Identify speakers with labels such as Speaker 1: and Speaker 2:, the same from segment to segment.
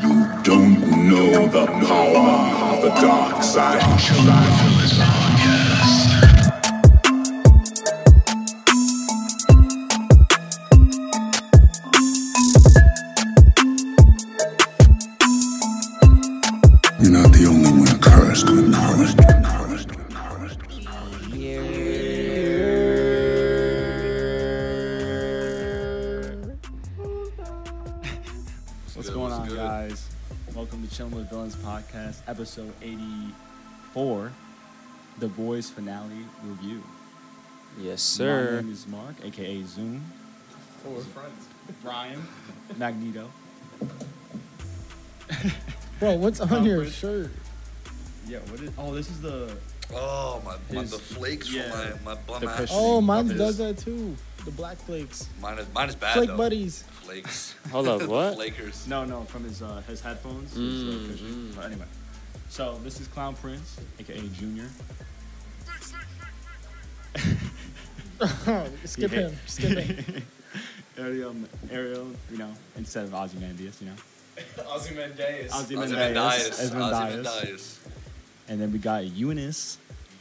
Speaker 1: You don't know the power of the dark side. You're not the only one cursed with knowledge. Cursed with knowledge.
Speaker 2: What's
Speaker 3: good,
Speaker 2: going
Speaker 3: what's
Speaker 2: on,
Speaker 3: good?
Speaker 2: guys? Welcome to Chilling with Villains podcast, episode 84, The Boys Finale Review.
Speaker 4: Yes,
Speaker 2: My
Speaker 4: sir.
Speaker 2: name is Mark, aka Zoom,
Speaker 3: Oh, we're friends.
Speaker 2: Brian, Magneto.
Speaker 5: Bro, what's on your
Speaker 2: Conference.
Speaker 5: shirt?
Speaker 2: Yeah, what is. Oh, this is the.
Speaker 3: Oh, my, my
Speaker 2: His-
Speaker 3: the flakes
Speaker 2: yeah.
Speaker 3: from my, my bum
Speaker 2: The
Speaker 3: ass.
Speaker 2: Christian.
Speaker 5: Oh, mine
Speaker 3: His-
Speaker 5: does that too. The black flakes.
Speaker 3: Mine is, mine is bad,
Speaker 5: Flake
Speaker 3: though.
Speaker 5: buddies.
Speaker 3: Flakes.
Speaker 4: Hold up,
Speaker 3: The
Speaker 4: what?
Speaker 3: Flakers.
Speaker 2: No, no, from his uh, his headphones. his, uh, cushion. But anyway. So, this is Clown Prince, aka Junior. hit-
Speaker 5: Skip him. Skip him.
Speaker 2: Ariel, Ariel, you know, instead of Ozymandias, you know.
Speaker 6: Ozymandias.
Speaker 2: Ozymandias.
Speaker 3: Ozymandias.
Speaker 2: Ozymandias.
Speaker 3: Ozymandias.
Speaker 2: And then we got Eunice,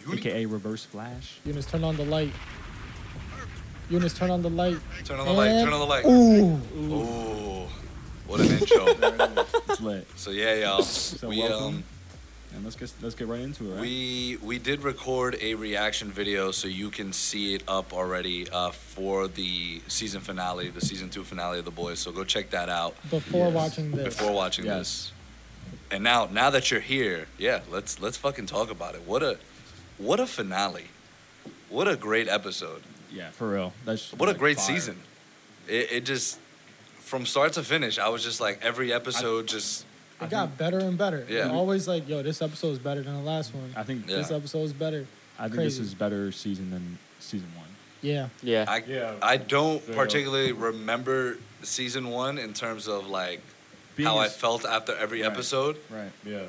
Speaker 3: Uni-
Speaker 2: aka Reverse Flash.
Speaker 5: Eunice, turn on the light. Eunice, turn on the light.
Speaker 3: Turn on the light. Turn on the light.
Speaker 5: Ooh.
Speaker 3: Ooh. What an intro.
Speaker 2: It's lit.
Speaker 3: so, yeah, y'all.
Speaker 2: So
Speaker 3: we,
Speaker 2: welcome.
Speaker 3: um,
Speaker 2: And let's get let's get right into it. Right?
Speaker 3: We we did record a reaction video, so you can see it up already uh, for the season finale, the season two finale of The Boys. So go check that out
Speaker 5: Before
Speaker 2: Yes.
Speaker 5: watching this.
Speaker 3: before watching
Speaker 2: Yes.
Speaker 3: this. And now now that you're here, yeah, let's let's fucking talk about it. What a what a finale! What a great episode!
Speaker 2: yeah, for real. That's
Speaker 3: What a
Speaker 2: like,
Speaker 3: great
Speaker 2: fire.
Speaker 3: season! It, it just from start to finish, I was just like every episode just
Speaker 5: It got better and better.
Speaker 3: Yeah.
Speaker 5: You're always like, yo, this episode is better than the last one.
Speaker 2: I think
Speaker 3: Yeah.
Speaker 5: This episode is better.
Speaker 2: I think
Speaker 5: Crazy.
Speaker 2: this is better season than season one.
Speaker 5: Yeah.
Speaker 4: Yeah.
Speaker 3: I
Speaker 6: Yeah.
Speaker 3: I don't
Speaker 6: Straight up.
Speaker 3: particularly remember season one in terms of like how I
Speaker 2: as-
Speaker 3: felt after every
Speaker 2: Right.
Speaker 3: episode.
Speaker 2: Right.
Speaker 6: Yeah.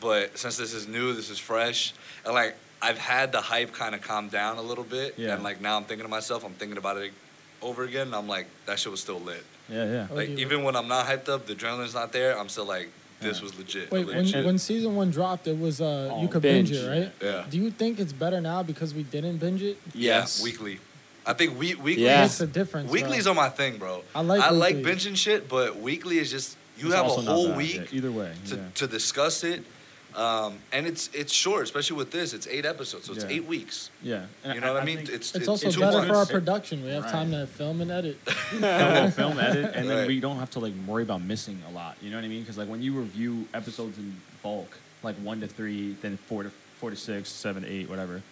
Speaker 3: But since this is new, this is fresh, and like I've had the hype kind of calm down a little bit,
Speaker 2: Yeah.
Speaker 3: and like now I'm thinking to myself, I'm thinking about it over again, and I'm like, that shit was still lit.
Speaker 2: Yeah, yeah.
Speaker 5: Oh,
Speaker 3: like
Speaker 5: yeah.
Speaker 3: even when I'm not hyped up, the adrenaline's not there. I'm still like, this
Speaker 2: Yeah.
Speaker 3: was legit.
Speaker 5: Wait,
Speaker 3: legit.
Speaker 5: when, when season one dropped, it was uh,
Speaker 2: Oh,
Speaker 5: you could
Speaker 4: binge.
Speaker 5: binge. it, right?
Speaker 3: Yeah.
Speaker 5: Do you think it's better now because we didn't binge it?
Speaker 3: yeah,
Speaker 4: Yes.
Speaker 3: weekly. I think we weekly.
Speaker 4: Yeah.
Speaker 5: That's the difference. bro.
Speaker 3: Weeklies are my thing, bro.
Speaker 5: I like
Speaker 3: I like
Speaker 5: weekly.
Speaker 3: benching shit, but weekly is just you
Speaker 2: It's
Speaker 3: have a
Speaker 2: also not
Speaker 3: whole
Speaker 2: bad,
Speaker 3: week
Speaker 2: yeah, Either way.
Speaker 3: to,
Speaker 2: yeah.
Speaker 3: to discuss it. Um, and it's it's short, especially with this. It's eight episodes, so it's
Speaker 2: Yeah.
Speaker 3: eight weeks.
Speaker 2: yeah. And
Speaker 3: You know what I, mean?
Speaker 2: think
Speaker 3: It's
Speaker 5: It's also
Speaker 3: two
Speaker 5: better for our
Speaker 3: months.
Speaker 5: production. We have time to film and edit.
Speaker 2: film, and- film edit, and then
Speaker 3: Right.
Speaker 2: we don't have to like worry about missing a lot. You know what I mean? Because like when you review episodes in bulk, like one to three, then four to four to six, seven to eight, whatever.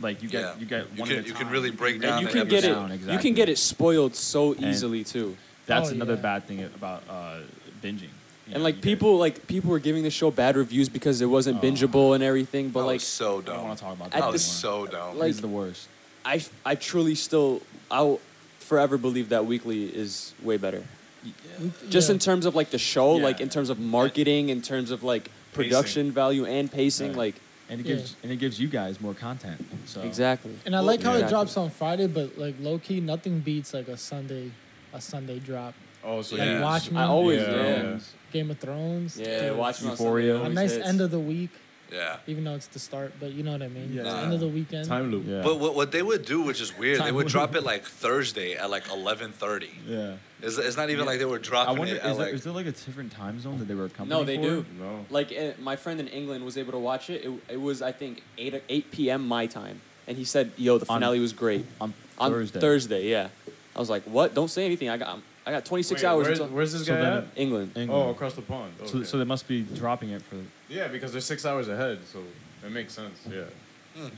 Speaker 2: Like you get
Speaker 3: Yeah.
Speaker 2: you get
Speaker 3: You
Speaker 2: one
Speaker 3: can-
Speaker 2: at a
Speaker 3: you can
Speaker 2: time.
Speaker 3: really break
Speaker 2: break
Speaker 3: down
Speaker 4: And you
Speaker 3: the
Speaker 4: can get it.
Speaker 3: episode.
Speaker 4: You can get it spoiled so easily too.
Speaker 2: That's
Speaker 5: Oh,
Speaker 2: another
Speaker 5: yeah.
Speaker 2: bad thing about uh, binging. You know,
Speaker 4: And
Speaker 2: you
Speaker 4: like
Speaker 2: get-
Speaker 4: people, like people were giving the show bad reviews because it wasn't bingeable and everything.
Speaker 3: That
Speaker 4: But like,
Speaker 3: was so
Speaker 2: I don't
Speaker 3: dumb.
Speaker 2: want to talk about
Speaker 4: at
Speaker 2: that.
Speaker 3: That
Speaker 4: the
Speaker 3: was
Speaker 4: this-
Speaker 2: anymore.
Speaker 3: so dumb.
Speaker 4: like-
Speaker 2: He's the worst.
Speaker 4: I, I truly still, I'll forever believe that weekly is way better. Just
Speaker 5: Yeah.
Speaker 4: in terms of like the show,
Speaker 2: Yeah.
Speaker 4: like in terms of marketing, in terms of like production value and pacing,
Speaker 2: Right. Oh.
Speaker 4: like
Speaker 2: And it
Speaker 5: Yeah.
Speaker 2: gives and it gives you guys more content. So
Speaker 4: exactly.
Speaker 5: And I like how
Speaker 4: Exactly.
Speaker 5: it drops on Friday, but like low key, nothing beats like a Sunday, a Sunday drop.
Speaker 6: Oh, so
Speaker 5: Like
Speaker 3: Yeah.
Speaker 6: yeah.
Speaker 5: Watchmen,
Speaker 4: I always
Speaker 6: Yeah.
Speaker 4: yeah
Speaker 5: Game of Thrones.
Speaker 4: yeah.
Speaker 5: dude.
Speaker 4: Watch
Speaker 2: Euphoria.
Speaker 5: A nice end of the week,
Speaker 3: yeah.
Speaker 5: even though it's the start, but you know what I mean.
Speaker 2: Yeah.
Speaker 5: It's the end of the weekend.
Speaker 6: Time loop.
Speaker 2: Yeah.
Speaker 3: But what, what they would do, which is weird, they
Speaker 2: Time
Speaker 3: would
Speaker 2: loop.
Speaker 3: drop it like Thursday at like eleven thirty.
Speaker 2: yeah.
Speaker 3: It's, it's not even like they were
Speaker 2: I
Speaker 3: dropping
Speaker 2: wonder
Speaker 3: it
Speaker 2: is,
Speaker 3: at
Speaker 2: there,
Speaker 3: like
Speaker 2: is there like a different time zone that they were accompanying?
Speaker 4: No, they
Speaker 2: for?
Speaker 4: do.
Speaker 6: No.
Speaker 4: Like eh, my friend in England was able to watch it. It, it was I think eight o- eight p.m. my time, and he said, "Yo, the
Speaker 2: On-
Speaker 4: finale was great
Speaker 2: on
Speaker 4: on
Speaker 2: Thursday.
Speaker 4: yeah, I was like, "What? Don't say anything. I got I got twenty six
Speaker 6: Wait,
Speaker 4: hours
Speaker 6: Where's,
Speaker 4: until
Speaker 6: where's this
Speaker 2: So
Speaker 6: guy
Speaker 2: then-
Speaker 6: at?
Speaker 4: England."
Speaker 2: England.
Speaker 6: Oh, across the pond.
Speaker 2: So,
Speaker 6: Okay.
Speaker 2: so they must be dropping it for.
Speaker 6: yeah, because they're six hours ahead, so it makes sense. Yeah.
Speaker 5: Sir,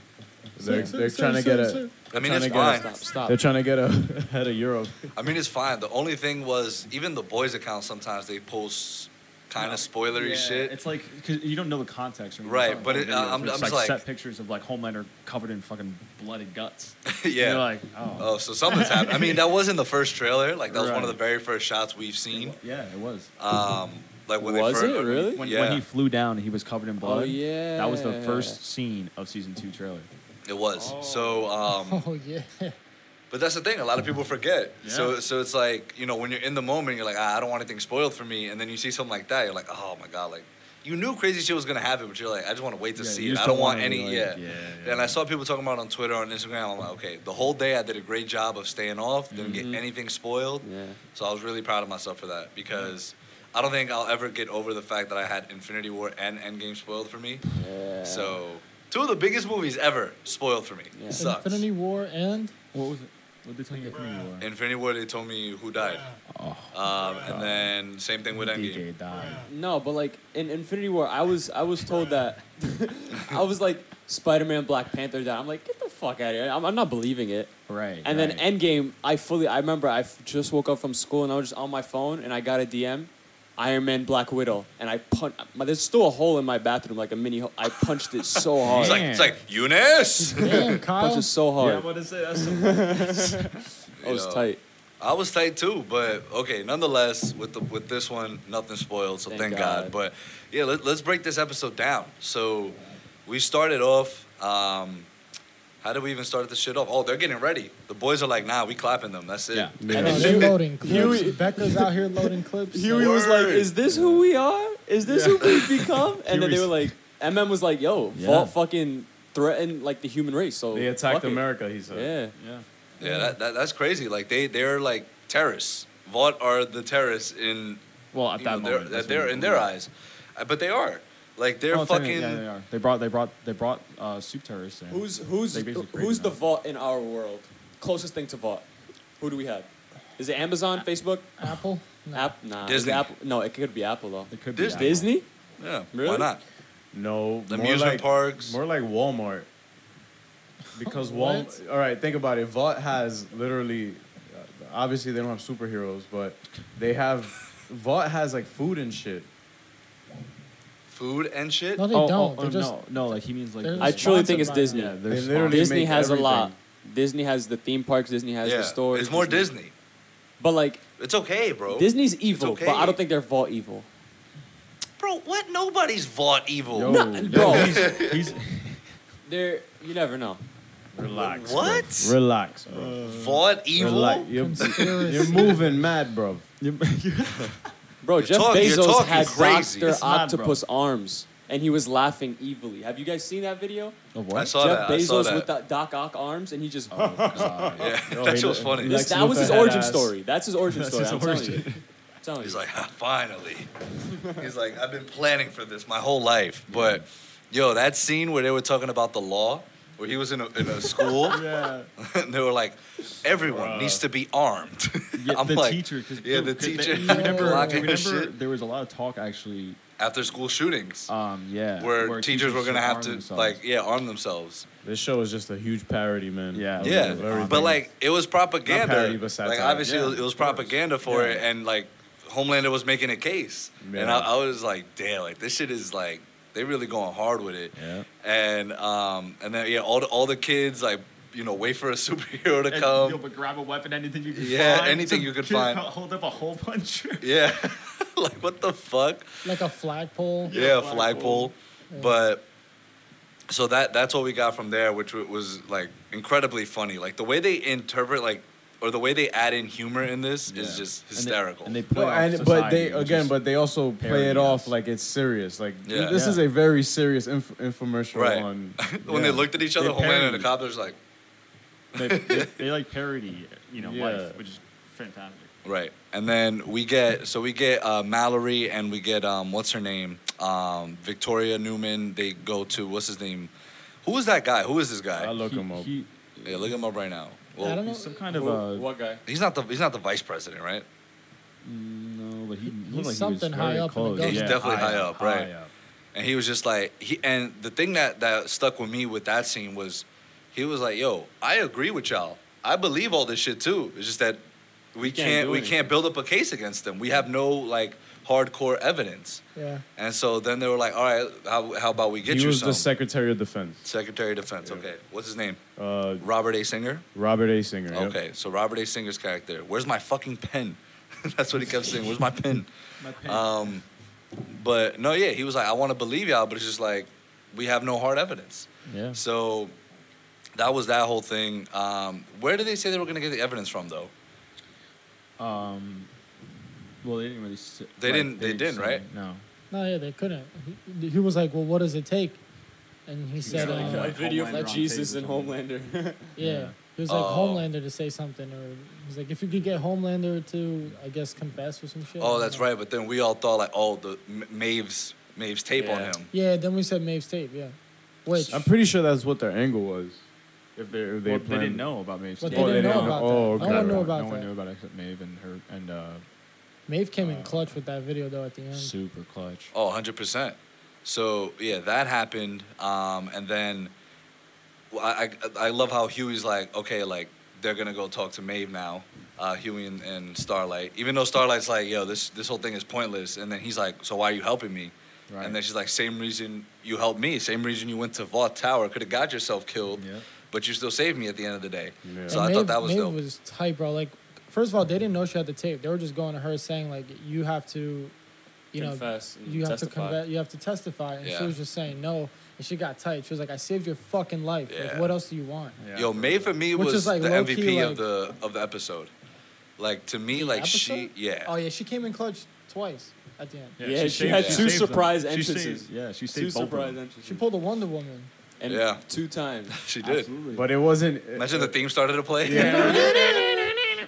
Speaker 6: They're,
Speaker 5: sir,
Speaker 6: they're
Speaker 5: sir,
Speaker 6: trying to
Speaker 5: sir,
Speaker 6: get a.
Speaker 5: sir.
Speaker 3: I mean
Speaker 6: trying
Speaker 3: it's
Speaker 6: to get
Speaker 3: fine.
Speaker 4: Stop! Stop!
Speaker 6: They're trying to get a ahead of Europe.
Speaker 3: I mean it's fine. The only thing was even the boys account sometimes they post kind of spoilery shit.
Speaker 2: It's like because you don't know the context. when you
Speaker 3: Right,
Speaker 2: saw
Speaker 3: but
Speaker 2: the
Speaker 3: it- uh,
Speaker 2: video,
Speaker 3: I'm-
Speaker 2: it's
Speaker 3: I'm just like-
Speaker 2: set pictures of like Homelander covered in fucking blood and guts.
Speaker 3: yeah.
Speaker 2: You're like, oh,
Speaker 3: oh, so something's happened. I mean that wasn't the first trailer. Like that was one of
Speaker 2: Right.
Speaker 3: the very first shots we've seen.
Speaker 2: yeah, it was.
Speaker 3: Um, like when
Speaker 4: Was
Speaker 3: they first,
Speaker 4: it really?
Speaker 2: When,
Speaker 3: yeah.
Speaker 2: when he flew down, he was covered in blood.
Speaker 4: yeah.
Speaker 2: That was the first scene of season two trailer.
Speaker 3: It was. So, um,
Speaker 5: Oh yeah.
Speaker 3: but that's the thing. A lot of people forget. So,
Speaker 6: Yeah.
Speaker 3: so it's like you know when you're in the moment, you're like, ah, I don't want anything spoiled for me, and then you see something like that, you're like, oh my god, like. You knew crazy shit was gonna happen, but you're like, I just want to wait to
Speaker 2: Yeah,
Speaker 3: see
Speaker 2: you
Speaker 3: it.
Speaker 2: just
Speaker 3: I don't
Speaker 2: don't
Speaker 3: want
Speaker 2: wanna be
Speaker 3: any.
Speaker 2: like,
Speaker 3: yeah.
Speaker 2: yeah,
Speaker 3: And
Speaker 2: yeah.
Speaker 3: I saw people talking about it on Twitter, on Instagram. I'm like, okay, the whole day I did a great job of staying off, didn't
Speaker 2: Mm-hmm.
Speaker 4: Mhm.
Speaker 3: get anything spoiled.
Speaker 4: Yeah.
Speaker 3: So I was really proud of myself for that because I don't think I'll ever get over the fact that I had Infinity War and Endgame spoiled for me.
Speaker 4: Yeah.
Speaker 3: So two of the biggest movies ever spoiled for me.
Speaker 4: Yeah.
Speaker 3: It sucks.
Speaker 5: Infinity War and
Speaker 2: What was it? What did they tell you? Infinity War?
Speaker 3: Infinity War, they told me who died. Um, and then same thing with Endgame.
Speaker 2: DJ died.
Speaker 4: No, but like in Infinity War, I was I was told that I was like Spider-Man, Black Panther died. I'm like, get the fuck out of here! I'm, I'm not believing it.
Speaker 2: Right.
Speaker 4: And
Speaker 2: right.
Speaker 4: then Endgame, I fully I remember I f- just woke up from school and I was just on my phone and I got a DM, Iron Man, Black Widow, and I punch. My, there's still a hole in my bathroom, like a mini hole. I punched it so hard.
Speaker 3: It's like it's like Eunice.
Speaker 5: damn Kyle.
Speaker 4: punched it so hard.
Speaker 6: to say that's
Speaker 4: it was
Speaker 3: Yeah.
Speaker 4: tight.
Speaker 3: I was tight too, but okay. Nonetheless, with the with this one, nothing spoiled, so
Speaker 4: Thank
Speaker 3: thank, God.
Speaker 4: God.
Speaker 3: But yeah, let, let's break this episode down. So we started off. Um, how did we even start this shit off? Oh, they're getting ready. The boys are like, nah, we clapping them. That's it.
Speaker 2: Yeah.
Speaker 5: Oh,
Speaker 4: And then
Speaker 5: they
Speaker 4: Huey-
Speaker 5: loading clips.
Speaker 4: Huey-
Speaker 5: Becca's out here loading clips.
Speaker 4: Huey was like, "Is this who we are? Is this who we've become?" And then they
Speaker 6: Huey's-
Speaker 4: were like, "MM was like, yo,
Speaker 2: Yeah.
Speaker 4: Vault fucking threatened like the human race." So
Speaker 6: They
Speaker 4: fuck
Speaker 6: attacked
Speaker 4: it."
Speaker 6: America. He said.
Speaker 4: Yeah,
Speaker 2: Yeah.
Speaker 3: Yeah, that, that, that's crazy. Like they they're like terrorists. Vought are the terrorists in
Speaker 2: Well, at
Speaker 3: you
Speaker 2: that
Speaker 3: know,
Speaker 2: moment,
Speaker 3: they're,
Speaker 2: that's
Speaker 3: they're
Speaker 2: what-
Speaker 3: in their eyes, Uh, but they are like they're
Speaker 2: Oh, technically,
Speaker 3: fucking.
Speaker 2: Yeah, they are. They brought. They brought. They brought uh, soup terrorists. In.
Speaker 4: who's who's
Speaker 2: They basically
Speaker 4: who's
Speaker 2: created
Speaker 4: the
Speaker 2: that.
Speaker 4: Vault in our world? Closest thing to Vault. Who do we have? Is it Amazon, Facebook,
Speaker 5: Apple? No.
Speaker 4: App? Nah, is it
Speaker 3: Disney.
Speaker 4: Apple? No, it could be Apple though.
Speaker 2: It could be
Speaker 3: Disney.
Speaker 2: Apple.
Speaker 4: Disney?
Speaker 3: Yeah, why
Speaker 4: Really?
Speaker 3: not?
Speaker 6: No.
Speaker 3: The
Speaker 6: more
Speaker 3: amusement
Speaker 6: like-
Speaker 3: parks.
Speaker 6: More like Walmart. Because
Speaker 5: What?
Speaker 6: Walmart. All right, think about it. Vault has literally. uh, Obviously, they don't have superheroes, but they have. Vault has like food and shit.
Speaker 3: Food and shit.
Speaker 5: No, they
Speaker 2: Oh, oh,
Speaker 5: don't.
Speaker 2: oh,
Speaker 5: they're just
Speaker 2: no, no. Like he means like.
Speaker 5: they're
Speaker 4: I
Speaker 5: just
Speaker 4: truly think
Speaker 5: sponsored
Speaker 4: it's
Speaker 5: by
Speaker 4: Disney.
Speaker 5: them.
Speaker 2: yeah, they're
Speaker 6: They
Speaker 2: smart.
Speaker 6: literally
Speaker 4: Disney
Speaker 6: make
Speaker 4: has
Speaker 6: everything.
Speaker 4: a lot. Disney has the theme parks. Disney has
Speaker 3: yeah,
Speaker 4: the stores.
Speaker 3: it's more
Speaker 4: Disney-
Speaker 3: Disney.
Speaker 4: But like
Speaker 3: It's okay, bro.
Speaker 4: Disney's evil,
Speaker 3: okay.
Speaker 4: but I don't think they're Vault evil.
Speaker 3: Bro, what? Nobody's Vought evil.
Speaker 6: Yo,
Speaker 4: No,
Speaker 6: yo,
Speaker 4: bro.
Speaker 2: He's,
Speaker 4: They're you never know.
Speaker 6: relax.
Speaker 3: What?
Speaker 6: Bro. Relax, bro.
Speaker 3: Vought evil?
Speaker 6: Relax. You're, you're moving mad, bro.
Speaker 4: Bro, Jeff
Speaker 3: talking- you're
Speaker 4: Bezos
Speaker 3: talking
Speaker 4: had
Speaker 3: crazy.
Speaker 4: Doctor
Speaker 3: It's
Speaker 2: mad, bro.
Speaker 4: Octopus arms, and he was laughing evilly. Have you guys seen that video?
Speaker 2: oh,
Speaker 3: I
Speaker 2: what?
Speaker 3: saw
Speaker 4: Jeff
Speaker 3: that.
Speaker 4: Bezos
Speaker 3: I saw that.
Speaker 4: with the Doc Ock arms, and he just.
Speaker 2: Oh, God.
Speaker 3: yeah,
Speaker 6: No,
Speaker 3: that
Speaker 6: he
Speaker 3: shit was
Speaker 6: look-
Speaker 3: funny.
Speaker 6: he
Speaker 4: This-
Speaker 6: Lex
Speaker 4: that was his
Speaker 6: Luthor had
Speaker 4: origin
Speaker 6: ass.
Speaker 4: story. That's his origin story.
Speaker 2: his
Speaker 4: I'm telling you. I'm telling
Speaker 3: He's
Speaker 4: you.
Speaker 3: like, ah, finally. He's like, I've been planning for this my whole life. But, yo, that scene where they were talking about the law, where he was in a, in a school,
Speaker 6: Yeah.
Speaker 3: and they were like, everyone
Speaker 6: Bruh.
Speaker 3: needs to be armed.
Speaker 2: Yeah,
Speaker 3: I'm
Speaker 2: the
Speaker 3: like,
Speaker 2: teacher. 'cause-
Speaker 3: yeah, the
Speaker 2: 'cause they-
Speaker 3: teacher.
Speaker 2: you remember,
Speaker 3: Blocking
Speaker 2: you
Speaker 3: his
Speaker 2: remember
Speaker 3: shit.
Speaker 2: there was a lot of talk actually.
Speaker 3: after school shootings,
Speaker 2: Um, yeah,
Speaker 3: where, teachers were gonna
Speaker 2: should
Speaker 3: have
Speaker 2: arm
Speaker 3: to,
Speaker 2: themselves.
Speaker 3: like, yeah, arm themselves.
Speaker 6: This show is just a huge parody, man.
Speaker 2: Yeah.
Speaker 6: Of
Speaker 3: Yeah,
Speaker 6: everything.
Speaker 3: but like it was propaganda.
Speaker 6: Not parody, but
Speaker 3: like
Speaker 6: satire.
Speaker 3: obviously
Speaker 6: Yeah,
Speaker 3: it was, it
Speaker 6: of
Speaker 3: was
Speaker 6: course.
Speaker 3: propaganda for
Speaker 6: Yeah.
Speaker 3: it, and like Homelander was making a case, and
Speaker 6: Yeah.
Speaker 3: I, I was like, damn, like this shit is like they really going hard with it.
Speaker 2: Yeah.
Speaker 3: And um and then yeah, all the, all the kids like you know wait for a superhero to come.
Speaker 2: but grab a weapon, anything you can
Speaker 3: Yeah, find. anything you could Just find.
Speaker 2: Hold up a hole puncher.
Speaker 3: yeah, like what the fuck?
Speaker 5: Like a flagpole.
Speaker 3: Yeah, flagpole. But so that that's what we got from there, which wa- was like incredibly funny. Like the way they interpret like. Or the way they add in humor in this is just hysterical.
Speaker 2: And they, and they play
Speaker 6: No,
Speaker 2: off
Speaker 6: and but they
Speaker 2: society, which
Speaker 6: again,
Speaker 2: is-
Speaker 6: but they also play
Speaker 2: parody
Speaker 6: it
Speaker 2: us.
Speaker 6: off like it's serious. Like
Speaker 3: Yeah.
Speaker 6: this is
Speaker 2: Yeah.
Speaker 6: a very serious inf- infomercial.
Speaker 3: Right.
Speaker 6: On
Speaker 3: when
Speaker 6: yeah.
Speaker 3: they looked at each other,
Speaker 6: They
Speaker 3: Homeland and the
Speaker 6: parodied.
Speaker 3: cop, they're just like,
Speaker 2: they, they, they like parody, you know,
Speaker 6: Yeah.
Speaker 2: life, which is fantastic.
Speaker 3: right. And then we get, so we get uh, Mallory and we get, um, what's her name? Um, Victoria Newman. They go to, what's his name? Who is that guy? Who is this guy?
Speaker 6: I look
Speaker 2: He-
Speaker 6: him up.
Speaker 2: he-
Speaker 3: yeah, look him up right now.
Speaker 5: I
Speaker 3: Well,
Speaker 5: don't know.
Speaker 2: he's some kind of
Speaker 4: Who-
Speaker 2: a
Speaker 4: what guy?
Speaker 3: he's not the he's not the vice president, right?
Speaker 2: no, but he,
Speaker 5: He's
Speaker 2: looked like he
Speaker 5: something
Speaker 2: was
Speaker 5: high
Speaker 2: very
Speaker 5: up in the
Speaker 2: close.
Speaker 5: government.
Speaker 3: He's definitely high up, right.
Speaker 6: High up.
Speaker 3: And he was just like he. And the thing that that stuck with me with that scene was, he was like, "Yo, I agree with y'all. I believe all this shit too. It's just that we
Speaker 4: can't
Speaker 3: can't
Speaker 4: do
Speaker 3: we
Speaker 4: anything.
Speaker 3: can't build up a case against them. We have no like hardcore evidence."
Speaker 5: Yeah.
Speaker 3: And so then they were like, all right, how, how about we get
Speaker 6: he
Speaker 3: you
Speaker 6: was
Speaker 3: some?
Speaker 6: the Secretary of Defense,
Speaker 3: Secretary of Defense. Okay. What's his name?
Speaker 6: uh,
Speaker 3: Robert A. Singer?
Speaker 6: Robert A. Singer. yep.
Speaker 3: Okay. So Robert A. Singer's character. Where's my fucking pen? That's what he kept saying. Where's my pen?
Speaker 2: My pen.
Speaker 3: Um, but no, yeah, he was like, I want to believe y'all, but it's just like, we have no hard evidence.
Speaker 2: yeah.
Speaker 3: So that was that whole thing. Um, where did they say they were gonna get the evidence from though?
Speaker 2: Um, well, they didn't really. s-
Speaker 3: They
Speaker 2: like,
Speaker 3: didn't- they didn't,
Speaker 2: say-
Speaker 3: right?
Speaker 2: No.
Speaker 5: No, yeah, they couldn't. He, he was like, "Well, what does it take?" And he said,
Speaker 2: like,
Speaker 5: um,
Speaker 2: uh,
Speaker 5: yeah.
Speaker 4: a video
Speaker 2: Homelander
Speaker 4: of
Speaker 2: on
Speaker 4: Jesus and
Speaker 2: tape or
Speaker 4: Homelander.
Speaker 2: Yeah.
Speaker 5: He was like
Speaker 3: Oh.
Speaker 5: Homelander to say something, or he's like, "If you could get Homelander to, I guess, confess or some shit." I
Speaker 3: Oh,
Speaker 5: don't
Speaker 3: that's
Speaker 5: know.
Speaker 3: right. But then we all thought like, oh, the M- Maves Maves tape on
Speaker 4: Yeah.
Speaker 3: him.
Speaker 5: Yeah. Then we said Maeve's tape. Yeah. Which
Speaker 6: I'm pretty sure that's what their angle was. If they if they,
Speaker 2: Well, they
Speaker 6: planned-
Speaker 2: didn't know about Maeve.
Speaker 5: But
Speaker 6: Oh,
Speaker 5: they didn't know about
Speaker 6: Oh,
Speaker 5: that.
Speaker 6: okay.
Speaker 5: No one knew
Speaker 6: right.
Speaker 5: about
Speaker 2: no
Speaker 5: that.
Speaker 2: one knew about it except Maeve and her and uh,
Speaker 5: Maeve came in
Speaker 2: Uh,
Speaker 5: clutch with that video though at the end.
Speaker 2: super clutch.
Speaker 3: Oh, 100%. So, yeah, that happened. Um, and then well, I, I, I love how Huey's like, okay, like, they're going to go talk to Maeve now, uh, Huey and, and Starlight. Even though Starlight's like, yo, this, this whole thing is pointless. And then he's like, so why are you helping me?
Speaker 2: Right.
Speaker 3: And then she's like, same reason you helped me, same reason you went to Vought Tower. Could have got yourself killed,
Speaker 2: Yeah.
Speaker 3: but you still saved me at the end of the day.
Speaker 6: Yeah.
Speaker 3: So
Speaker 5: And
Speaker 3: I
Speaker 5: Maeve-
Speaker 3: thought that was
Speaker 5: Maeve
Speaker 3: dope.
Speaker 5: was tight, bro. Like, first of all, they didn't know she had the tape. They were just going to her saying like, "You have to, you
Speaker 4: Confess
Speaker 5: know,
Speaker 4: and
Speaker 5: you have
Speaker 4: testify.
Speaker 5: to conve- you have to testify." And
Speaker 3: Yeah.
Speaker 5: she was just saying no, and she got tight. She was like, "I saved your fucking life. Like,
Speaker 3: Yeah.
Speaker 5: what else do you want?"
Speaker 2: Yeah.
Speaker 3: Yo, May for me
Speaker 5: Which
Speaker 3: was
Speaker 5: is, like,
Speaker 3: the
Speaker 5: low-key,
Speaker 3: MVP of
Speaker 5: like-
Speaker 3: the of the episode. Like to me, like she,
Speaker 5: Episode?
Speaker 3: yeah.
Speaker 5: Oh yeah, she came in clutch twice at the end.
Speaker 4: Yeah, she had
Speaker 3: two
Speaker 2: saved them.
Speaker 4: surprise
Speaker 2: She
Speaker 4: entrances.
Speaker 2: saved- yeah, she saved
Speaker 4: Two
Speaker 2: both of them.
Speaker 4: surprise entrances.
Speaker 5: She pulled a Wonder Woman.
Speaker 4: and
Speaker 3: Yeah.
Speaker 4: two times.
Speaker 3: She did.
Speaker 4: Absolutely.
Speaker 6: But it wasn't. uh,
Speaker 3: Imagine the theme started to play.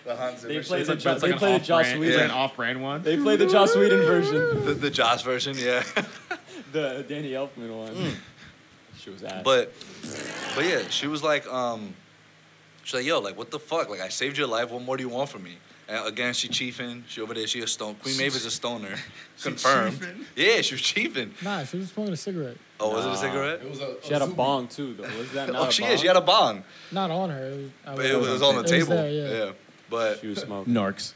Speaker 3: the Hans
Speaker 4: they
Speaker 3: Zimmer shit.
Speaker 4: played
Speaker 2: It's
Speaker 4: the,
Speaker 2: like,
Speaker 4: Jo-
Speaker 2: it's
Speaker 4: they
Speaker 2: like
Speaker 4: played
Speaker 2: an
Speaker 4: the Joss
Speaker 2: off-brand, it's like
Speaker 4: Whedon.
Speaker 2: an off-brand one.
Speaker 4: They played the Joss Whedon version,
Speaker 3: the, the Joss version, yeah.
Speaker 4: the Danny Elfman one. She was ass.
Speaker 3: but but yeah, she was like, um, she's like, yo, like what the fuck? Like I saved your life. What more do you want from me? And again, she chiefing. She over there. She a stone. Queen Maeve is a stoner. Confirmed. Yeah, she was chiefing.
Speaker 5: Nah, she was smoking a cigarette.
Speaker 3: Oh, was it a cigarette?
Speaker 4: she had a bong too, though. Was that not
Speaker 3: Oh,
Speaker 4: a
Speaker 3: she
Speaker 4: bong?
Speaker 3: is. She had a bong.
Speaker 5: Not on her. It was, I
Speaker 3: But it was, it was on the
Speaker 5: Oh, it was
Speaker 3: table.
Speaker 5: there, yeah.
Speaker 3: yeah. But
Speaker 4: She was smoking.
Speaker 6: narcs.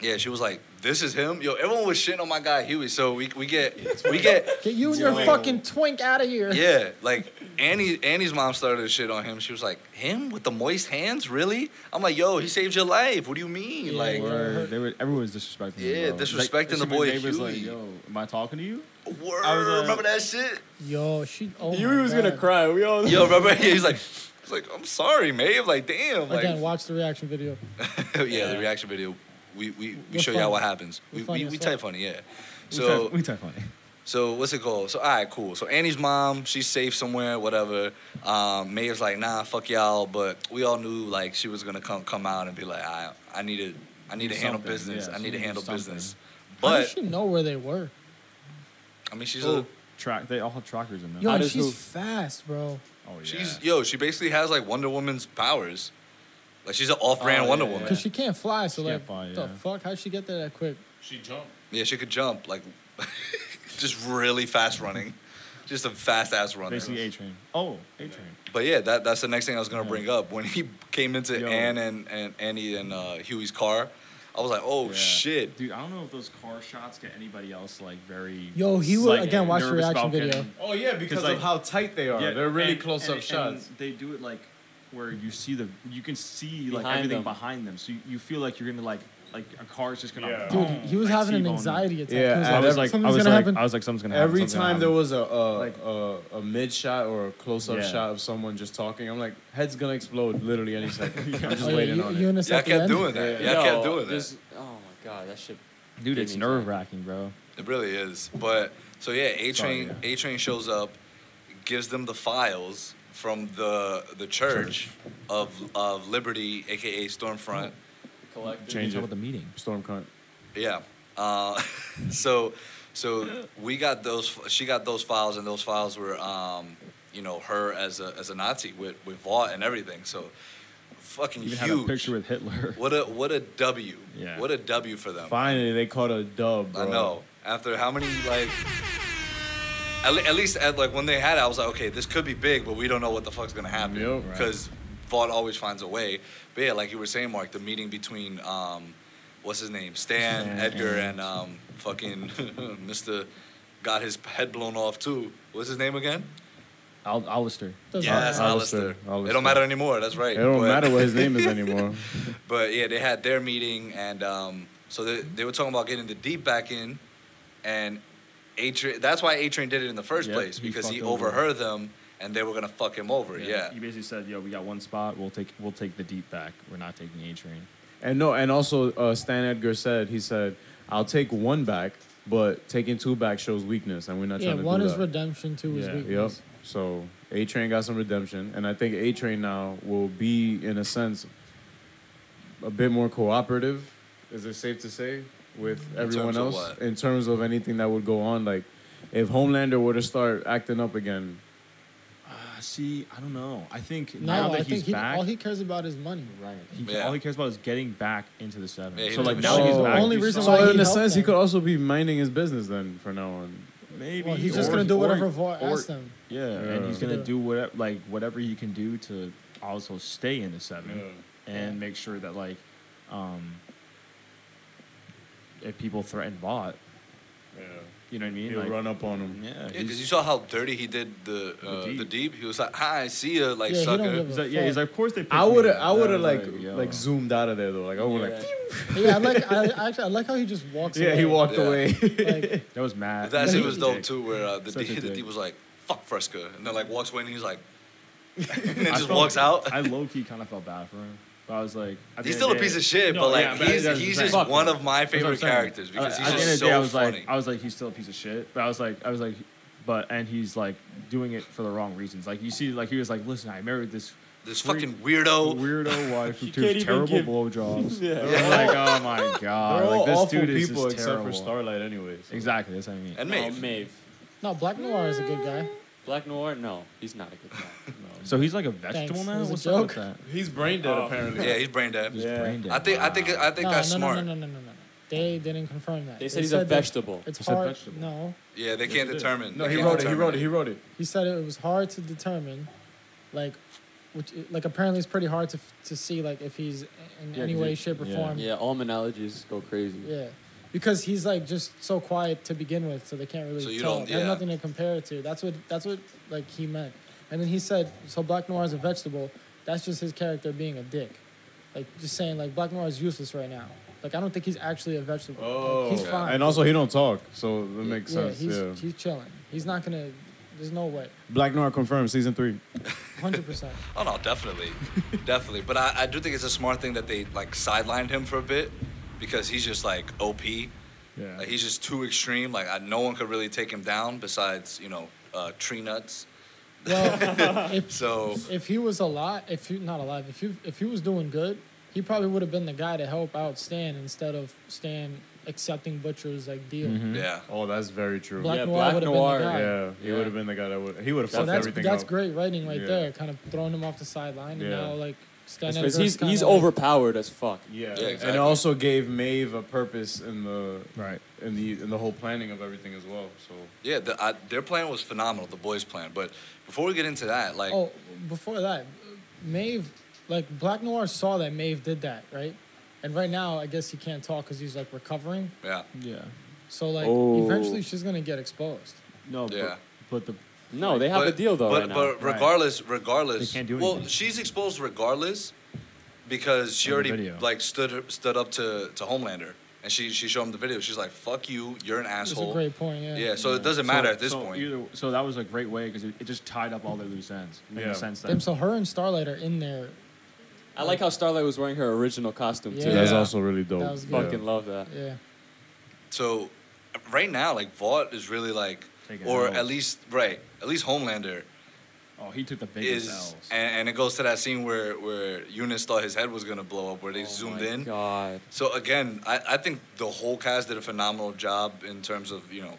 Speaker 3: yeah, she was like, "This is him." Yo, everyone was shitting on my guy Huey. So we we get we get
Speaker 5: Get you and your
Speaker 4: Whoa.
Speaker 5: fucking twink out of here.
Speaker 3: Yeah, like Annie Annie's mom started to shit on him. She was like, "Him with the moist hands, really?" I'm like, "Yo, he saved your life. What do you mean?"
Speaker 5: Yeah,
Speaker 3: like,
Speaker 5: word.
Speaker 2: Word. They were, everyone was disrespecting
Speaker 3: Yeah,
Speaker 2: her. bro. It's
Speaker 3: disrespecting
Speaker 2: it's
Speaker 3: the
Speaker 2: like my
Speaker 3: boy
Speaker 2: neighbor's like,
Speaker 3: Huey.
Speaker 2: yo, am I talking to you?
Speaker 3: word.
Speaker 4: I was
Speaker 5: uh,
Speaker 4: like-
Speaker 3: remember that shit?
Speaker 5: Yo, she. Oh
Speaker 4: Yui
Speaker 5: my
Speaker 4: was gonna
Speaker 5: God.
Speaker 4: cry. We all.
Speaker 3: Yo, remember? Yeah, he's like, he's like, "I'm sorry, Maeve." Like, damn. Like,
Speaker 5: Again, watch the reaction video.
Speaker 3: yeah, the reaction video. We we, we
Speaker 5: We're
Speaker 3: show y'all
Speaker 5: funny.
Speaker 3: what happens.
Speaker 5: We're
Speaker 3: We
Speaker 5: funny
Speaker 3: we,
Speaker 5: as
Speaker 3: we
Speaker 5: fuck.
Speaker 3: type funny, yeah. So
Speaker 2: we talk funny.
Speaker 3: So what's it called? So all right, cool. So Annie's mom, she's safe somewhere, whatever. Um, Mayor's like, nah, fuck y'all. But we all knew like she was gonna come come out and be like, I I need to I need to handle
Speaker 2: Something,
Speaker 3: business.
Speaker 2: yeah,
Speaker 3: I
Speaker 2: she
Speaker 3: need to
Speaker 2: needed
Speaker 3: handle
Speaker 2: something.
Speaker 3: business.
Speaker 5: How does
Speaker 3: But
Speaker 5: she know where they were?
Speaker 3: I mean, she's a,
Speaker 4: Oh.
Speaker 2: Track. They all have trackers in them.
Speaker 5: Yo,
Speaker 4: How
Speaker 5: and
Speaker 4: does
Speaker 5: she's
Speaker 4: who-
Speaker 5: fast, bro.
Speaker 2: oh yeah.
Speaker 3: she's yo, she basically has like Wonder Woman's powers. Like she's an off-brand
Speaker 4: Oh,
Speaker 3: Wonder
Speaker 4: yeah,
Speaker 3: Woman.
Speaker 5: Cause she can't fly, so
Speaker 2: She
Speaker 5: like,
Speaker 2: can't fly,
Speaker 5: the
Speaker 2: yeah. Oh,
Speaker 5: fuck? How'd she get there that quick?
Speaker 7: She jumped.
Speaker 3: Yeah, she could jump like just really fast running, just a fast ass runner.
Speaker 2: Basically, A Train. Oh, A Train.
Speaker 3: But yeah, that, that's the next thing I was gonna bring up. When he came into
Speaker 2: Yo.
Speaker 3: Anne and, and Annie and uh, Huey's car, I was like, oh
Speaker 2: Yeah.
Speaker 3: shit.
Speaker 2: Dude, I don't know if those car shots get anybody else like very.
Speaker 5: Yo, he was-
Speaker 2: like,
Speaker 5: again, watch the
Speaker 2: nervous
Speaker 5: reaction
Speaker 2: about
Speaker 5: video.
Speaker 2: getting-
Speaker 6: Oh yeah, because
Speaker 2: like-
Speaker 6: of how tight they are.
Speaker 2: Yeah,
Speaker 6: They're really
Speaker 2: and-
Speaker 6: close up
Speaker 2: and-
Speaker 6: shots.
Speaker 2: and they do it like where you see the you can see like
Speaker 4: Behind
Speaker 2: everything
Speaker 4: them.
Speaker 2: behind them, so you, you feel like you're gonna like like a car's just gonna.
Speaker 7: Yeah.
Speaker 5: Dude,
Speaker 2: boom,
Speaker 5: he was
Speaker 2: like,
Speaker 5: having an
Speaker 2: T-bone.
Speaker 5: anxiety attack.
Speaker 6: Yeah,
Speaker 5: He
Speaker 6: I was
Speaker 2: like,
Speaker 5: something's
Speaker 2: I was
Speaker 5: gonna
Speaker 2: like,
Speaker 5: happen.
Speaker 2: I was like, something's gonna happen.
Speaker 6: Every
Speaker 2: something's gonna
Speaker 6: time
Speaker 2: happen.
Speaker 6: there was a a,
Speaker 2: Like-
Speaker 6: a, a mid shot or a close up
Speaker 2: Yeah.
Speaker 6: shot of someone just talking, I'm like, head's gonna explode literally any second. I'm just
Speaker 5: Oh, yeah,
Speaker 6: waiting
Speaker 5: you,
Speaker 6: on
Speaker 5: you
Speaker 6: it.
Speaker 5: and this
Speaker 3: Yeah, I
Speaker 5: at the
Speaker 3: kept
Speaker 5: end?
Speaker 3: doing that. Yeah, I
Speaker 4: Yo,
Speaker 3: kept doing that.
Speaker 4: this- Oh my god, that shit.
Speaker 2: dude,
Speaker 4: Gave
Speaker 2: it's
Speaker 4: me anxiety.
Speaker 2: nerve wracking, bro.
Speaker 3: It really is. But so yeah, A
Speaker 2: Sorry,
Speaker 3: Train
Speaker 2: yeah.
Speaker 3: A Train shows up, gives them the files from the the church, Of, of Liberty, aka Stormfront.
Speaker 4: Collected.
Speaker 6: Change
Speaker 2: Talk
Speaker 6: it.
Speaker 2: about the meeting.
Speaker 6: Storm cunt.
Speaker 3: Yeah. Uh, so, so we got those. She got those files, and those files were, um, you know, her as a as a Nazi with with Vaught and everything. So, fucking
Speaker 2: Even had a
Speaker 3: huge.
Speaker 2: picture with Hitler.
Speaker 3: what a what a W.
Speaker 2: Yeah.
Speaker 3: What a W for them.
Speaker 6: Finally, they caught a dub, bro.
Speaker 3: I know. After how many like. At, le- at least at like when they had it, I was like, okay, this could be big, but we don't know what the fuck's gonna happen
Speaker 6: Yup. Right.
Speaker 3: because Vaught always finds a way. But yeah, like you were saying, Mark, the meeting between um, what's his name, Stan,
Speaker 2: Stan
Speaker 3: Edgar,
Speaker 2: and-
Speaker 3: and um, fucking Mister got his head blown off too. What's his name again?
Speaker 2: Al- Alistair.
Speaker 5: Doesn't
Speaker 3: Yes,
Speaker 5: matter.
Speaker 3: Alistair.
Speaker 6: Alistair. Alistair.
Speaker 3: It don't matter anymore. That's right.
Speaker 6: It don't
Speaker 3: But-
Speaker 6: matter what his name is anymore.
Speaker 3: But yeah, they had their meeting, and um, so they, they were talking about getting the deep back in, and A Train. That's why A Train did it in the first
Speaker 2: Yep,
Speaker 3: place
Speaker 2: he
Speaker 3: because he
Speaker 2: fucked over.
Speaker 3: overheard them, and they were gonna fuck him over. Yeah.
Speaker 2: You basically said, "Yo, we got one spot. We'll take we'll take the deep back. We're not taking A train."
Speaker 6: And no, and also uh, Stan Edgar said he said, "I'll take one back, but taking two back shows weakness, and we're not
Speaker 5: Yeah,
Speaker 6: trying to
Speaker 5: one
Speaker 6: do
Speaker 5: is
Speaker 6: that."
Speaker 5: redemption, two is
Speaker 2: Yeah.
Speaker 6: Yep.
Speaker 5: weakness.
Speaker 6: So A Train got some redemption, and I think A Train now will be, in a sense, a bit more cooperative. Is it safe to say with everyone
Speaker 3: terms of
Speaker 6: else
Speaker 3: what?
Speaker 6: in terms of anything that would go on? Like, if Homelander were to start acting up again,
Speaker 2: Uh, see, I don't know. I think now
Speaker 5: No,
Speaker 2: that
Speaker 5: I
Speaker 2: he's
Speaker 5: think he,
Speaker 2: back,
Speaker 5: all he cares about is money.
Speaker 2: right? He,
Speaker 3: Yeah.
Speaker 2: All he cares about is getting back into the seven.
Speaker 3: Yeah, he
Speaker 2: so like
Speaker 3: doesn't
Speaker 2: now that he's
Speaker 6: give a
Speaker 2: back,
Speaker 6: shit.
Speaker 5: Only
Speaker 2: he's
Speaker 5: reason
Speaker 2: not-
Speaker 5: why
Speaker 6: so
Speaker 5: he
Speaker 6: in a
Speaker 5: helped
Speaker 6: sense, he
Speaker 5: them.
Speaker 6: could also be minding his business then from now on.
Speaker 2: maybe
Speaker 5: Well, he's just
Speaker 2: or-
Speaker 5: gonna do
Speaker 2: or-
Speaker 5: whatever Vought asked
Speaker 2: or-
Speaker 5: him.
Speaker 2: Yeah, and he's
Speaker 6: Yeah.
Speaker 2: gonna
Speaker 5: Yeah.
Speaker 2: do whatever like whatever he can do to also stay in the seven and make sure that like um if people threaten Vought,
Speaker 6: Yeah,
Speaker 2: you know what I mean?
Speaker 6: he'll
Speaker 2: like,
Speaker 6: run up on him.
Speaker 2: Yeah,
Speaker 3: Yeah, because
Speaker 2: he's-
Speaker 3: you saw how dirty he did the uh,
Speaker 2: The
Speaker 3: the,
Speaker 2: Deep.
Speaker 3: deep. He was like, "Hi, see ya," like
Speaker 5: Yeah, he don't
Speaker 3: sucker.
Speaker 5: give
Speaker 2: he's like, yeah, he's like, of course they. picked
Speaker 6: I would,
Speaker 2: me."
Speaker 6: I would have
Speaker 2: was
Speaker 6: like,
Speaker 2: yo.
Speaker 6: like zoomed out of there though. Like, I would like,
Speaker 5: yeah, I like. I, actually, I like how he just walks.
Speaker 6: yeah,
Speaker 5: away.
Speaker 6: he walked
Speaker 3: Yeah.
Speaker 6: away.
Speaker 5: Like,
Speaker 2: That was mad.
Speaker 3: That shit
Speaker 2: Such a
Speaker 3: was dope
Speaker 2: dick.
Speaker 3: too, where uh, the,
Speaker 2: Such
Speaker 3: D,
Speaker 2: a
Speaker 3: the
Speaker 2: dick.
Speaker 3: deep was like, "Fuck Fresca," and then like walks away and he's like, and then
Speaker 2: I
Speaker 3: just
Speaker 2: felt-
Speaker 3: walks out.
Speaker 2: I low key kind of felt bad for him, but I was like, at the
Speaker 3: He's
Speaker 2: end of
Speaker 3: still a
Speaker 2: the
Speaker 3: piece
Speaker 2: day-
Speaker 3: of shit,
Speaker 2: No,
Speaker 3: but like
Speaker 2: yeah,
Speaker 3: he's,
Speaker 2: that's
Speaker 3: he's
Speaker 2: the
Speaker 3: just
Speaker 2: thing.
Speaker 3: one of my
Speaker 2: That's what I'm
Speaker 3: favorite
Speaker 2: saying.
Speaker 3: characters because
Speaker 2: Uh,
Speaker 3: he's
Speaker 2: at the end
Speaker 3: just
Speaker 2: of the day, I
Speaker 3: so
Speaker 2: was
Speaker 3: funny.
Speaker 2: like, I was like, he's still a piece of shit. But I was like, I was like, but and he's like doing it for the wrong reasons. Like you see, like he was like, listen, I married this
Speaker 3: This
Speaker 2: freak-
Speaker 3: fucking weirdo.
Speaker 2: weirdo wife who
Speaker 4: You can't
Speaker 2: gives
Speaker 4: even
Speaker 2: terrible
Speaker 4: give-
Speaker 2: blowjobs.
Speaker 4: Yeah.
Speaker 2: I'm like, oh my god,
Speaker 6: They're all
Speaker 2: like this
Speaker 6: awful
Speaker 2: dude is
Speaker 6: people
Speaker 2: just
Speaker 6: except for
Speaker 2: terrible.
Speaker 6: Starlight, anyways.
Speaker 2: Exactly, that's what I mean.
Speaker 3: And
Speaker 4: Oh,
Speaker 3: Maeve.
Speaker 4: Maeve.
Speaker 5: no, Black Noir is a good guy.
Speaker 4: Black Noir? No, he's not a good guy. No.
Speaker 2: So he's like a vegetable
Speaker 5: Thanks, it
Speaker 2: now.
Speaker 5: was a
Speaker 2: What's up with that?
Speaker 5: joke.
Speaker 6: He's brain dead
Speaker 4: Oh.
Speaker 6: apparently.
Speaker 3: Yeah, he's brain dead.
Speaker 2: Just
Speaker 6: Yeah.
Speaker 2: brain dead.
Speaker 3: I think I think I think
Speaker 5: no,
Speaker 3: that's
Speaker 5: no,
Speaker 3: smart.
Speaker 5: no, no, no, no, no, no. They didn't confirm that.
Speaker 4: They said he's a
Speaker 5: that
Speaker 4: vegetable.
Speaker 5: It's
Speaker 2: They said
Speaker 5: hard.
Speaker 2: vegetable.
Speaker 5: No,
Speaker 3: Yeah, they can't determine.
Speaker 6: No,
Speaker 3: They
Speaker 6: he
Speaker 3: can't
Speaker 6: wrote it. He
Speaker 3: determine
Speaker 6: wrote it. He wrote it.
Speaker 5: he said it was hard to determine, like, which like apparently it's pretty hard to f- to see like if he's in
Speaker 2: Yeah,
Speaker 5: any
Speaker 2: 'cause
Speaker 5: way,
Speaker 2: it-
Speaker 5: shape, or
Speaker 2: yeah.
Speaker 5: form.
Speaker 4: Yeah, all analogies go crazy.
Speaker 5: Yeah. Because he's like just so quiet to begin with, so they can't really
Speaker 3: So you
Speaker 5: tell.
Speaker 3: don't-
Speaker 5: They have
Speaker 3: yeah.
Speaker 5: nothing to compare it to. That's what that's what like he meant. And then he said, so Black Noir is a vegetable. That's just his character being a dick, like just saying like Black Noir is useless right now. Like I don't think he's actually a vegetable.
Speaker 6: Oh,
Speaker 5: like, he's fine.
Speaker 6: and also he don't talk, so that makes
Speaker 5: yeah,
Speaker 6: sense.
Speaker 5: He's,
Speaker 6: yeah.
Speaker 5: he's chilling. He's not gonna. There's no way.
Speaker 6: Black Noir confirmed season three.
Speaker 5: Hundred percent.
Speaker 3: Oh no, definitely, definitely. But I, I do think it's a smart thing that they like sidelined him for a bit because he's just like OP.
Speaker 2: Yeah.
Speaker 3: Like, he's just too extreme. Like I, no one could really take him down besides you know uh, tree nuts.
Speaker 5: Well, if
Speaker 3: So
Speaker 5: if he was alive, if he not alive, if he if he was doing good, he probably would have been the guy to help out Stan instead of Stan accepting Butcher's like deal.
Speaker 3: yeah,
Speaker 6: Oh, that's very true.
Speaker 5: Black
Speaker 4: Yeah,
Speaker 5: Noir
Speaker 4: Black
Speaker 5: would have
Speaker 4: Noir,
Speaker 5: been the guy.
Speaker 6: yeah, he
Speaker 4: Yeah.
Speaker 6: would have been the guy that would. He would have
Speaker 5: So
Speaker 6: fucked
Speaker 5: that's
Speaker 6: everything
Speaker 5: that's
Speaker 6: up.
Speaker 5: great writing right
Speaker 6: Yeah.
Speaker 5: there, kind of throwing him off the sideline, and
Speaker 6: Yeah.
Speaker 5: now like Stan Edgar's
Speaker 4: Because he's
Speaker 5: kinda
Speaker 4: he's
Speaker 5: like-
Speaker 4: overpowered as fuck.
Speaker 6: Yeah,
Speaker 3: Yeah,
Speaker 6: and
Speaker 3: exactly.
Speaker 6: it also gave Maeve a purpose in the
Speaker 2: Right.
Speaker 6: in the in the whole planning of everything as well. So
Speaker 3: yeah. The, I, their plan was phenomenal, the boys' plan. But before we get into that, like
Speaker 5: Oh, before that, Maeve, like Black Noir saw that Maeve did that, right? And right now, I guess he can't talk because he's like recovering.
Speaker 3: yeah,
Speaker 2: Yeah.
Speaker 5: So like,
Speaker 4: Oh.
Speaker 5: eventually she's gonna get exposed.
Speaker 2: No.
Speaker 3: Yeah.
Speaker 2: But, but the
Speaker 4: No, they have
Speaker 3: but,
Speaker 4: a deal though
Speaker 3: But
Speaker 4: right now.
Speaker 3: but
Speaker 2: Right.
Speaker 3: regardless, regardless,
Speaker 2: They can't do
Speaker 3: well,
Speaker 2: anything.
Speaker 3: she's exposed regardless because she
Speaker 2: On the
Speaker 3: already
Speaker 2: video.
Speaker 3: like stood her, stood up to to Homelander, and she she showed him the video. She's like, "Fuck you, you're an
Speaker 5: That's
Speaker 3: asshole."
Speaker 5: a great point. Yeah.
Speaker 3: Yeah, so it doesn't matter
Speaker 2: so,
Speaker 3: at this
Speaker 2: so
Speaker 3: point.
Speaker 2: Either, so that was a great way because it, it just tied up all their loose ends in
Speaker 6: Yeah.
Speaker 2: the sense that
Speaker 5: Them, so her and Starlight are in there.
Speaker 4: I like how Starlight was wearing her original costume too.
Speaker 5: Yeah. That's
Speaker 3: also
Speaker 6: really dope.
Speaker 5: That was good.
Speaker 4: Fucking love that.
Speaker 5: Yeah.
Speaker 3: So right now, like Vought is really like,
Speaker 2: Taking
Speaker 3: or
Speaker 2: Ls.
Speaker 3: at least right, at least Homelander
Speaker 2: oh he took the biggest
Speaker 3: is,
Speaker 2: L's.
Speaker 3: and, and it goes to that scene where where Eunice thought his head was gonna blow up, where they zoomed
Speaker 4: Oh my
Speaker 3: in.
Speaker 4: God.
Speaker 3: So again, I, I think the whole cast did a phenomenal job in terms of you know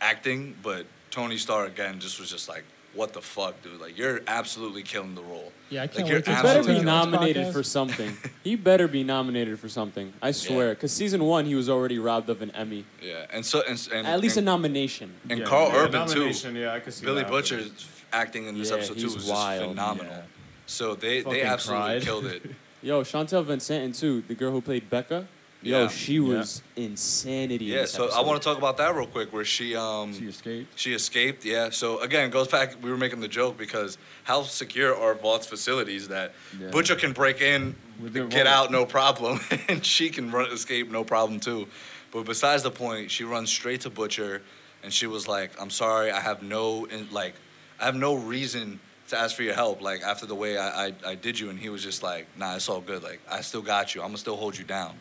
Speaker 3: acting, but Tony Starr again just was just like, what the fuck, dude? Like you're absolutely killing the role.
Speaker 5: Yeah, I
Speaker 3: Like,
Speaker 5: can't
Speaker 3: you're
Speaker 5: wait to
Speaker 4: He
Speaker 5: Absolutely.
Speaker 4: better
Speaker 5: Turn
Speaker 4: be
Speaker 5: on
Speaker 3: absolutely.
Speaker 5: this
Speaker 4: nominated
Speaker 5: podcast.
Speaker 4: for something. he better be nominated for something. I swear. Because season one, he was already robbed of an Emmy.
Speaker 3: Yeah, and so and and
Speaker 4: At least a
Speaker 3: and,
Speaker 4: nomination.
Speaker 3: and
Speaker 2: Yeah.
Speaker 3: Carl
Speaker 2: Yeah,
Speaker 3: Urban too.
Speaker 6: Yeah, I could see
Speaker 3: Billy
Speaker 6: that
Speaker 3: Butcher's acting in this
Speaker 4: Yeah,
Speaker 3: episode too
Speaker 4: he's
Speaker 3: was
Speaker 4: wild,
Speaker 3: just phenomenal.
Speaker 2: yeah.
Speaker 3: So they, they
Speaker 6: Fucking
Speaker 3: absolutely
Speaker 6: cried.
Speaker 3: killed it.
Speaker 4: Yo, Chantel Vincent, too, the girl who played Becca.
Speaker 3: Yeah.
Speaker 4: Yo, she was insanity. in
Speaker 3: yeah.
Speaker 4: this
Speaker 3: So I
Speaker 4: episode.
Speaker 3: want to talk about that real quick, where she um
Speaker 2: she escaped.
Speaker 3: She escaped, yeah. So again, it goes back. We were making the joke because how secure are Vaught's facilities that
Speaker 2: Yeah.
Speaker 3: Butcher can break in,
Speaker 2: With
Speaker 3: th-
Speaker 2: the
Speaker 3: get
Speaker 2: rope.
Speaker 3: out, no problem, and she can run escape, no problem too. But besides the point, she runs straight to Butcher, and she was like, "I'm sorry, I have no in, like, I have no reason to ask for your help. Like after the way I, I, I did you, and he was just like, nah, it's all good. Like I still got you. I'm gonna still hold you down.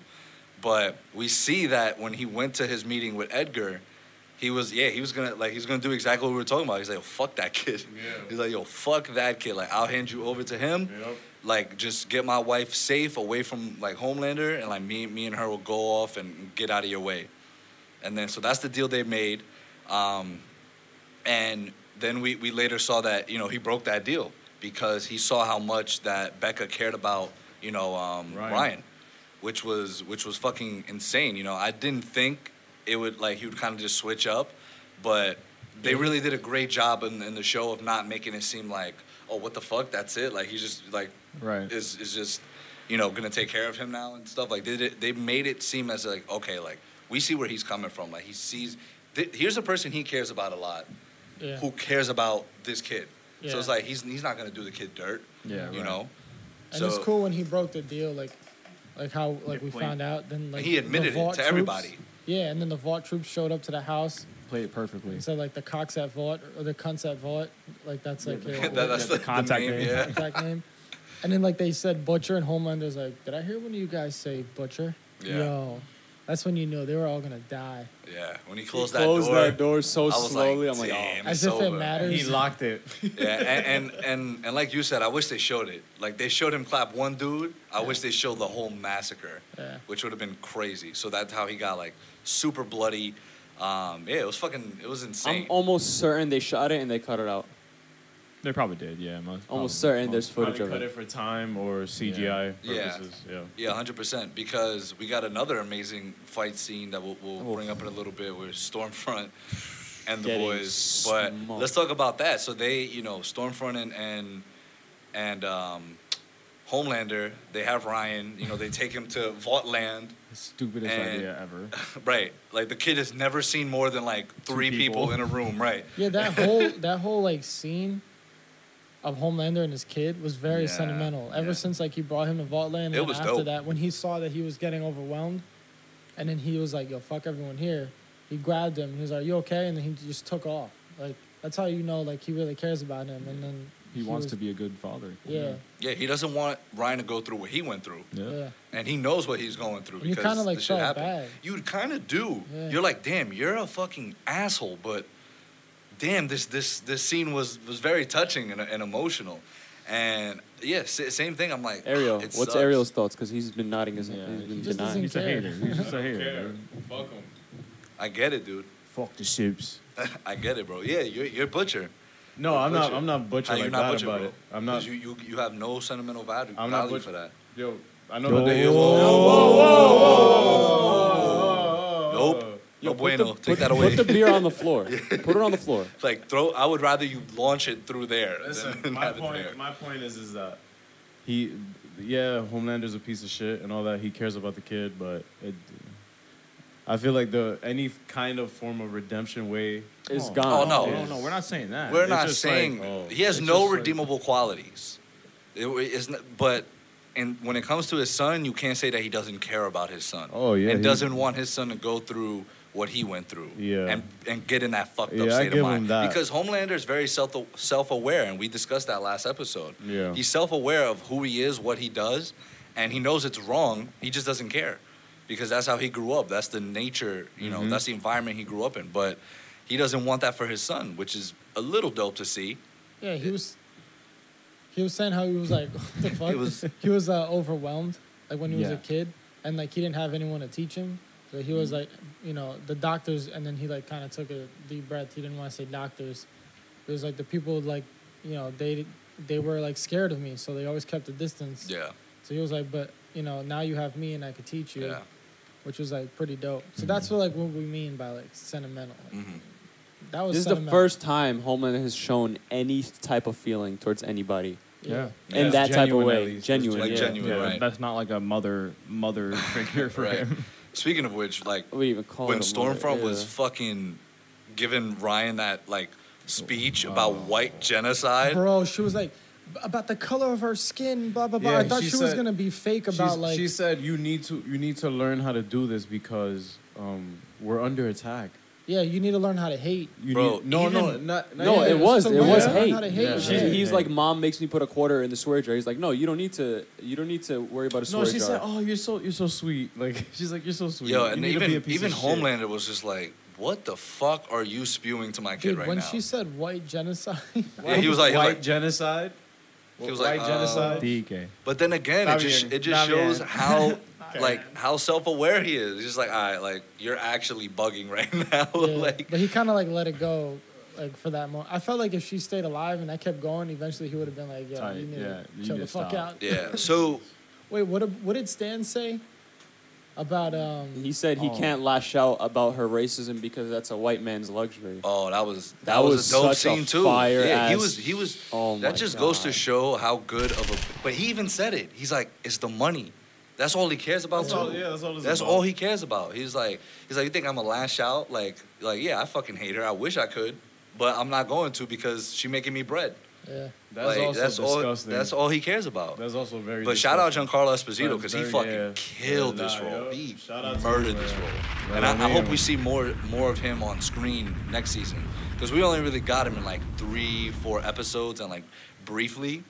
Speaker 3: But we see that when he went to his meeting with Edgar, he was yeah he was gonna like he was gonna do exactly what we were talking about. He's like, yo, fuck that kid.
Speaker 6: Yeah.
Speaker 3: He's like, yo, fuck that kid. Like I'll hand you over to him.
Speaker 6: Yep.
Speaker 3: Like just get my wife safe away from like Homelander, and like me me and her will go off and get out of your way. And then so that's the deal they made. Um, and then we, we later saw that, you know, he broke that deal because he saw how much that Becca cared about, you know, um,
Speaker 6: Ryan.
Speaker 3: Ryan. which was which was fucking insane. You know, I didn't think it would like he would kind of just switch up, but they really did a great job in, in the show of not making it seem like, oh, what the fuck, that's it. Like he's just like
Speaker 6: Right.
Speaker 3: is is just you know gonna take care of him now and stuff like they did, they made it seem as like okay like we see where he's coming from like he sees th- here's a person he cares about a lot
Speaker 5: Yeah.
Speaker 3: who cares about this kid so it's
Speaker 5: Yeah.
Speaker 3: like he's he's not gonna do the kid dirt
Speaker 2: Yeah,
Speaker 3: you
Speaker 2: right.
Speaker 3: know
Speaker 5: And
Speaker 3: so
Speaker 5: it's cool when he broke the deal, like, like how like
Speaker 2: Yeah,
Speaker 5: we
Speaker 2: plain.
Speaker 5: found out. Then like
Speaker 3: he
Speaker 5: the
Speaker 3: admitted it
Speaker 5: Vought
Speaker 3: to everybody
Speaker 5: troops- Yeah, and then the Vought troops showed up to the house
Speaker 2: Play it perfectly.
Speaker 5: and said like the cocks at Vought or the cunts at Vought, like that's like your
Speaker 3: that, that's
Speaker 2: Yeah,
Speaker 3: the,
Speaker 2: the contact
Speaker 3: the name,
Speaker 2: name.
Speaker 3: yeah
Speaker 5: exact name. And then like they said Butcher and Homelander's like, did I hear one of you guys say Butcher?
Speaker 3: Yeah.
Speaker 5: Yo, that's when you knew they were all gonna die.
Speaker 3: yeah when he
Speaker 4: He
Speaker 3: closed,
Speaker 4: closed
Speaker 3: that door,
Speaker 4: that door so
Speaker 3: I was
Speaker 4: slowly.
Speaker 3: like,
Speaker 4: I'm like, oh.
Speaker 3: damn,
Speaker 5: As
Speaker 3: it's
Speaker 5: if it
Speaker 3: over.
Speaker 5: matters.
Speaker 6: He locked it.
Speaker 3: Yeah, and, and and and like you said, I wish they showed it. Like they showed him clap one dude. I wish they showed the whole massacre,
Speaker 5: Yeah.
Speaker 3: which would have been crazy. So that's how he got like super bloody. Um, yeah, it was fucking. It was insane.
Speaker 4: "Oh, I'm almost certain they shot it and they cut it out.
Speaker 2: They probably did, yeah. Most,
Speaker 4: Almost
Speaker 2: probably.
Speaker 4: certain there's
Speaker 6: oh, Probably
Speaker 4: footage of
Speaker 6: cut it
Speaker 4: it.
Speaker 6: for time or CGI
Speaker 3: Yeah.
Speaker 6: purposes. Yeah.
Speaker 3: yeah, hundred percent. Because we got another amazing fight scene that we'll, we'll
Speaker 4: Oh.
Speaker 3: bring up in a little bit with Stormfront and the
Speaker 4: Getting
Speaker 3: boys. But
Speaker 4: smoked.
Speaker 3: let's talk about that. So they, you know, Stormfront and and and um, Homelander, they have Ryan. You know, they take him to Vault Land.
Speaker 2: Stupidest
Speaker 3: And-
Speaker 2: idea ever.
Speaker 3: Right. Like the kid has never seen more than like three people.
Speaker 2: people.
Speaker 3: in a room, right?
Speaker 5: Yeah, that whole that whole like scene of Homelander and his kid was very
Speaker 3: Yeah,
Speaker 5: sentimental. Ever
Speaker 3: yeah.
Speaker 5: since like he brought him to Vaultland, and
Speaker 3: It
Speaker 5: then
Speaker 3: was
Speaker 5: after
Speaker 3: dope.
Speaker 5: that, when he saw that he was getting overwhelmed, and then he was like, "Yo, fuck everyone here," he grabbed him. He was like, "You okay?" And then he just took off. Like that's how you know like he really cares about him. And then
Speaker 2: He, wants
Speaker 5: was-
Speaker 2: to be a good father.
Speaker 5: Yeah,
Speaker 3: Yeah, he doesn't want Ryan to go through what he went through.
Speaker 2: Yeah.
Speaker 5: yeah.
Speaker 3: And he knows what he's going through
Speaker 5: And you
Speaker 3: because
Speaker 5: kinda, like,
Speaker 3: the shit
Speaker 5: felt
Speaker 3: happened.
Speaker 5: bad.
Speaker 3: You kind of do.
Speaker 5: Yeah.
Speaker 3: You're like, damn, you're a fucking asshole, but damn, this this this scene was was very touching and, and emotional. And yeah, s- same thing. I'm like,
Speaker 4: Ariel,
Speaker 3: it
Speaker 4: what's
Speaker 3: sucks.
Speaker 4: Ariel's thoughts? Because he's been nodding his
Speaker 2: Yeah,
Speaker 4: head. He's
Speaker 2: he
Speaker 4: been
Speaker 5: just doesn't
Speaker 4: denying.
Speaker 2: He's a
Speaker 5: care.
Speaker 2: hater. He's just a
Speaker 6: Don't
Speaker 2: hater.
Speaker 6: care.
Speaker 2: dude.
Speaker 6: Fuck him.
Speaker 3: I get it, dude.
Speaker 2: Fuck the ships.
Speaker 3: I get it, bro. Yeah, you're you're butcher.
Speaker 6: No,
Speaker 3: You're
Speaker 6: I'm not.
Speaker 3: Butcher.
Speaker 6: I'm not butcher
Speaker 3: How you
Speaker 6: like
Speaker 3: not
Speaker 6: that
Speaker 3: butcher,
Speaker 6: about
Speaker 3: bro?
Speaker 6: it. I'm
Speaker 3: 'Cause
Speaker 6: not.
Speaker 3: You, you you have no sentimental value,
Speaker 6: I'm not
Speaker 3: value
Speaker 6: Butcher.
Speaker 3: for that.
Speaker 6: yo, I know
Speaker 2: Yo.
Speaker 6: that.
Speaker 3: Yo,
Speaker 6: Yo, Oh.
Speaker 3: Nope. No bueno.
Speaker 4: put,
Speaker 3: Take that away.
Speaker 4: Put the beer on the floor. put it on the floor.
Speaker 3: like throw. I would rather you launch it through there than
Speaker 6: Listen, my
Speaker 3: have it
Speaker 6: point.
Speaker 3: there.
Speaker 6: My point is, is that he, yeah, Homelander's a piece of shit and all that. He cares about the kid, but it, I feel like the any kind of form of redemption way.
Speaker 4: It's
Speaker 2: Oh.
Speaker 4: gone.
Speaker 3: Oh, no.
Speaker 2: Oh,
Speaker 6: Yes.
Speaker 2: no, we're not saying that.
Speaker 3: We're
Speaker 6: it's
Speaker 3: not
Speaker 6: just like,
Speaker 3: saying
Speaker 6: oh,
Speaker 3: he has
Speaker 6: it's
Speaker 3: no
Speaker 6: just like-
Speaker 3: redeemable qualities. It, it's not, but and when it comes to his son, you can't say that he doesn't care about his son.
Speaker 6: Oh, yeah,
Speaker 3: And
Speaker 6: he-
Speaker 3: doesn't want his son to go through what he went through.
Speaker 6: Yeah.
Speaker 3: And and get in that fucked up
Speaker 6: Yeah, I
Speaker 3: state
Speaker 6: give
Speaker 3: of
Speaker 6: him
Speaker 3: mind.
Speaker 6: that.
Speaker 3: Because Homelander is very self self aware, and we discussed that last episode.
Speaker 6: Yeah.
Speaker 3: He's self aware of who he is, what he does, and he knows it's wrong. He just doesn't care. Because that's how he grew up. That's the nature, you know,
Speaker 6: Mhm.
Speaker 3: that's the environment he grew up in. But he doesn't want that for his son, which is a little dope to see.
Speaker 5: Yeah, he was. He was saying how he was like, what the fuck?
Speaker 3: It was-
Speaker 5: he was uh, overwhelmed, like when he was
Speaker 2: Yeah.
Speaker 5: a kid, and like he didn't have anyone to teach him. So he was like, you know, the doctors, and then he like kind of took a deep breath. He didn't want to say doctors. It was like the people like, you know, they they were like scared of me, so they always kept a distance.
Speaker 3: Yeah.
Speaker 5: So he was like, but you know, now you have me, and I could teach you,
Speaker 3: Yeah.
Speaker 5: which was like pretty dope. So that's what like what we mean by like sentimental.
Speaker 3: Mhm.
Speaker 5: That was
Speaker 4: This is the
Speaker 5: sentimental.
Speaker 4: first time Homeland has shown any type of feeling towards anybody
Speaker 5: Yeah.
Speaker 4: in
Speaker 3: Yeah.
Speaker 4: that type of
Speaker 6: Genuine, at
Speaker 4: way.
Speaker 6: least.
Speaker 4: Genuine.
Speaker 3: Like
Speaker 4: yeah.
Speaker 3: genuine,
Speaker 6: Yeah.
Speaker 3: right?
Speaker 2: That's not like a mother mother figure for
Speaker 3: right.
Speaker 2: him.
Speaker 3: Speaking of which, like
Speaker 4: What do you even call
Speaker 3: when
Speaker 4: it? a mother?
Speaker 3: Stormfront was
Speaker 4: Yeah.
Speaker 3: fucking giving Ryan that like speech about white genocide.
Speaker 5: Bro, she was like, "B- about the color of her skin, blah blah blah. I
Speaker 6: Yeah,
Speaker 5: thought
Speaker 6: she
Speaker 5: she, was
Speaker 6: said-
Speaker 5: gonna be fake about
Speaker 6: She's-
Speaker 5: like.
Speaker 6: she said you need to you need to learn how to do this because um, we're under attack
Speaker 5: Yeah, you need to learn how to hate.
Speaker 6: You
Speaker 3: Bro,
Speaker 6: need- no, no,
Speaker 5: even-
Speaker 6: not, not
Speaker 4: No,
Speaker 6: even-
Speaker 4: it was.
Speaker 5: Just
Speaker 4: It
Speaker 5: learn
Speaker 4: was
Speaker 5: how to
Speaker 4: hate.
Speaker 5: hate.
Speaker 6: Yeah.
Speaker 4: She,
Speaker 6: Yeah.
Speaker 4: he's like, mom makes me put a quarter in the swear jar. He's like, no, you don't need to. You don't need to worry about a swear
Speaker 6: No, she
Speaker 4: jar.
Speaker 6: said, "Oh, you're so you're so sweet." Like she's like, "You're so sweet."
Speaker 3: Yo,
Speaker 6: You
Speaker 3: and
Speaker 6: need to be a
Speaker 3: even
Speaker 6: piece
Speaker 3: even
Speaker 6: of shit."
Speaker 3: Homelander was just like, "What the fuck are you spewing to my kid
Speaker 5: Dude,
Speaker 3: right
Speaker 5: when
Speaker 3: now?"
Speaker 5: she said white genocide,
Speaker 3: Yeah, he was like, he was
Speaker 6: white
Speaker 3: like-
Speaker 6: genocide.
Speaker 3: He was
Speaker 6: white
Speaker 3: like, um, uh,
Speaker 6: genocide.
Speaker 2: DK.
Speaker 3: but then again, it
Speaker 6: Not
Speaker 3: just
Speaker 6: even-
Speaker 3: it just
Speaker 6: not
Speaker 3: shows
Speaker 6: yet.
Speaker 3: how like how self aware he is. He's just like, all right, like you're actually bugging right now.
Speaker 5: Yeah,
Speaker 3: like
Speaker 5: but he kind of like let it go, like for that moment. I felt like if she stayed alive and that kept going, eventually he would have been like, "Yo,
Speaker 2: Tight,
Speaker 5: you need
Speaker 2: yeah,
Speaker 5: to
Speaker 2: you
Speaker 5: chill
Speaker 2: need
Speaker 5: the
Speaker 2: to
Speaker 5: fuck
Speaker 2: stop.
Speaker 5: out."
Speaker 3: yeah. So
Speaker 5: Wait, what? ab- What did Stan say about um?
Speaker 4: He said
Speaker 6: Oh.
Speaker 4: he can't lash out about her racism because that's a white man's luxury.
Speaker 3: oh, that was that,
Speaker 4: That
Speaker 3: was,
Speaker 4: was
Speaker 3: a dope
Speaker 4: such a
Speaker 3: scene too.
Speaker 4: fire
Speaker 3: yeah, he
Speaker 4: ass-
Speaker 3: was he was.
Speaker 4: Oh my
Speaker 3: that just goes to
Speaker 4: God.
Speaker 3: show how good of a. But he even said it. He's like, it's the money. That's all he cares about
Speaker 6: That's
Speaker 3: too.
Speaker 6: all- yeah, that's all it's
Speaker 3: That's
Speaker 6: about.
Speaker 3: all he cares about. He's like, he's like, you think I'm gonna lash out? Like, like yeah, I fucking hate her. I wish I could, but I'm not going to because she making me bread.
Speaker 5: Yeah.
Speaker 6: That's
Speaker 3: like,
Speaker 6: also
Speaker 3: that's
Speaker 6: disgusting.
Speaker 3: all. That's all he cares about.
Speaker 6: That's also very.
Speaker 3: But shout out
Speaker 6: disgusting.
Speaker 3: Giancarlo Esposito because he
Speaker 6: Very-
Speaker 3: fucking
Speaker 6: yeah.
Speaker 3: killed
Speaker 6: Yeah,
Speaker 3: this
Speaker 6: nah,
Speaker 3: role.
Speaker 6: yo.
Speaker 3: He
Speaker 6: Shout out to
Speaker 3: murdered
Speaker 6: him,
Speaker 3: this
Speaker 6: man.
Speaker 3: role.
Speaker 6: Nah,
Speaker 3: And I, I
Speaker 6: man.
Speaker 3: hope we see more more of him on screen next season because we only really got him in like three, four episodes and like briefly,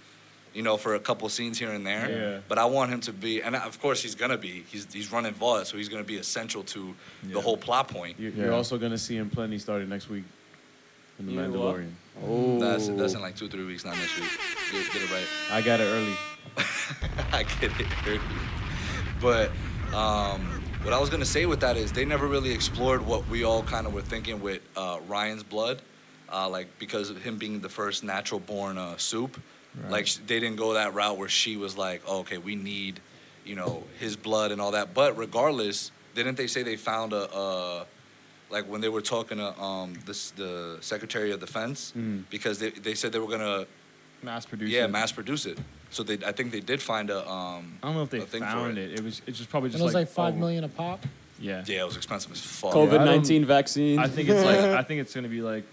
Speaker 3: you know, for a couple scenes here and there.
Speaker 6: Yeah.
Speaker 3: But I want him to be, and of course he's gonna be. He's he's running Vought, so he's gonna be essential to the
Speaker 6: Yeah.
Speaker 3: whole plot point.
Speaker 6: You- You're
Speaker 2: Yeah.
Speaker 6: also gonna see him plenty starting next week in the
Speaker 4: You know what?
Speaker 6: Mandalorian.
Speaker 4: Oh,
Speaker 3: That's that's in like two, three weeks, not next week. Get, get it right.
Speaker 6: I got it early.
Speaker 3: I get it. early. But um, what I was gonna say with that is they never really explored what we all kind of were thinking with uh, Ryan's blood, uh, like because of him being the first natural born uh, soup. Like sh- they didn't go that route where she was like, oh, okay, we need, you know, his blood and all that. But regardless, didn't they say they found a, a like when they were talking to um, this, the Secretary of Defense
Speaker 6: Mm.
Speaker 3: because they, they said they were gonna
Speaker 2: Mass produced.
Speaker 3: yeah
Speaker 2: it.
Speaker 3: mass produce it. So they I think they did find a um,
Speaker 2: I don't know if they
Speaker 3: a thing for
Speaker 2: found
Speaker 3: it.
Speaker 2: it. it. was. It's just probably
Speaker 5: And
Speaker 2: just
Speaker 5: it was like,
Speaker 2: like
Speaker 5: five
Speaker 2: oh,
Speaker 5: million a pop.
Speaker 2: Yeah.
Speaker 3: Yeah, it was expensive as fuck.
Speaker 4: COVID
Speaker 6: I
Speaker 4: nineteen vaccine.
Speaker 2: I think it's like. I think it's gonna be like.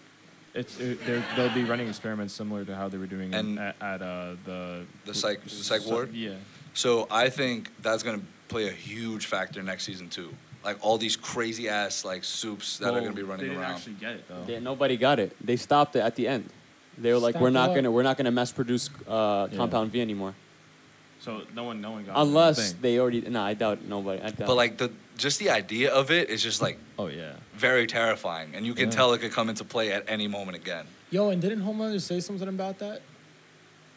Speaker 2: It's it, they're- they'll be running experiments similar to how they were doing
Speaker 3: And-
Speaker 2: at, at uh, the
Speaker 3: The psych- the psych
Speaker 2: so-
Speaker 3: ward?
Speaker 2: Yeah.
Speaker 3: So I think that's gonna play a huge factor next season too. Like all these crazy ass like soups that are
Speaker 2: Well,
Speaker 3: gonna be running
Speaker 2: they didn't
Speaker 3: around.
Speaker 2: actually get it though.
Speaker 4: Yeah, nobody got it. They stopped it at the end. They were like,
Speaker 5: Stopped
Speaker 4: we're not
Speaker 5: what?
Speaker 4: gonna we're not gonna mass produce uh,
Speaker 2: Yeah.
Speaker 4: Compound V anymore,
Speaker 2: So no one, no one got it.
Speaker 4: unless
Speaker 2: Thing.
Speaker 4: they already. No, I doubt nobody. I doubt.
Speaker 3: But like the just the idea of it is just like
Speaker 2: Oh yeah.
Speaker 3: very terrifying, and you can
Speaker 2: Yeah.
Speaker 3: tell it could come into play at any moment again.
Speaker 5: Yo, and didn't Homelander say something about that?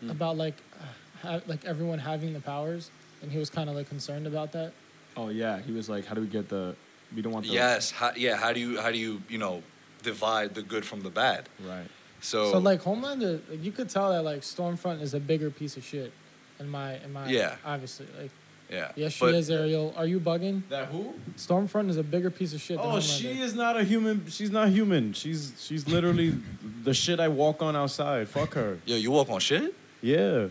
Speaker 6: Hmm.
Speaker 5: About like, uh, ha- like everyone having the powers, and he was kind of like concerned about that.
Speaker 2: Oh yeah. He was like, how do we get the? We don't want the.
Speaker 3: Yes, how, yeah. How do you how do you you know divide the good from the bad?
Speaker 2: Right.
Speaker 3: So,
Speaker 6: Oh.
Speaker 5: So like Homelander, like, you could tell that like Stormfront is a bigger piece of shit, in my in my
Speaker 3: Yeah.
Speaker 5: obviously like
Speaker 3: yeah.
Speaker 5: yes she
Speaker 3: But-
Speaker 5: is Ariel. Are you bugging?
Speaker 6: That who?
Speaker 5: Stormfront is a bigger piece of shit. Than
Speaker 6: Oh,
Speaker 5: Homelander.
Speaker 6: she is not a human. She's not human. She's she's literally the shit I walk on outside. Fuck her.
Speaker 3: Yo, you walk on shit.
Speaker 6: Yeah.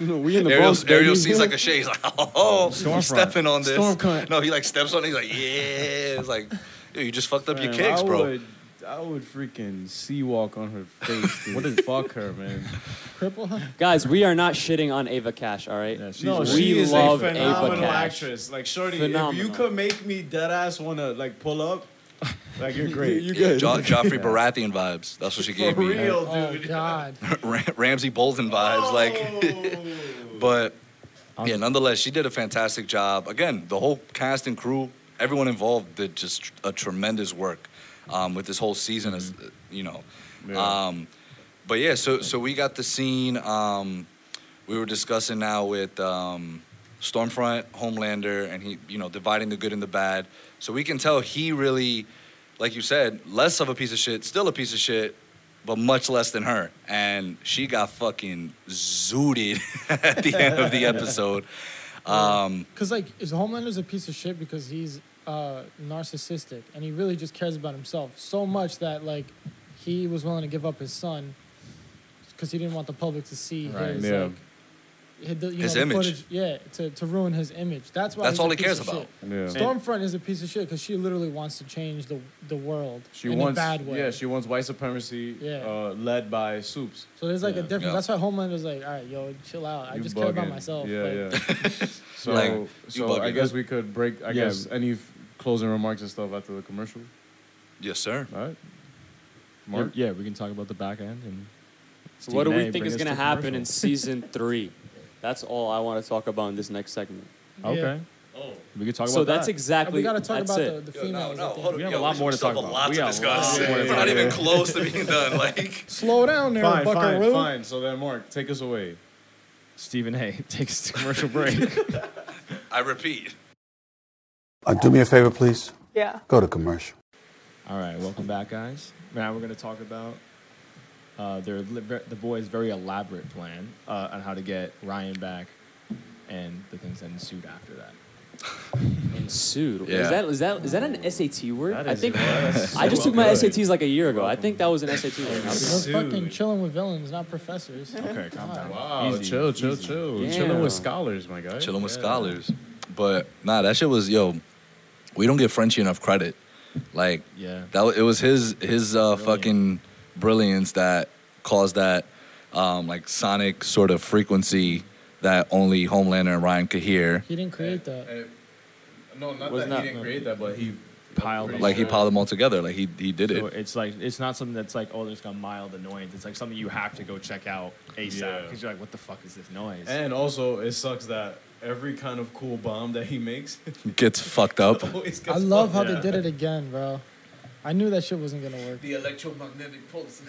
Speaker 4: we in the
Speaker 3: Ariel,
Speaker 4: Bronx,
Speaker 3: Ariel
Speaker 4: baby.
Speaker 3: sees like a shit. He's like, oh,
Speaker 2: Stormfront.
Speaker 3: he's stepping on this.
Speaker 6: Storm cunt.
Speaker 3: No, he like steps on it. He's like, yeah. It's like, yo, you just fucked up your
Speaker 6: Man,
Speaker 3: kicks,
Speaker 6: I
Speaker 3: bro.
Speaker 6: Would, I would freaking sea walk on her face. Dude. what is fuck her, man?
Speaker 5: cripple. huh?
Speaker 4: Guys, we are not shitting on Ava Cash. All right.
Speaker 2: Yeah, she's
Speaker 6: no,
Speaker 2: right.
Speaker 6: she
Speaker 4: We
Speaker 6: is
Speaker 4: love
Speaker 6: a
Speaker 4: Ava
Speaker 6: phenomenal
Speaker 4: Cash.
Speaker 6: actress. Like, shorty, if
Speaker 4: Phenomenal.
Speaker 6: you could make me dead ass wanna like pull up, like you're great.
Speaker 4: You
Speaker 3: Yeah,
Speaker 4: good?
Speaker 3: Jo- Joffrey Baratheon vibes. That's what she
Speaker 6: For
Speaker 3: gave me.
Speaker 6: real,
Speaker 5: Oh
Speaker 6: dude.
Speaker 5: God.
Speaker 3: Ram- Ramsey Bolton vibes. Like, but yeah, nonetheless, she did a fantastic job. Again, the whole cast and crew, everyone involved did just tr- a tremendous work um, with this whole season. As
Speaker 2: Mm-hmm.
Speaker 3: uh, you know,
Speaker 6: Yeah.
Speaker 3: um, but yeah, so so we got the scene. Um, we were discussing now with um, Stormfront, Homelander, and he, you know, dividing the good and the bad. So we can tell he really, like you said, less of a piece of shit, still a piece of shit, but much less than her. And she got fucking zooted at the end of the episode. Um,
Speaker 5: Cause like, is Homelander's a piece of shit because he's uh, narcissistic and he really just cares about himself so much that like he was willing to give up his son because he didn't want the public to see
Speaker 2: Right.
Speaker 5: his
Speaker 6: Yeah.
Speaker 5: like his, the, you
Speaker 3: His
Speaker 5: know, the
Speaker 3: image.
Speaker 5: Footage, yeah, to, to ruin his image. That's why.
Speaker 3: That's
Speaker 5: he's a
Speaker 3: all he
Speaker 5: piece
Speaker 3: cares
Speaker 5: of
Speaker 3: about.
Speaker 5: shit.
Speaker 6: Yeah.
Speaker 5: Stormfront is a piece of shit because she literally wants to change the the world
Speaker 6: She
Speaker 5: in
Speaker 6: wants,
Speaker 5: a bad way.
Speaker 6: yeah, she wants white supremacy
Speaker 5: Yeah.
Speaker 6: uh, led by soups.
Speaker 5: so there's like a
Speaker 2: Yeah.
Speaker 5: difference.
Speaker 3: Yeah.
Speaker 5: That's why Homelander's like, all right, yo, chill out. I
Speaker 6: You
Speaker 5: just care about
Speaker 6: bugging.
Speaker 5: myself.
Speaker 6: Yeah,
Speaker 5: like,
Speaker 6: yeah. so,
Speaker 3: Like, you
Speaker 6: so I
Speaker 3: bugging.
Speaker 6: guess we could break. I
Speaker 2: Yeah.
Speaker 6: guess any f- closing remarks and stuff after the commercial.
Speaker 3: Yes, sir.
Speaker 6: All right. Mark?
Speaker 2: Yeah, yeah, we can talk about the back end and.
Speaker 4: So what do
Speaker 2: Stephen
Speaker 4: we
Speaker 2: A,
Speaker 4: think
Speaker 2: bring
Speaker 4: is
Speaker 2: us
Speaker 4: going to
Speaker 2: to
Speaker 4: happen in
Speaker 2: commercial.
Speaker 4: season three? That's all I want to talk about in this next segment.
Speaker 2: Okay. We could talk
Speaker 4: so
Speaker 2: about that.
Speaker 4: that's exactly.
Speaker 5: we gotta talk
Speaker 4: that's
Speaker 5: about
Speaker 4: it.
Speaker 5: the, the
Speaker 3: Yo, no,
Speaker 5: females.
Speaker 3: no,
Speaker 5: I think.
Speaker 3: hold on.
Speaker 2: We have
Speaker 3: Yo,
Speaker 2: a lot more to
Speaker 3: still
Speaker 2: talk
Speaker 3: have a
Speaker 2: about.
Speaker 3: lot
Speaker 2: We
Speaker 3: to
Speaker 2: got a
Speaker 3: discuss.
Speaker 2: lot more to
Speaker 3: We're
Speaker 2: talk
Speaker 3: not
Speaker 2: about.
Speaker 3: even close to being done. Like,
Speaker 5: Slow down there,
Speaker 6: Fine, fine,
Speaker 5: Buckaroo.
Speaker 6: fine. So then, Mark, take us away.
Speaker 2: Stephen A. takes a commercial break.
Speaker 3: I repeat.
Speaker 7: Uh, do me a favor, please.
Speaker 8: Yeah.
Speaker 7: Go to commercial.
Speaker 2: All right, welcome back, guys. Now we're going to talk about uh, their li- ver- the boys' very elaborate plan uh, on how to get Ryan back, and the things that ensued after that.
Speaker 4: Ensued.
Speaker 3: Yeah.
Speaker 4: Is that is that is that an SAT word?
Speaker 6: That
Speaker 4: I
Speaker 6: is-
Speaker 4: think
Speaker 6: that's
Speaker 4: I just
Speaker 6: so
Speaker 4: took my
Speaker 6: good.
Speaker 4: SATs like a year ago. I think that was an SAT
Speaker 5: We're
Speaker 4: word.
Speaker 6: Dude.
Speaker 5: fucking chilling with villains, not professors.
Speaker 2: Okay, calm down.
Speaker 6: Wow,
Speaker 2: Easy,
Speaker 6: chill, chill,
Speaker 2: easy.
Speaker 6: chill.
Speaker 4: Yeah.
Speaker 6: Chilling with scholars, my guy.
Speaker 3: Chilling with
Speaker 6: Yeah.
Speaker 3: scholars. But nah, that shit was yo. We don't give Frenchie enough credit. Like
Speaker 2: Yeah.
Speaker 3: that, wa- it was his his uh,
Speaker 2: Brilliant.
Speaker 3: fucking brilliance that caused that um, like sonic sort of frequency that only Homelander and Ryan could hear.
Speaker 5: He didn't create that.
Speaker 6: Eh, No, not
Speaker 4: Was
Speaker 6: that
Speaker 4: not-
Speaker 6: he didn't create that, but he
Speaker 2: Piled them
Speaker 3: Like he piled them all together. Like he he did
Speaker 2: So
Speaker 3: it.
Speaker 2: it's like it's not something that's like oh there's got mild annoyance. It's like something you have to go check out ASAP
Speaker 6: Yeah.
Speaker 2: because you're like what the fuck is this noise?
Speaker 6: And also, it sucks that every kind of cool bomb that he makes
Speaker 3: Gets fucked up.
Speaker 6: always gets
Speaker 5: I love how
Speaker 6: fucked.
Speaker 5: they did it again, bro. I knew that shit wasn't gonna work.
Speaker 6: the electromagnetic pulse.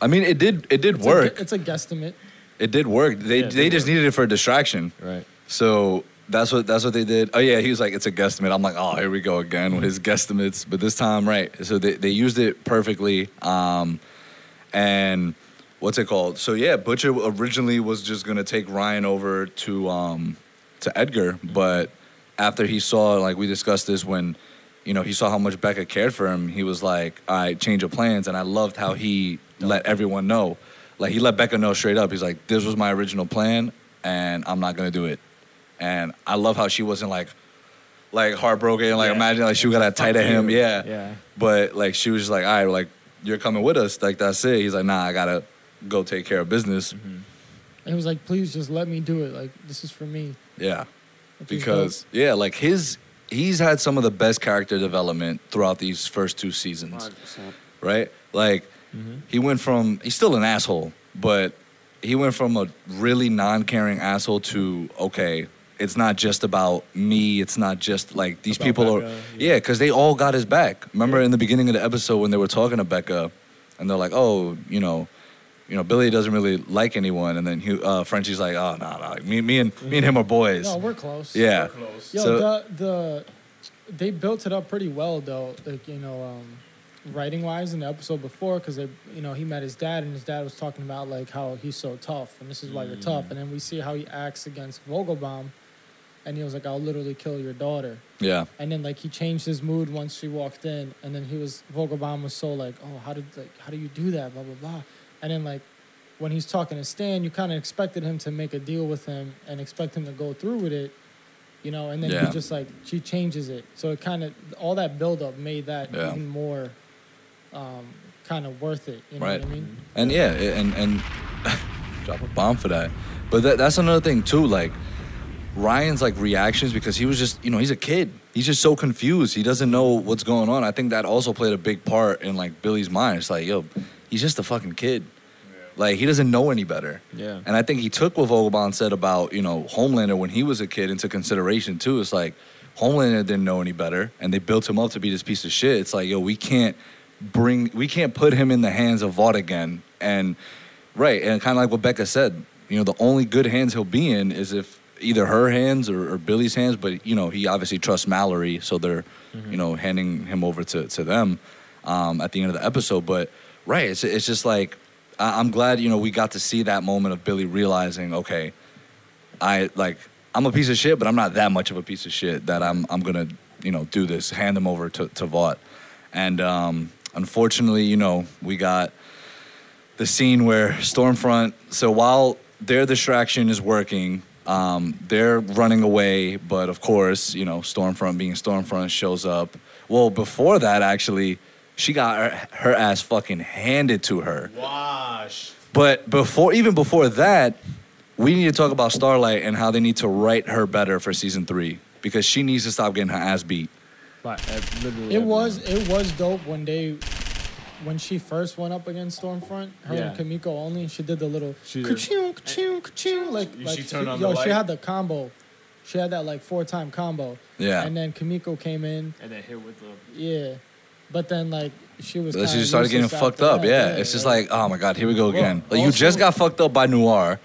Speaker 3: I mean, it did it did
Speaker 5: It's A,
Speaker 3: work.
Speaker 5: gu- it's a guesstimate.
Speaker 3: It did work. They
Speaker 2: Yeah, it
Speaker 3: they
Speaker 2: did
Speaker 3: just needed it for a distraction.
Speaker 2: right.
Speaker 3: So that's what that's what they did. Oh yeah, he was like, it's a guesstimate. I'm like, oh, here we go again with his guesstimates, but this time right. So they, they used it perfectly. Um, and what's it called? So yeah, Butcher originally was just gonna take Ryan over to um to Edgar, but after he saw like we discussed this when you know he saw how much Becca cared for him, he was like, all right, change of plans. And I loved how he let everyone know. Like he let Becca know straight up. He's like, this was my original plan, and I'm not gonna do it. And I love how she wasn't like, like heartbroken, like
Speaker 2: Yeah.
Speaker 3: imagine like she got that tight at him, yeah.
Speaker 2: Yeah.
Speaker 3: But like she was just like, all right, like you're coming with us, like that's it. He's like, nah, I gotta go take care of business.
Speaker 5: Mm-hmm. And he was like, please just let me do it. Like, this is for me.
Speaker 3: Yeah,
Speaker 5: Which is
Speaker 3: because yeah, like his he's had some of the best character development throughout these first two seasons,
Speaker 4: 100%.
Speaker 3: right? Like he went from he's still an asshole, but he went from a really non-caring asshole to okay. It's not just about me. It's not just like these
Speaker 6: About
Speaker 3: people
Speaker 6: Becca,
Speaker 3: are,
Speaker 6: yeah.
Speaker 3: yeah, because they all got his back. Remember in the beginning of the episode when they were talking to Becca, and they're like, "Oh, you know, you know, Billy doesn't really like anyone," and then he, uh, Frenchie's like, "Oh, no, no, me, me and me and him are boys."
Speaker 5: No, we're close.
Speaker 3: yeah,
Speaker 6: Close.
Speaker 5: Yo,
Speaker 3: So-
Speaker 5: the the they built it up pretty well though, like you know, um, writing wise in the episode before, because they you know he met his dad and his dad was talking about like how he's so tough and this is why you're tough, and then we see how he acts against Vogelbaum, and he was like, I'll literally kill your daughter,
Speaker 3: yeah,
Speaker 5: and then like he changed his mood once she walked in, and then he was Vogelbaum was so like, oh, how did like how do you do that, blah blah blah, and then like. When he's talking to Stan, you kind of expected him to make a deal with him and expect him to go through with it, you know, and then
Speaker 3: Yeah.
Speaker 5: he just like she changes it. So it kind of all that buildup made that
Speaker 3: Yeah.
Speaker 5: even more um, kind of worth it. You know
Speaker 3: Right.
Speaker 5: what I mean?
Speaker 3: and yeah, a- and and drop a bomb for that. But that, that's another thing too. Like Ryan's like reactions because he was just you know he's a kid. He's just so confused. He doesn't know what's going on. I think that also played a big part in like Billy's mind. It's like yo, he's just a fucking kid. Like he doesn't know any better.
Speaker 2: Yeah.
Speaker 3: And I think he took what Vogelbaum said about, you know, Homelander when he was a kid into consideration too. It's like Homelander didn't know any better and they built him up to be this piece of shit. It's like, yo, we can't bring we can't put him in the hands of Vought again. And right, and kinda like what Becca said, you know, the only good hands he'll be in is if either her hands or, or Billy's hands, but you know, he obviously trusts Mallory, so they're you know, handing him over to, to them um, at the end of the episode. But right, it's it's just like I, I'm glad you know we got to see that moment of Billy realizing, okay, I like I'm a piece of shit, but I'm not that much of a piece of shit that I'm I'm gonna you know do this, hand him over to to Vaught, and um, unfortunately, you know, we got the scene where Stormfront. So while their distraction is working. Um, they're running away, but of course, you know, Stormfront being Stormfront shows up. Well, before that, actually, she got her, her ass fucking handed to her.
Speaker 6: Wash.
Speaker 3: But before, even before that, we need to talk about Starlight and how they need to write her better for season three because she needs to stop getting her ass beat.
Speaker 2: But ev- literally
Speaker 5: It
Speaker 2: everyone.
Speaker 5: was it was dope when they when she first went up against Stormfront, her
Speaker 2: Yeah.
Speaker 5: and Kamiko only, she did the little
Speaker 6: She
Speaker 5: she
Speaker 6: did.
Speaker 5: ka-ching, ka-ching, ka-ching, like,
Speaker 6: She
Speaker 5: like
Speaker 6: turned on the
Speaker 5: yo, she
Speaker 6: light.
Speaker 5: had the combo. She had that like four time combo.
Speaker 3: Yeah.
Speaker 5: And then Kamiko came in.
Speaker 2: and then hit with the
Speaker 5: Yeah. But then like she was
Speaker 3: She
Speaker 5: kinda
Speaker 3: just started getting
Speaker 5: useless
Speaker 3: fucked
Speaker 5: after
Speaker 3: up.
Speaker 5: that,
Speaker 3: Yeah. It's just like, oh my God, here we go again. Like, you just
Speaker 6: also-
Speaker 3: got fucked up by Noir.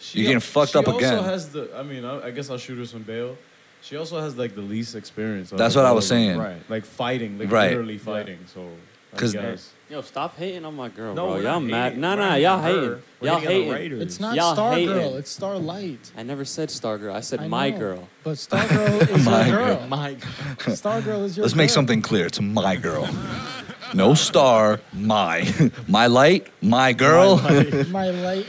Speaker 6: She,
Speaker 3: You're getting
Speaker 6: al-
Speaker 3: fucked
Speaker 6: she
Speaker 3: up again.
Speaker 6: also has the. I mean, I, I guess I'll shoot her some bail. She also has like the least experience. out
Speaker 3: That's
Speaker 6: of
Speaker 3: what I
Speaker 6: all
Speaker 3: was
Speaker 6: of them.
Speaker 3: saying.
Speaker 2: Right.
Speaker 6: Like fighting, like
Speaker 3: Right.
Speaker 6: literally fighting. So. I
Speaker 3: 'Cause-
Speaker 6: guess.
Speaker 4: Yo, stop hating on my girl,
Speaker 2: No,
Speaker 4: bro.
Speaker 2: we're
Speaker 4: Y'all
Speaker 2: not
Speaker 4: mad?
Speaker 2: hating.
Speaker 4: Nah,
Speaker 2: We're
Speaker 4: nah,
Speaker 2: not
Speaker 4: y'all
Speaker 2: hating her.
Speaker 4: hating.
Speaker 2: We're hating
Speaker 4: Y'all
Speaker 2: on
Speaker 4: hating.
Speaker 2: writers.
Speaker 5: It's not
Speaker 4: Y'all
Speaker 5: Star
Speaker 4: hating.
Speaker 5: Girl, it's Starlight.
Speaker 4: I never said star girl. I said
Speaker 5: I
Speaker 4: my
Speaker 5: know,
Speaker 4: girl.
Speaker 5: But Stargirl is
Speaker 3: My
Speaker 5: your
Speaker 3: girl.
Speaker 5: girl.
Speaker 2: my God.
Speaker 5: Stargirl is your
Speaker 3: Let's make
Speaker 5: girl.
Speaker 3: something clear. It's my girl. No star, my. my light, my girl.
Speaker 5: My light.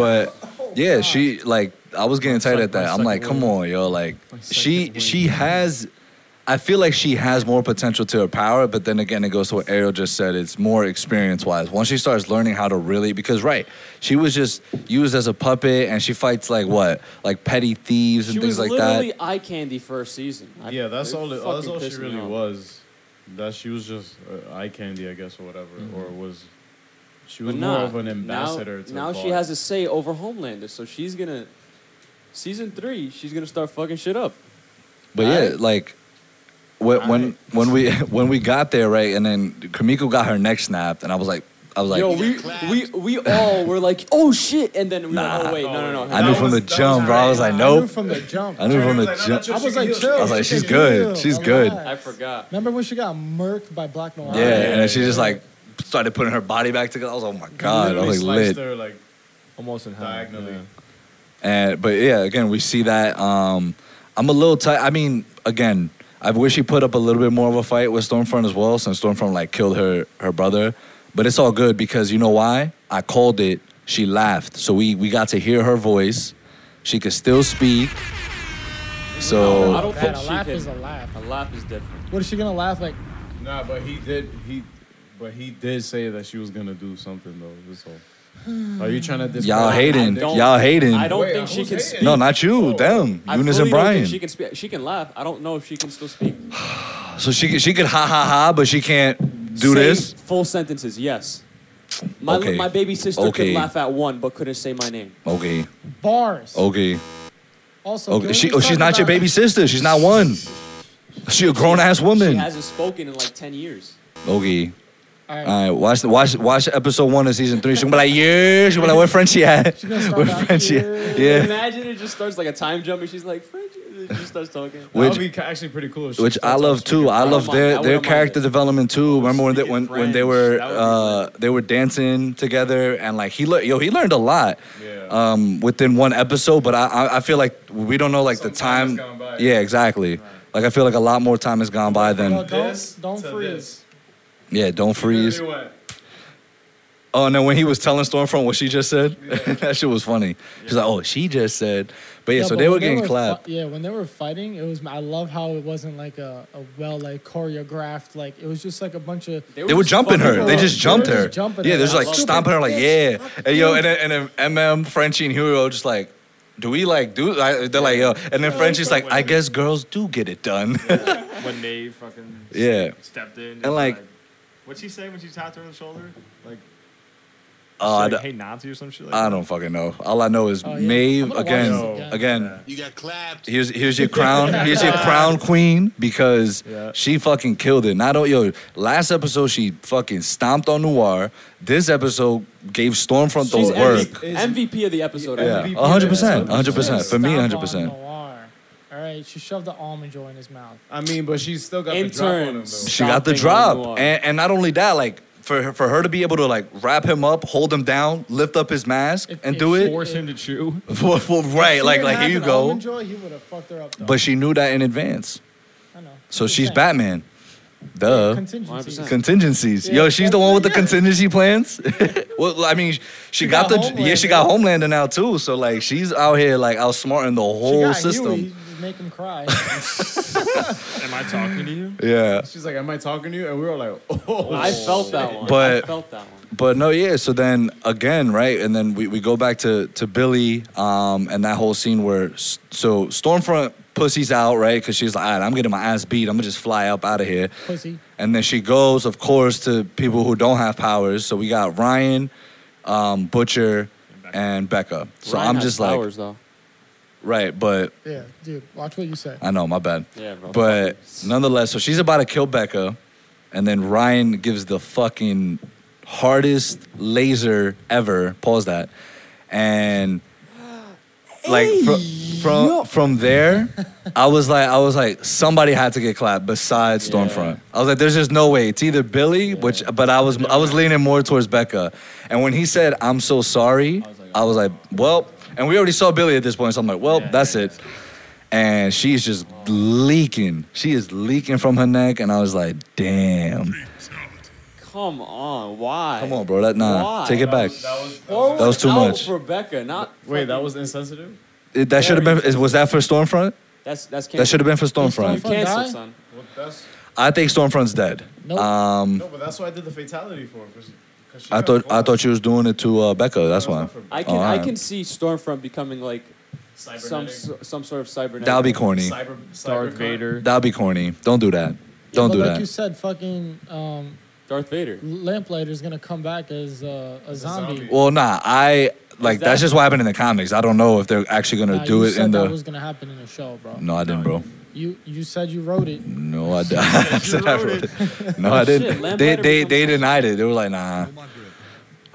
Speaker 3: But yeah, she like I was getting tight
Speaker 2: sec-
Speaker 3: at that.
Speaker 2: my
Speaker 3: I'm like,
Speaker 2: second
Speaker 3: come on, yo, like
Speaker 2: second
Speaker 3: she
Speaker 2: win.
Speaker 3: she has I feel like she has more potential to her power, but then again it goes to what Ariel just said. It's more experience wise. Once she starts learning how to really because right, she was just used as a puppet and she fights like what? Like petty thieves and
Speaker 4: She
Speaker 3: things
Speaker 4: was
Speaker 3: like
Speaker 4: literally
Speaker 3: that.
Speaker 4: eye candy first season. I-
Speaker 6: yeah, that's
Speaker 4: it
Speaker 6: all. It, that's
Speaker 4: fucking
Speaker 6: all she
Speaker 4: pissed me
Speaker 6: really
Speaker 4: off.
Speaker 6: was. That she was just uh, eye candy, I guess, or whatever, or was. She was
Speaker 4: But
Speaker 6: more
Speaker 4: nah,
Speaker 6: of an
Speaker 4: now-
Speaker 6: ambassador. to
Speaker 4: Now she
Speaker 6: Vought.
Speaker 4: has a say over Homelander, so she's gonna. Season three, she's gonna start fucking shit up.
Speaker 3: But yeah, like when when when we when we got there, right, and then Kamiko got her neck snapped and I was like I was like
Speaker 4: Yo, we, we we all were like, oh shit, and then we were
Speaker 3: Nah.
Speaker 4: like, oh wait, no, no, no.
Speaker 3: I knew
Speaker 6: That
Speaker 3: from
Speaker 6: was-
Speaker 3: the
Speaker 6: that was
Speaker 3: jump, bro. I was
Speaker 6: great.
Speaker 3: like,
Speaker 5: I knew
Speaker 3: nope.
Speaker 5: from the jump.
Speaker 3: I knew from the
Speaker 6: Like, no, no,
Speaker 3: jump.
Speaker 6: chill,
Speaker 5: I was
Speaker 6: chill,
Speaker 5: like,
Speaker 6: chill.
Speaker 5: chill.
Speaker 3: I was like,
Speaker 5: she
Speaker 3: she's
Speaker 5: can
Speaker 3: good.
Speaker 5: heal.
Speaker 3: She's good.
Speaker 5: Relax.
Speaker 4: I forgot.
Speaker 5: Remember when she got murked by Black Noir?
Speaker 3: Yeah, and
Speaker 6: yeah,
Speaker 3: then she just like started putting her body back together. I was like, oh my god, I
Speaker 6: Literally
Speaker 3: was like
Speaker 6: sliced
Speaker 3: lit.
Speaker 6: her like
Speaker 2: Almost in hell.
Speaker 6: diagonally.
Speaker 2: yeah.
Speaker 3: And but yeah, again, we see that. Um, I'm a little tight. I mean, again, I wish he put up a little bit more of a fight with Stormfront as well, since Stormfront like killed her her brother. But it's all good because you know why? I called it. She laughed, so we we got to hear her voice. She could still speak. So
Speaker 4: I don't
Speaker 5: That
Speaker 4: think
Speaker 5: a
Speaker 4: she
Speaker 5: laugh
Speaker 4: can.
Speaker 5: is a laugh.
Speaker 4: A laugh is different.
Speaker 5: What is she gonna laugh like?
Speaker 6: Nah, but he did. He, but he did say that she was gonna do something though. This whole. Are you trying to dis-
Speaker 3: y'all
Speaker 4: I
Speaker 3: hating,
Speaker 4: don't-
Speaker 3: y'all hating.
Speaker 4: I don't
Speaker 6: Wait,
Speaker 4: think she
Speaker 6: who's
Speaker 4: can
Speaker 6: hating?
Speaker 4: speak.
Speaker 3: No, not you. Them,
Speaker 4: Oh, I
Speaker 3: Eunice
Speaker 4: fully
Speaker 3: and
Speaker 4: don't think
Speaker 3: Brian.
Speaker 4: She can speak. She can laugh. I don't know if she can still speak.
Speaker 3: So she could- she could ha ha ha, but she can't do
Speaker 4: Say
Speaker 3: this.
Speaker 4: Full sentences. Yes. My
Speaker 3: Okay.
Speaker 4: my baby sister
Speaker 3: Okay.
Speaker 4: could laugh at one, but couldn't say my name.
Speaker 3: Okay,
Speaker 5: Bars.
Speaker 3: okay,
Speaker 5: Also,
Speaker 3: okay.
Speaker 5: Gillian
Speaker 3: She, oh,
Speaker 5: was
Speaker 3: she's
Speaker 5: talking
Speaker 3: not your
Speaker 5: about-
Speaker 3: baby sister. She's not one. She a grown ass
Speaker 4: She
Speaker 3: woman.
Speaker 4: hasn't spoken in like ten years.
Speaker 3: Okay.
Speaker 5: All right.
Speaker 3: All right, watch the- watch watch episode one of season three. She'll be like, yeah. She'll be like, what friend she had?
Speaker 5: She's gonna start
Speaker 3: What
Speaker 5: out
Speaker 3: friend she
Speaker 5: here.
Speaker 3: had? Yeah.
Speaker 4: Imagine it just starts like a time jump, and she's like, "French," and she starts talking.
Speaker 6: That
Speaker 3: Which
Speaker 6: would be ca- actually pretty cool. if she
Speaker 3: which I
Speaker 6: starts
Speaker 3: love too. I love
Speaker 4: mind- I
Speaker 3: their
Speaker 4: wouldn't
Speaker 3: their
Speaker 4: mind
Speaker 3: character
Speaker 4: it.
Speaker 3: development too. Remember when they, when, when they
Speaker 6: French,
Speaker 3: were
Speaker 6: that would
Speaker 3: uh,
Speaker 6: be
Speaker 3: they were dancing together and like he learned yo he learned a lot
Speaker 6: Yeah.
Speaker 3: um, within one episode. But I, I I feel like we don't know like the
Speaker 6: Some time has
Speaker 3: time.
Speaker 6: gone by.
Speaker 3: Yeah, exactly. Like I feel like a lot more time has gone by
Speaker 5: No,
Speaker 3: than
Speaker 6: This
Speaker 5: don't don't
Speaker 6: to
Speaker 5: freeze.
Speaker 3: yeah. Don't freeze.
Speaker 6: Literally went,
Speaker 3: Oh, and then when he was telling Stormfront what she just said, that shit was funny. She's like, oh, she just said. But yeah, so
Speaker 5: but
Speaker 3: they
Speaker 5: when
Speaker 3: were getting
Speaker 5: fi-
Speaker 3: clapped.
Speaker 5: yeah, when they were fighting, it was. I love how it wasn't like a, a well like choreographed. Like it was just like a bunch of.
Speaker 3: They were
Speaker 4: just
Speaker 3: jumping
Speaker 4: fucking
Speaker 3: her. They
Speaker 5: her
Speaker 3: just
Speaker 5: up.
Speaker 3: jumped
Speaker 5: They were
Speaker 3: her.
Speaker 5: just jumping
Speaker 3: Yeah,
Speaker 5: her.
Speaker 3: they're just
Speaker 5: I
Speaker 3: like
Speaker 5: love
Speaker 3: stomping her, like, yeah.
Speaker 5: bitch.
Speaker 3: And yo, and then, and then MM, Frenchie, and Hero just like, do we like do? I, they're like, yo. And then Frenchie's like, I guess girls do get it done.
Speaker 2: When they fucking
Speaker 3: Yeah.
Speaker 2: stepped in.
Speaker 3: And, like-
Speaker 2: what'd she say when she tapped her on the shoulder? Like,
Speaker 3: Uh, I
Speaker 2: she, like
Speaker 3: d-
Speaker 2: hey Nazi or some shit. Like
Speaker 3: I don't fucking know. All I know is
Speaker 5: Oh, yeah. I'm
Speaker 3: Maeve,
Speaker 5: gonna watch
Speaker 3: again,
Speaker 5: this again.
Speaker 3: again,
Speaker 8: You got clapped.
Speaker 3: Here's here's your crown. Here's your crown queen because
Speaker 2: Yeah.
Speaker 3: she fucking killed it. Not on yo. Last episode she fucking stomped on Noir. This episode gave Stormfront
Speaker 4: She's
Speaker 3: the work.
Speaker 4: MVP, MVP of the episode. I
Speaker 3: Yeah,
Speaker 4: think.
Speaker 3: hundred percent,
Speaker 6: Yeah.
Speaker 3: hundred percent. For me,
Speaker 5: Stomp on
Speaker 3: hundred percent.
Speaker 5: Noir. All right, she shoved the almond joy in his mouth.
Speaker 6: I mean, but she still got the drop on him
Speaker 4: Interns.
Speaker 6: though.
Speaker 3: She got the
Speaker 4: Stomping on
Speaker 3: drop,
Speaker 4: Noir.
Speaker 3: and and not only that, like for her- for her to be able to like wrap him up, hold him down, lift up his mask,
Speaker 5: If-
Speaker 3: and
Speaker 5: if
Speaker 3: do
Speaker 5: she-
Speaker 3: it.
Speaker 2: force him to chew.
Speaker 3: For, for, right,
Speaker 5: She
Speaker 3: like
Speaker 5: didn't
Speaker 3: like here
Speaker 5: have
Speaker 3: you
Speaker 5: an
Speaker 3: go.
Speaker 5: Almond joy, he would have fucked her up. Though.
Speaker 3: But she knew that in advance,
Speaker 5: I know.
Speaker 3: so
Speaker 5: I'm just
Speaker 3: she's
Speaker 5: saying.
Speaker 3: Batman. Duh.
Speaker 5: Contingencies.
Speaker 4: 100%.
Speaker 3: Contingencies.
Speaker 5: Yeah,
Speaker 3: Yo, she's the one with the
Speaker 5: that's-
Speaker 3: contingency plans. well, I mean, she, got,
Speaker 5: got
Speaker 3: the yeah, she got Homelander now too. So like, she's out here like outsmarting the
Speaker 5: She
Speaker 3: whole
Speaker 5: got
Speaker 3: system.
Speaker 5: Huey, just make him cry.
Speaker 2: Am I talking to you?
Speaker 3: Yeah,
Speaker 6: She's like, "Am I talking to you?" And we were like, "Oh."
Speaker 4: I felt that one.
Speaker 3: But-
Speaker 4: I felt that one.
Speaker 3: but no, yeah. So then again, right? And then we, we go back to to Billy um, and that whole scene where s- so Stormfront pussy's out, right? Because she's like, All right, I'm getting my ass beat. I'm gonna just fly up out of here.
Speaker 5: Pussy.
Speaker 3: And then she goes, of course, to people who don't have powers. So we got Ryan, um, Butcher, and Becca. So
Speaker 4: Ryan
Speaker 3: I'm
Speaker 4: has
Speaker 3: just
Speaker 4: powers, though.
Speaker 3: like, right, but
Speaker 5: Yeah, dude, watch what you say.
Speaker 3: I know, my bad.
Speaker 4: Yeah, bro.
Speaker 3: But nonetheless, so she's about to kill Becca, and then Ryan gives the fucking hardest laser ever. Pause that. And like fro- from from there, I was like, I was like, somebody had to get clapped besides
Speaker 4: Yeah.
Speaker 3: Stormfront. I was like, there's just no way. It's either Billy, which but I was I was leaning more towards Becca. And when he said, I'm so sorry, I was like, well, and we already saw Billy at this point, so I'm like, well, that's it and she's just leaking. She is leaking from her neck, and I was like, "Damn,
Speaker 4: Come on, why?
Speaker 3: come on, bro, that nah,
Speaker 4: Why?
Speaker 3: take it back."
Speaker 6: That was, that was-
Speaker 4: Or
Speaker 3: That was too
Speaker 4: out
Speaker 3: much.
Speaker 4: For Becca, not
Speaker 6: Oh, wait, that was insensitive.
Speaker 3: It- that should have been. is- Was that for Stormfront?
Speaker 4: that's that's canceled.
Speaker 3: That should have been for
Speaker 4: You
Speaker 3: Stormfront.
Speaker 5: Stormfront-
Speaker 4: canceled,
Speaker 5: die?
Speaker 4: son.
Speaker 6: Well, that's,
Speaker 3: I think Stormfront's dead.
Speaker 5: Nope.
Speaker 3: Um,
Speaker 6: no, but that's why I did the fatality for. Cause, 'cause she
Speaker 3: I
Speaker 6: got
Speaker 3: thought I
Speaker 6: clapped.
Speaker 3: thought you was doing it to uh, Becca. That's
Speaker 6: That was
Speaker 3: why.
Speaker 6: not for
Speaker 4: I can I
Speaker 3: Oh, Alright.
Speaker 4: can see Stormfront becoming like some
Speaker 6: cybernetic-
Speaker 4: so- some sort of cybernetic.
Speaker 3: That'll be corny.
Speaker 6: cyber, cyber
Speaker 2: Darth
Speaker 6: con-
Speaker 2: Vader.
Speaker 3: That'll be corny. Don't do that. Don't
Speaker 5: but
Speaker 3: do
Speaker 5: like you
Speaker 3: that.
Speaker 5: said, fucking um,
Speaker 4: Darth Vader.
Speaker 5: Lamplighter's gonna come back as uh, a zombie.
Speaker 6: zombie.
Speaker 3: Well, nah, I like that's just what happened in the comics. I don't know if they're actually gonna
Speaker 5: Nah,
Speaker 3: do
Speaker 5: you
Speaker 3: it
Speaker 5: said
Speaker 3: in
Speaker 5: that
Speaker 3: the.
Speaker 5: was gonna happen in the show, bro.
Speaker 3: no, I didn't, bro.
Speaker 5: You you said you wrote it.
Speaker 3: No, I didn't. I said I wrote it. No, I didn't.
Speaker 4: Shit, Lamplighter
Speaker 3: they they
Speaker 4: becomes-
Speaker 3: they denied it. They were like, nah.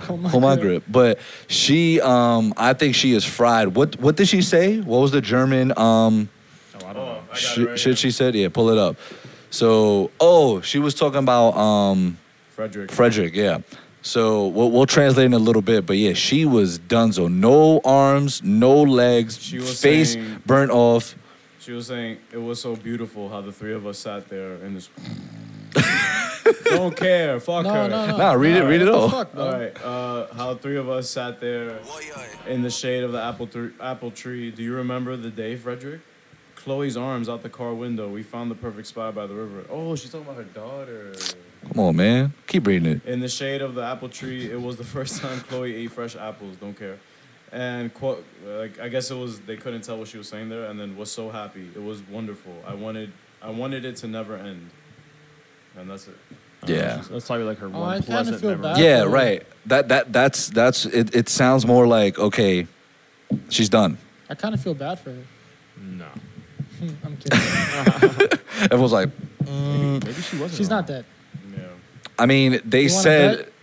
Speaker 5: Oh my
Speaker 3: Hold my
Speaker 5: God.
Speaker 3: grip. But she, um, I think she is fried. What what did she say? What was the German um
Speaker 6: Oh, I got it
Speaker 3: sh-
Speaker 6: right
Speaker 3: shit
Speaker 6: now.
Speaker 3: she said? Yeah, pull it up. So oh, she was talking about um
Speaker 6: Frederick.
Speaker 3: Frederick. Yeah. So we'll, we'll translate in a little bit, but yeah, she was donezo. No arms, no legs,
Speaker 6: She was
Speaker 3: face
Speaker 6: saying-
Speaker 3: burnt off.
Speaker 6: She was saying it was so beautiful how the three of us sat there in this. Don't care. Fuck
Speaker 5: No,
Speaker 6: her.
Speaker 5: no, no.
Speaker 3: Nah, read it, read it
Speaker 5: What the
Speaker 3: all.
Speaker 5: fuck, bro?
Speaker 6: All right. Uh, how three of us sat there in the shade of the apple thr- apple tree. Do you remember the day, Frederick? Chloe's arms out the car window. We found the perfect spot by the river. Oh, she's talking about her daughter.
Speaker 3: Come on, man. Keep reading it.
Speaker 6: In the shade of the apple tree, it was the first time Chloe ate fresh apples. Don't care. And quote, like I guess it was they couldn't tell what she was saying there, and then was so happy. It was wonderful. I wanted, I wanted it to never end. And that's it.
Speaker 3: Yeah.
Speaker 2: That's probably like her
Speaker 6: Oh,
Speaker 2: one
Speaker 5: I kinda
Speaker 2: pleasant
Speaker 5: feel
Speaker 2: memory.
Speaker 5: bad.
Speaker 3: Yeah,
Speaker 5: Absolutely.
Speaker 3: right. That that that's that's it, it sounds more like okay, she's done.
Speaker 5: I kind of feel bad for her.
Speaker 2: No.
Speaker 5: I'm kidding.
Speaker 3: Everyone's like,
Speaker 2: Maybe she wasn't.
Speaker 5: She's
Speaker 2: wrong.
Speaker 5: not dead.
Speaker 6: Yeah.
Speaker 3: I mean, they
Speaker 5: You wanna
Speaker 3: said
Speaker 5: bet?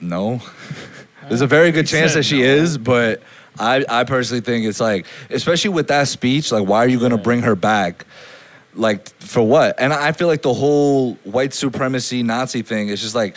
Speaker 3: no. There's a very good chance
Speaker 2: said
Speaker 3: that she
Speaker 2: no.
Speaker 3: is, but I, I personally think it's like, especially with that speech, like, why are you gonna bring her back? Like, for what? And I feel like the whole white supremacy Nazi thing is just like,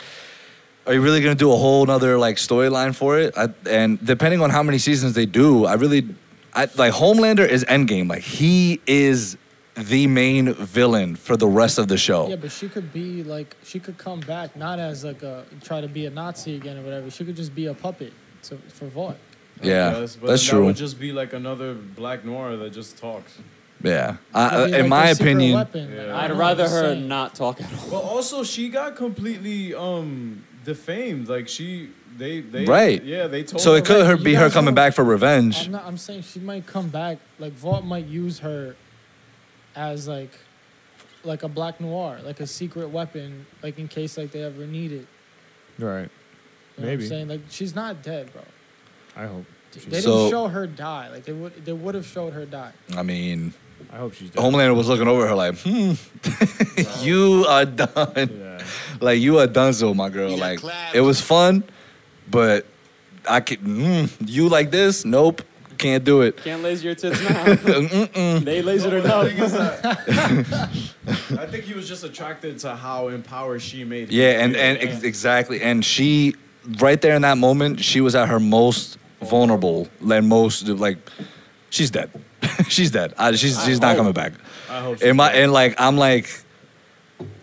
Speaker 3: are you really gonna do a whole nother like storyline for it? I, and depending on how many seasons they do, I really, I like Homelander is Endgame. Like, he is the main villain for the rest of the show.
Speaker 5: Yeah, but she could be like she could come back not as like a try to be a Nazi again or whatever. She could just be a puppet to, for Vought.
Speaker 3: yeah,
Speaker 6: Yes, but
Speaker 3: that's
Speaker 6: then
Speaker 3: true.
Speaker 6: That would just be like another black noir that just talks.
Speaker 3: Yeah. I, uh,
Speaker 5: Could
Speaker 3: in
Speaker 5: be, like,
Speaker 3: my
Speaker 5: their secret
Speaker 3: opinion,
Speaker 5: weapon. Like, I
Speaker 6: Yeah.
Speaker 5: don't
Speaker 4: I'd
Speaker 5: know,
Speaker 4: rather
Speaker 5: just
Speaker 4: her
Speaker 5: saying.
Speaker 4: not talk at all.
Speaker 6: But also, she got completely um defamed. Like she, they, they,
Speaker 3: Right.
Speaker 6: Yeah, they told.
Speaker 3: so
Speaker 6: her,
Speaker 3: it could
Speaker 6: like,
Speaker 3: her,
Speaker 5: you
Speaker 3: be her
Speaker 5: guys
Speaker 3: coming
Speaker 5: know-
Speaker 3: back for revenge.
Speaker 5: I'm not. I'm saying she might come back. Like Vought might use her as like like a black noir, like a secret weapon, like in case like they ever need it.
Speaker 2: Right.
Speaker 5: You know what
Speaker 2: Maybe.
Speaker 5: I'm saying like she's not dead, bro.
Speaker 2: I hope.
Speaker 5: They
Speaker 2: She's,
Speaker 5: didn't
Speaker 3: So-
Speaker 5: show her die. Like they would. They would have showed her die.
Speaker 3: I mean,
Speaker 2: I hope she's dead.
Speaker 3: Homelander was looking over her like, hmm, you are done.
Speaker 2: Yeah.
Speaker 3: Like, you are done, so my girl. Like, it was fun, but I could, mm, you like this? Nope, can't do it.
Speaker 4: Can't laser your tits now. they lasered her
Speaker 6: No, but the thing
Speaker 4: down.
Speaker 6: is that- I think he was just attracted to how empowered she made. him
Speaker 3: Yeah, and,
Speaker 6: feel.
Speaker 3: and ex- exactly. And she, right there in that moment, she was at her most vulnerable, and most, like, she's dead. she's dead. I, she's she's not coming back.
Speaker 6: I hope. she
Speaker 3: And my
Speaker 6: does.
Speaker 3: and like I'm like,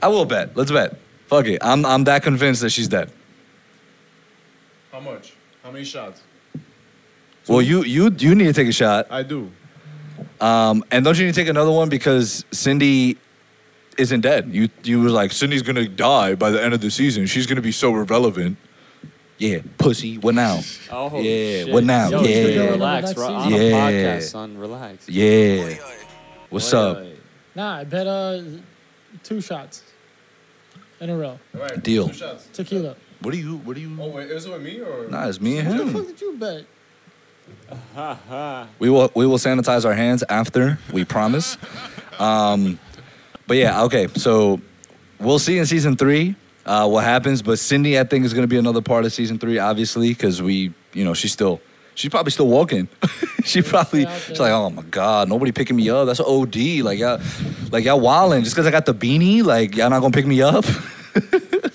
Speaker 3: I will bet. Let's bet. Fuck it. I'm I'm that convinced that she's dead.
Speaker 6: how much? How many shots?
Speaker 3: Well, you you you need to take a shot.
Speaker 6: I do.
Speaker 3: Um, and don't you need to take another one because Cindy isn't dead. You you were like Cindy's gonna die by the end of the season. She's gonna be so irrelevant. Yeah, pussy. What now?
Speaker 4: Oh, holy
Speaker 3: Yeah,
Speaker 4: shit.
Speaker 3: what now?
Speaker 4: Yo, you
Speaker 3: Yeah.
Speaker 4: relax. We're on
Speaker 3: Yeah.
Speaker 4: a podcast, son. Relax.
Speaker 3: Yeah. What's
Speaker 2: Oy,
Speaker 3: up?
Speaker 2: oy.
Speaker 5: Nah, I bet uh, two shots in a row.
Speaker 6: All right,
Speaker 3: Deal.
Speaker 6: Two shots.
Speaker 5: Tequila.
Speaker 3: What do you? What do
Speaker 6: Oh
Speaker 3: you?
Speaker 6: wait, is it with me or?
Speaker 3: Nah, it's me and
Speaker 5: What the fuck
Speaker 3: him.
Speaker 5: did you bet?
Speaker 3: We will. We will sanitize our hands after. We promise. Um, but yeah, okay. So we'll see in season three uh, what happens. But Cindy, I think, is going to be another part of season three, obviously, because we, you know, she's still. She's probably still walking. she probably
Speaker 5: out
Speaker 3: she's
Speaker 5: there.
Speaker 3: like, oh my god, nobody picking me up. That's OD. Like y'all, like y'all wilding just because I got the beanie. Like y'all not gonna pick me up.
Speaker 2: No,
Speaker 5: You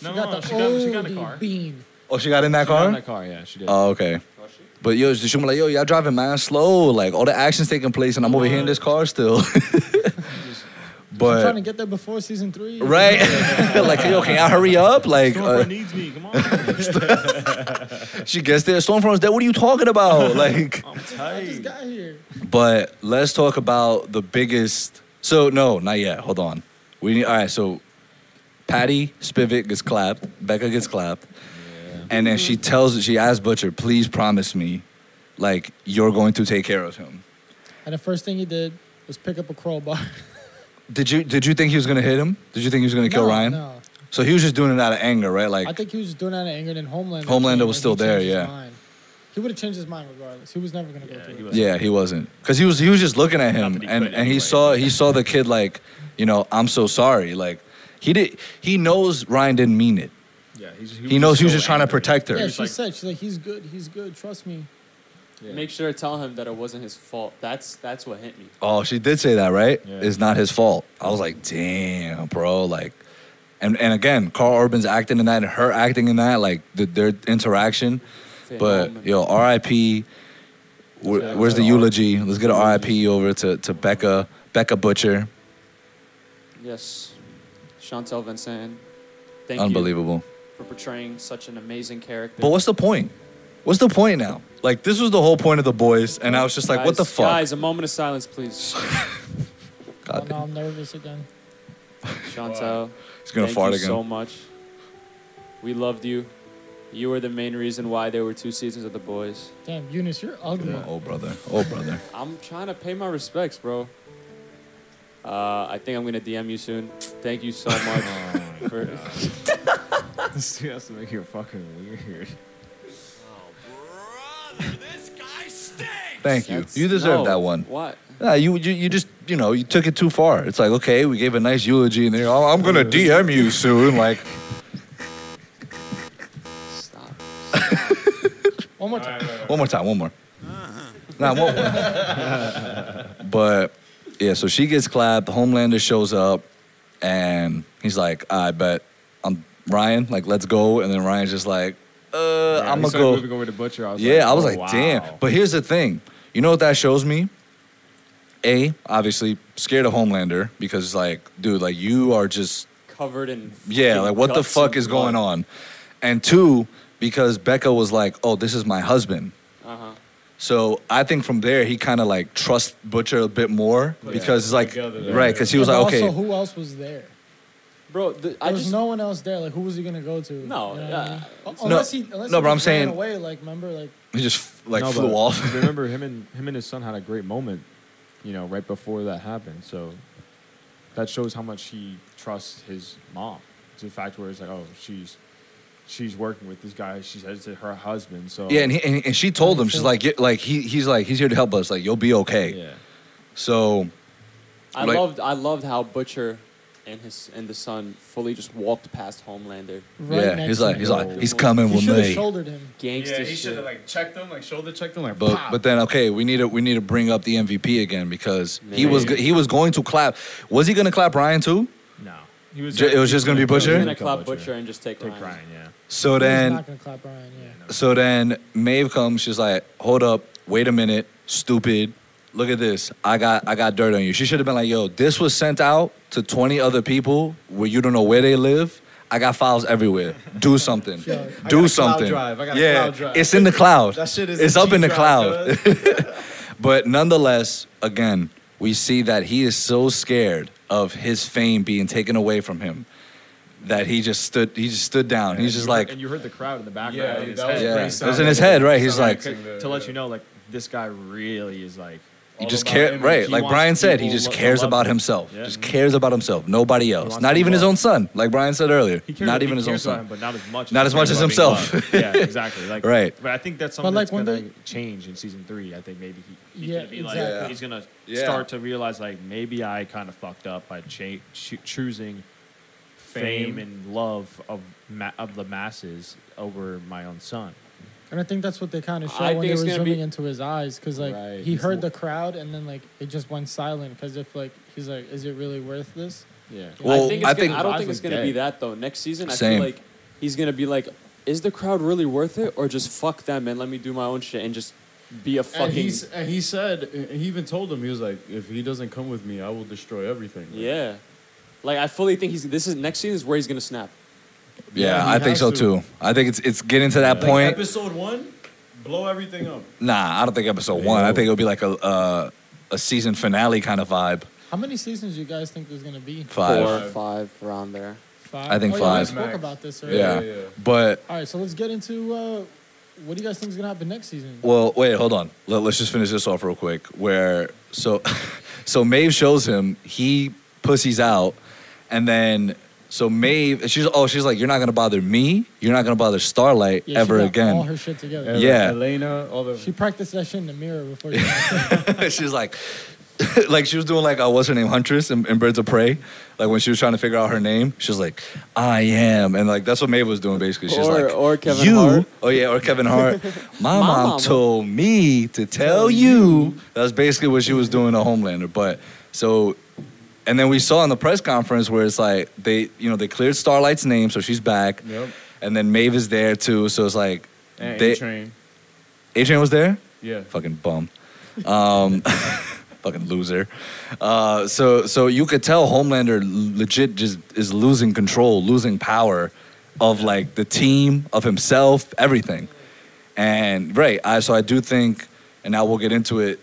Speaker 2: no,
Speaker 5: got
Speaker 2: no,
Speaker 5: the
Speaker 2: Oh, she got, she got in
Speaker 5: OD
Speaker 2: the car.
Speaker 5: bean.
Speaker 3: oh, she got in that
Speaker 2: She got
Speaker 3: car.
Speaker 2: in that car, yeah, she did.
Speaker 3: Oh, okay. But yo, she was like, yo, y'all driving man slow. Like all the action's taking place, and I'm over here in this car still.
Speaker 5: I'm trying to
Speaker 3: but
Speaker 5: get there before season three.
Speaker 3: right, like yo, can y'all hurry up? Like
Speaker 8: Stormfront
Speaker 3: uh,
Speaker 8: needs me. Come on.
Speaker 3: she gets there, Stormfront's dead. What are you talking about? Like,
Speaker 8: I'm
Speaker 5: I just
Speaker 8: tight.
Speaker 5: got here.
Speaker 3: but let's talk about the biggest. So no, not yet. Hold on. We need. All right. So Patty Spivak gets clapped. Becca gets clapped. And then she tells, she asks Butcher, please promise me, like, you're going to take care of him.
Speaker 5: And the first thing he did was pick up a crowbar.
Speaker 3: Did you did you think he was gonna hit him? Did you think he was gonna kill
Speaker 5: No,
Speaker 3: Ryan?
Speaker 5: No.
Speaker 3: So he was just doing it out of anger, right? Like
Speaker 5: I think he was just doing that in anger. And Homelander.
Speaker 3: Homelander
Speaker 5: came
Speaker 3: was
Speaker 5: and
Speaker 3: still
Speaker 5: he
Speaker 3: there,
Speaker 5: changed his
Speaker 3: yeah.
Speaker 5: mind. He would have changed his mind regardless. He was never gonna go
Speaker 8: Yeah,
Speaker 5: through
Speaker 8: he
Speaker 5: it.
Speaker 8: was.
Speaker 3: yeah, he wasn't because he was he was just looking at
Speaker 8: Not
Speaker 3: him
Speaker 8: that he
Speaker 3: and
Speaker 8: could
Speaker 3: and he
Speaker 8: anyway.
Speaker 3: saw he saw the kid like, you know, I'm so sorry. Like he did he knows Ryan didn't mean it.
Speaker 2: Yeah, he's,
Speaker 3: He, knows he was
Speaker 2: so
Speaker 3: just trying to
Speaker 2: angry.
Speaker 3: protect her.
Speaker 5: Yeah,
Speaker 2: was
Speaker 5: she
Speaker 2: like-
Speaker 5: said she's like he's good, he's good. Trust me.
Speaker 2: Yeah.
Speaker 4: Make sure to tell him that it wasn't his fault. That's that's what hit me.
Speaker 3: Oh, she did say that, right?
Speaker 2: Yeah.
Speaker 3: It's not his fault. I was like, damn, bro. Like, and and again, Carl Urban's acting in that, and her acting in that, like the, their interaction. But
Speaker 4: Phenomenal.
Speaker 3: yo, R.I.P. Where, where's the eulogy? Let's get an R.I.P. over to to Becca Becca Butcher.
Speaker 4: Yes, Chantel Vincent. Thank
Speaker 3: Unbelievable.
Speaker 4: you for portraying such an amazing character.
Speaker 3: But what's the point? What's the point now? Like this was the whole point of the boys, and I was just like,
Speaker 4: guys,
Speaker 3: what the fuck?
Speaker 4: Guys, a moment of silence, please.
Speaker 5: Oh,
Speaker 3: God,
Speaker 5: now I'm nervous again.
Speaker 4: Chantel,
Speaker 3: he's gonna
Speaker 4: thank
Speaker 3: fart
Speaker 4: you
Speaker 3: again.
Speaker 4: so much. We loved you. You were the main reason why there were two seasons of The Boys.
Speaker 5: Damn, Eunice, you're ugly.
Speaker 3: Oh brother, oh brother.
Speaker 4: I'm trying to pay my respects, bro. Uh, I think I'm gonna DM you soon. Thank you so much.
Speaker 2: Oh, my
Speaker 4: for-
Speaker 2: This dude has to make you fucking weird.
Speaker 3: Thank you.
Speaker 4: That's-
Speaker 3: You deserve
Speaker 4: no.
Speaker 3: that one.
Speaker 4: What?
Speaker 3: Nah, you, you you just you know you took it too far. It's like okay, we gave a nice eulogy, and then you're, oh, I'm gonna DM you soon. Like
Speaker 4: Stop.
Speaker 5: One more
Speaker 6: All
Speaker 5: time.
Speaker 6: right, all right, all right.
Speaker 3: one more time, one more.
Speaker 2: Uh-huh.
Speaker 3: Nah, one more. but yeah, so she gets clapped. Homelander shows up, and he's like, I bet I'm Ryan. Like, let's go. And then Ryan's just like, uh,
Speaker 2: Yeah,
Speaker 3: I'm
Speaker 2: he
Speaker 3: gonna
Speaker 2: started
Speaker 3: go.
Speaker 2: Moving over to Butcher. I was
Speaker 3: yeah,
Speaker 2: like,
Speaker 3: I was
Speaker 2: oh,
Speaker 3: like, damn.
Speaker 2: wow.
Speaker 3: But here's the thing. You know what that shows me? A, obviously, scared of Homelander because, it's like, dude, like, you are just
Speaker 4: Covered in.
Speaker 3: yeah,
Speaker 4: fucking
Speaker 3: like what the
Speaker 4: guts
Speaker 3: fuck
Speaker 4: and
Speaker 3: is going
Speaker 4: blood.
Speaker 3: on? And two, because Becca was like, oh, this is my husband.
Speaker 4: Uh-huh.
Speaker 3: So I think from there he kind of like trusts Butcher a bit more because it's like
Speaker 6: together there.
Speaker 3: right because he was
Speaker 5: Yeah,
Speaker 3: like
Speaker 5: but
Speaker 3: okay
Speaker 5: Also, who else was there?
Speaker 4: Bro, the,
Speaker 5: There
Speaker 4: I
Speaker 5: was
Speaker 4: just
Speaker 5: no one else there. Like, who was he gonna go to?
Speaker 4: No,
Speaker 5: You know what I
Speaker 4: uh,
Speaker 5: mean? Un-
Speaker 3: No,
Speaker 5: unless he, unless
Speaker 3: no,
Speaker 5: he
Speaker 3: but I'm
Speaker 5: just
Speaker 3: saying-
Speaker 5: ran away. Like, remember, like
Speaker 3: he just like
Speaker 2: No,
Speaker 3: flew
Speaker 2: but
Speaker 3: off.
Speaker 2: remember, him and him and his son had a great moment, you know, right before that happened. So that shows how much he trusts his mom. It's a fact where it's like, oh, she's she's working with this guy. She says to her husband. So
Speaker 3: Yeah, and, he, and and she told him she's like yeah, like he he's like he's here to help us like you'll be okay.
Speaker 2: yeah,
Speaker 3: So
Speaker 4: I
Speaker 3: Like-
Speaker 4: loved I loved how Butcher and his and the son fully just walked past Homelander.
Speaker 5: right
Speaker 3: yeah,
Speaker 5: next
Speaker 3: he's
Speaker 5: to
Speaker 3: like
Speaker 5: him.
Speaker 3: he's like
Speaker 4: No.
Speaker 3: he's coming
Speaker 5: You
Speaker 3: with
Speaker 5: should have
Speaker 3: me.
Speaker 5: shouldered him.
Speaker 4: Gangster
Speaker 6: Yeah, he should
Speaker 4: shit.
Speaker 6: have like checked them, like shoulder checked them, like.
Speaker 3: But
Speaker 6: pop.
Speaker 3: but then okay, we need to we need to bring up the MVP again because he was
Speaker 4: Man.
Speaker 3: g- he was going to clap. Was he going to clap Ryan too?
Speaker 2: no, he was.
Speaker 3: Ju- it was just gonna be Butcher?
Speaker 4: You're
Speaker 3: Sure.
Speaker 4: gonna clap Butcher and just take,
Speaker 2: Take
Speaker 4: Ryan.
Speaker 2: Ryan, yeah.
Speaker 3: So
Speaker 5: he's
Speaker 3: then
Speaker 5: not gonna clap Ryan. Yeah.
Speaker 3: So then Maeve comes, she's like, hold up, wait a minute, stupid. Look at this. I got I got dirt on you. She should have been like, yo, this was sent out to 20 other people where you don't know where they live. I got files everywhere. Do something.
Speaker 5: Yeah.
Speaker 6: I got a
Speaker 3: Do
Speaker 6: cloud
Speaker 3: something.
Speaker 6: drive. I got a
Speaker 3: yeah,
Speaker 6: cloud drive.
Speaker 3: it's in the cloud.
Speaker 6: That shit is
Speaker 3: It's
Speaker 6: a
Speaker 3: up in the cloud.
Speaker 6: G-drive, cuz.
Speaker 3: But nonetheless, again, we see that he is so scared of his fame being taken away from him that he just stood he just stood down. He's just
Speaker 2: You heard-
Speaker 3: like
Speaker 2: and you heard the crowd in the background.
Speaker 6: Yeah,
Speaker 2: in his
Speaker 6: that was
Speaker 2: head.
Speaker 3: yeah.
Speaker 6: pretty
Speaker 3: It was
Speaker 6: solid.
Speaker 3: in his head, right? He's
Speaker 6: Solid
Speaker 3: like-
Speaker 6: acting there,
Speaker 2: to let
Speaker 6: yeah.
Speaker 2: you know, like this guy really is like
Speaker 3: He
Speaker 6: all
Speaker 3: just
Speaker 6: about
Speaker 3: care
Speaker 6: image.
Speaker 3: right,
Speaker 2: He
Speaker 3: like
Speaker 2: wants
Speaker 3: Brian said. He
Speaker 2: people
Speaker 3: just
Speaker 2: lo- to
Speaker 3: cares
Speaker 2: love
Speaker 3: about
Speaker 2: him.
Speaker 3: himself.
Speaker 2: Yeah.
Speaker 3: Just cares about himself. Nobody else.
Speaker 2: wants
Speaker 3: Not
Speaker 2: to be
Speaker 3: even his
Speaker 2: loved.
Speaker 3: own son. Like Brian said earlier.
Speaker 2: He cares-
Speaker 3: Not
Speaker 2: he
Speaker 3: even his own
Speaker 2: cares about
Speaker 3: son.
Speaker 2: him, but not as much.
Speaker 3: Not as
Speaker 2: he
Speaker 3: much
Speaker 2: cares
Speaker 3: as
Speaker 2: about
Speaker 3: himself.
Speaker 2: being loved. yeah, exactly. Like
Speaker 3: Right.
Speaker 2: But I think that's
Speaker 5: But,
Speaker 2: something
Speaker 5: like,
Speaker 2: that's
Speaker 5: when
Speaker 2: gonna
Speaker 5: they-
Speaker 2: change in season three. I think maybe he, he's
Speaker 5: Yeah,
Speaker 2: gonna be
Speaker 5: exactly.
Speaker 2: like he's gonna
Speaker 3: Yeah.
Speaker 2: start to realize like maybe I kind of fucked up by cha- cho- choosing fame.
Speaker 6: Fame.
Speaker 2: and love of ma- of the masses over my own son.
Speaker 5: And I think that's what they kind of show when
Speaker 4: I think
Speaker 5: they were
Speaker 4: it's gonna
Speaker 5: zooming
Speaker 4: be-
Speaker 5: into his eyes, because like
Speaker 2: Right.
Speaker 5: he
Speaker 2: He's
Speaker 5: heard the crowd, and then like it just went silent, because if like he's like, is it really worth this?
Speaker 2: Yeah.
Speaker 3: Well,
Speaker 4: I, think
Speaker 3: I
Speaker 4: it's gonna,
Speaker 3: think-
Speaker 4: I don't
Speaker 2: Eyes
Speaker 4: think it's
Speaker 2: are
Speaker 4: going to
Speaker 2: dead.
Speaker 4: be that though. Next season, I
Speaker 3: Same.
Speaker 4: feel like he's going to be like, is the crowd really worth it, or just fuck them and let me do my own shit and just be a
Speaker 6: And,
Speaker 4: fucking
Speaker 6: he's, and he said, and he even told him, he was like, if he doesn't come with me, I will destroy everything. Like,
Speaker 4: yeah. Like I fully think he's this is next season is where he's going to snap.
Speaker 3: Yeah,
Speaker 6: Yeah, he
Speaker 3: I think
Speaker 6: has
Speaker 3: so
Speaker 6: to.
Speaker 3: too. I think it's it's getting to that
Speaker 6: Like,
Speaker 3: point.
Speaker 6: episode one, blow everything up.
Speaker 3: Nah, I don't think episode one. I think it'll be like a uh, a season finale kind of vibe.
Speaker 5: How many seasons do you guys think there's gonna be?
Speaker 3: Five.
Speaker 4: Four, five, around there.
Speaker 5: Five.
Speaker 3: I think
Speaker 5: oh, yeah, we
Speaker 3: five.
Speaker 5: spoke
Speaker 6: Max.
Speaker 5: about this
Speaker 3: Yeah.
Speaker 5: earlier.
Speaker 6: yeah, yeah.
Speaker 3: But
Speaker 5: All right, so let's get into uh, what do you guys think is gonna happen next season?
Speaker 3: well, wait, hold on. Let, let's just finish this off real quick. Where so so Maeve shows him he pussies out, and then so Maeve she's oh she's like you're not gonna bother me. You're not gonna bother Starlight
Speaker 5: Yeah, she
Speaker 3: ever
Speaker 5: got All
Speaker 3: again.
Speaker 5: her shit together.
Speaker 6: And
Speaker 3: Yeah.
Speaker 6: Elena, all the.
Speaker 5: She practiced that shit in the mirror before. She
Speaker 3: she's like. like she was doing like uh, what's her name Huntress in, in Birds of Prey, like when she was trying to figure out her name, she was like, "I am," and like that's what Maeve was doing basically. She's
Speaker 4: Or-
Speaker 3: like,
Speaker 4: or Kevin
Speaker 3: you,
Speaker 4: Hart."
Speaker 3: Oh yeah, or Kevin Hart. My, mom,
Speaker 4: mama.
Speaker 3: told me to tell you. That's basically what she was doing to Homelander. But so, and then we saw in the press conference where it's like they, you know, they cleared Starlight's name, so she's back.
Speaker 6: Yep.
Speaker 3: And then Maeve is there too, so it's like,
Speaker 6: And
Speaker 3: they-
Speaker 6: train.
Speaker 3: Adrian was there.
Speaker 6: Yeah.
Speaker 3: Fucking bum. Um, fucking loser. Uh, so so you could tell Homelander l- legit just is losing control, losing power of like the team, of himself, everything. And right, I so I do think, and now we'll get into it.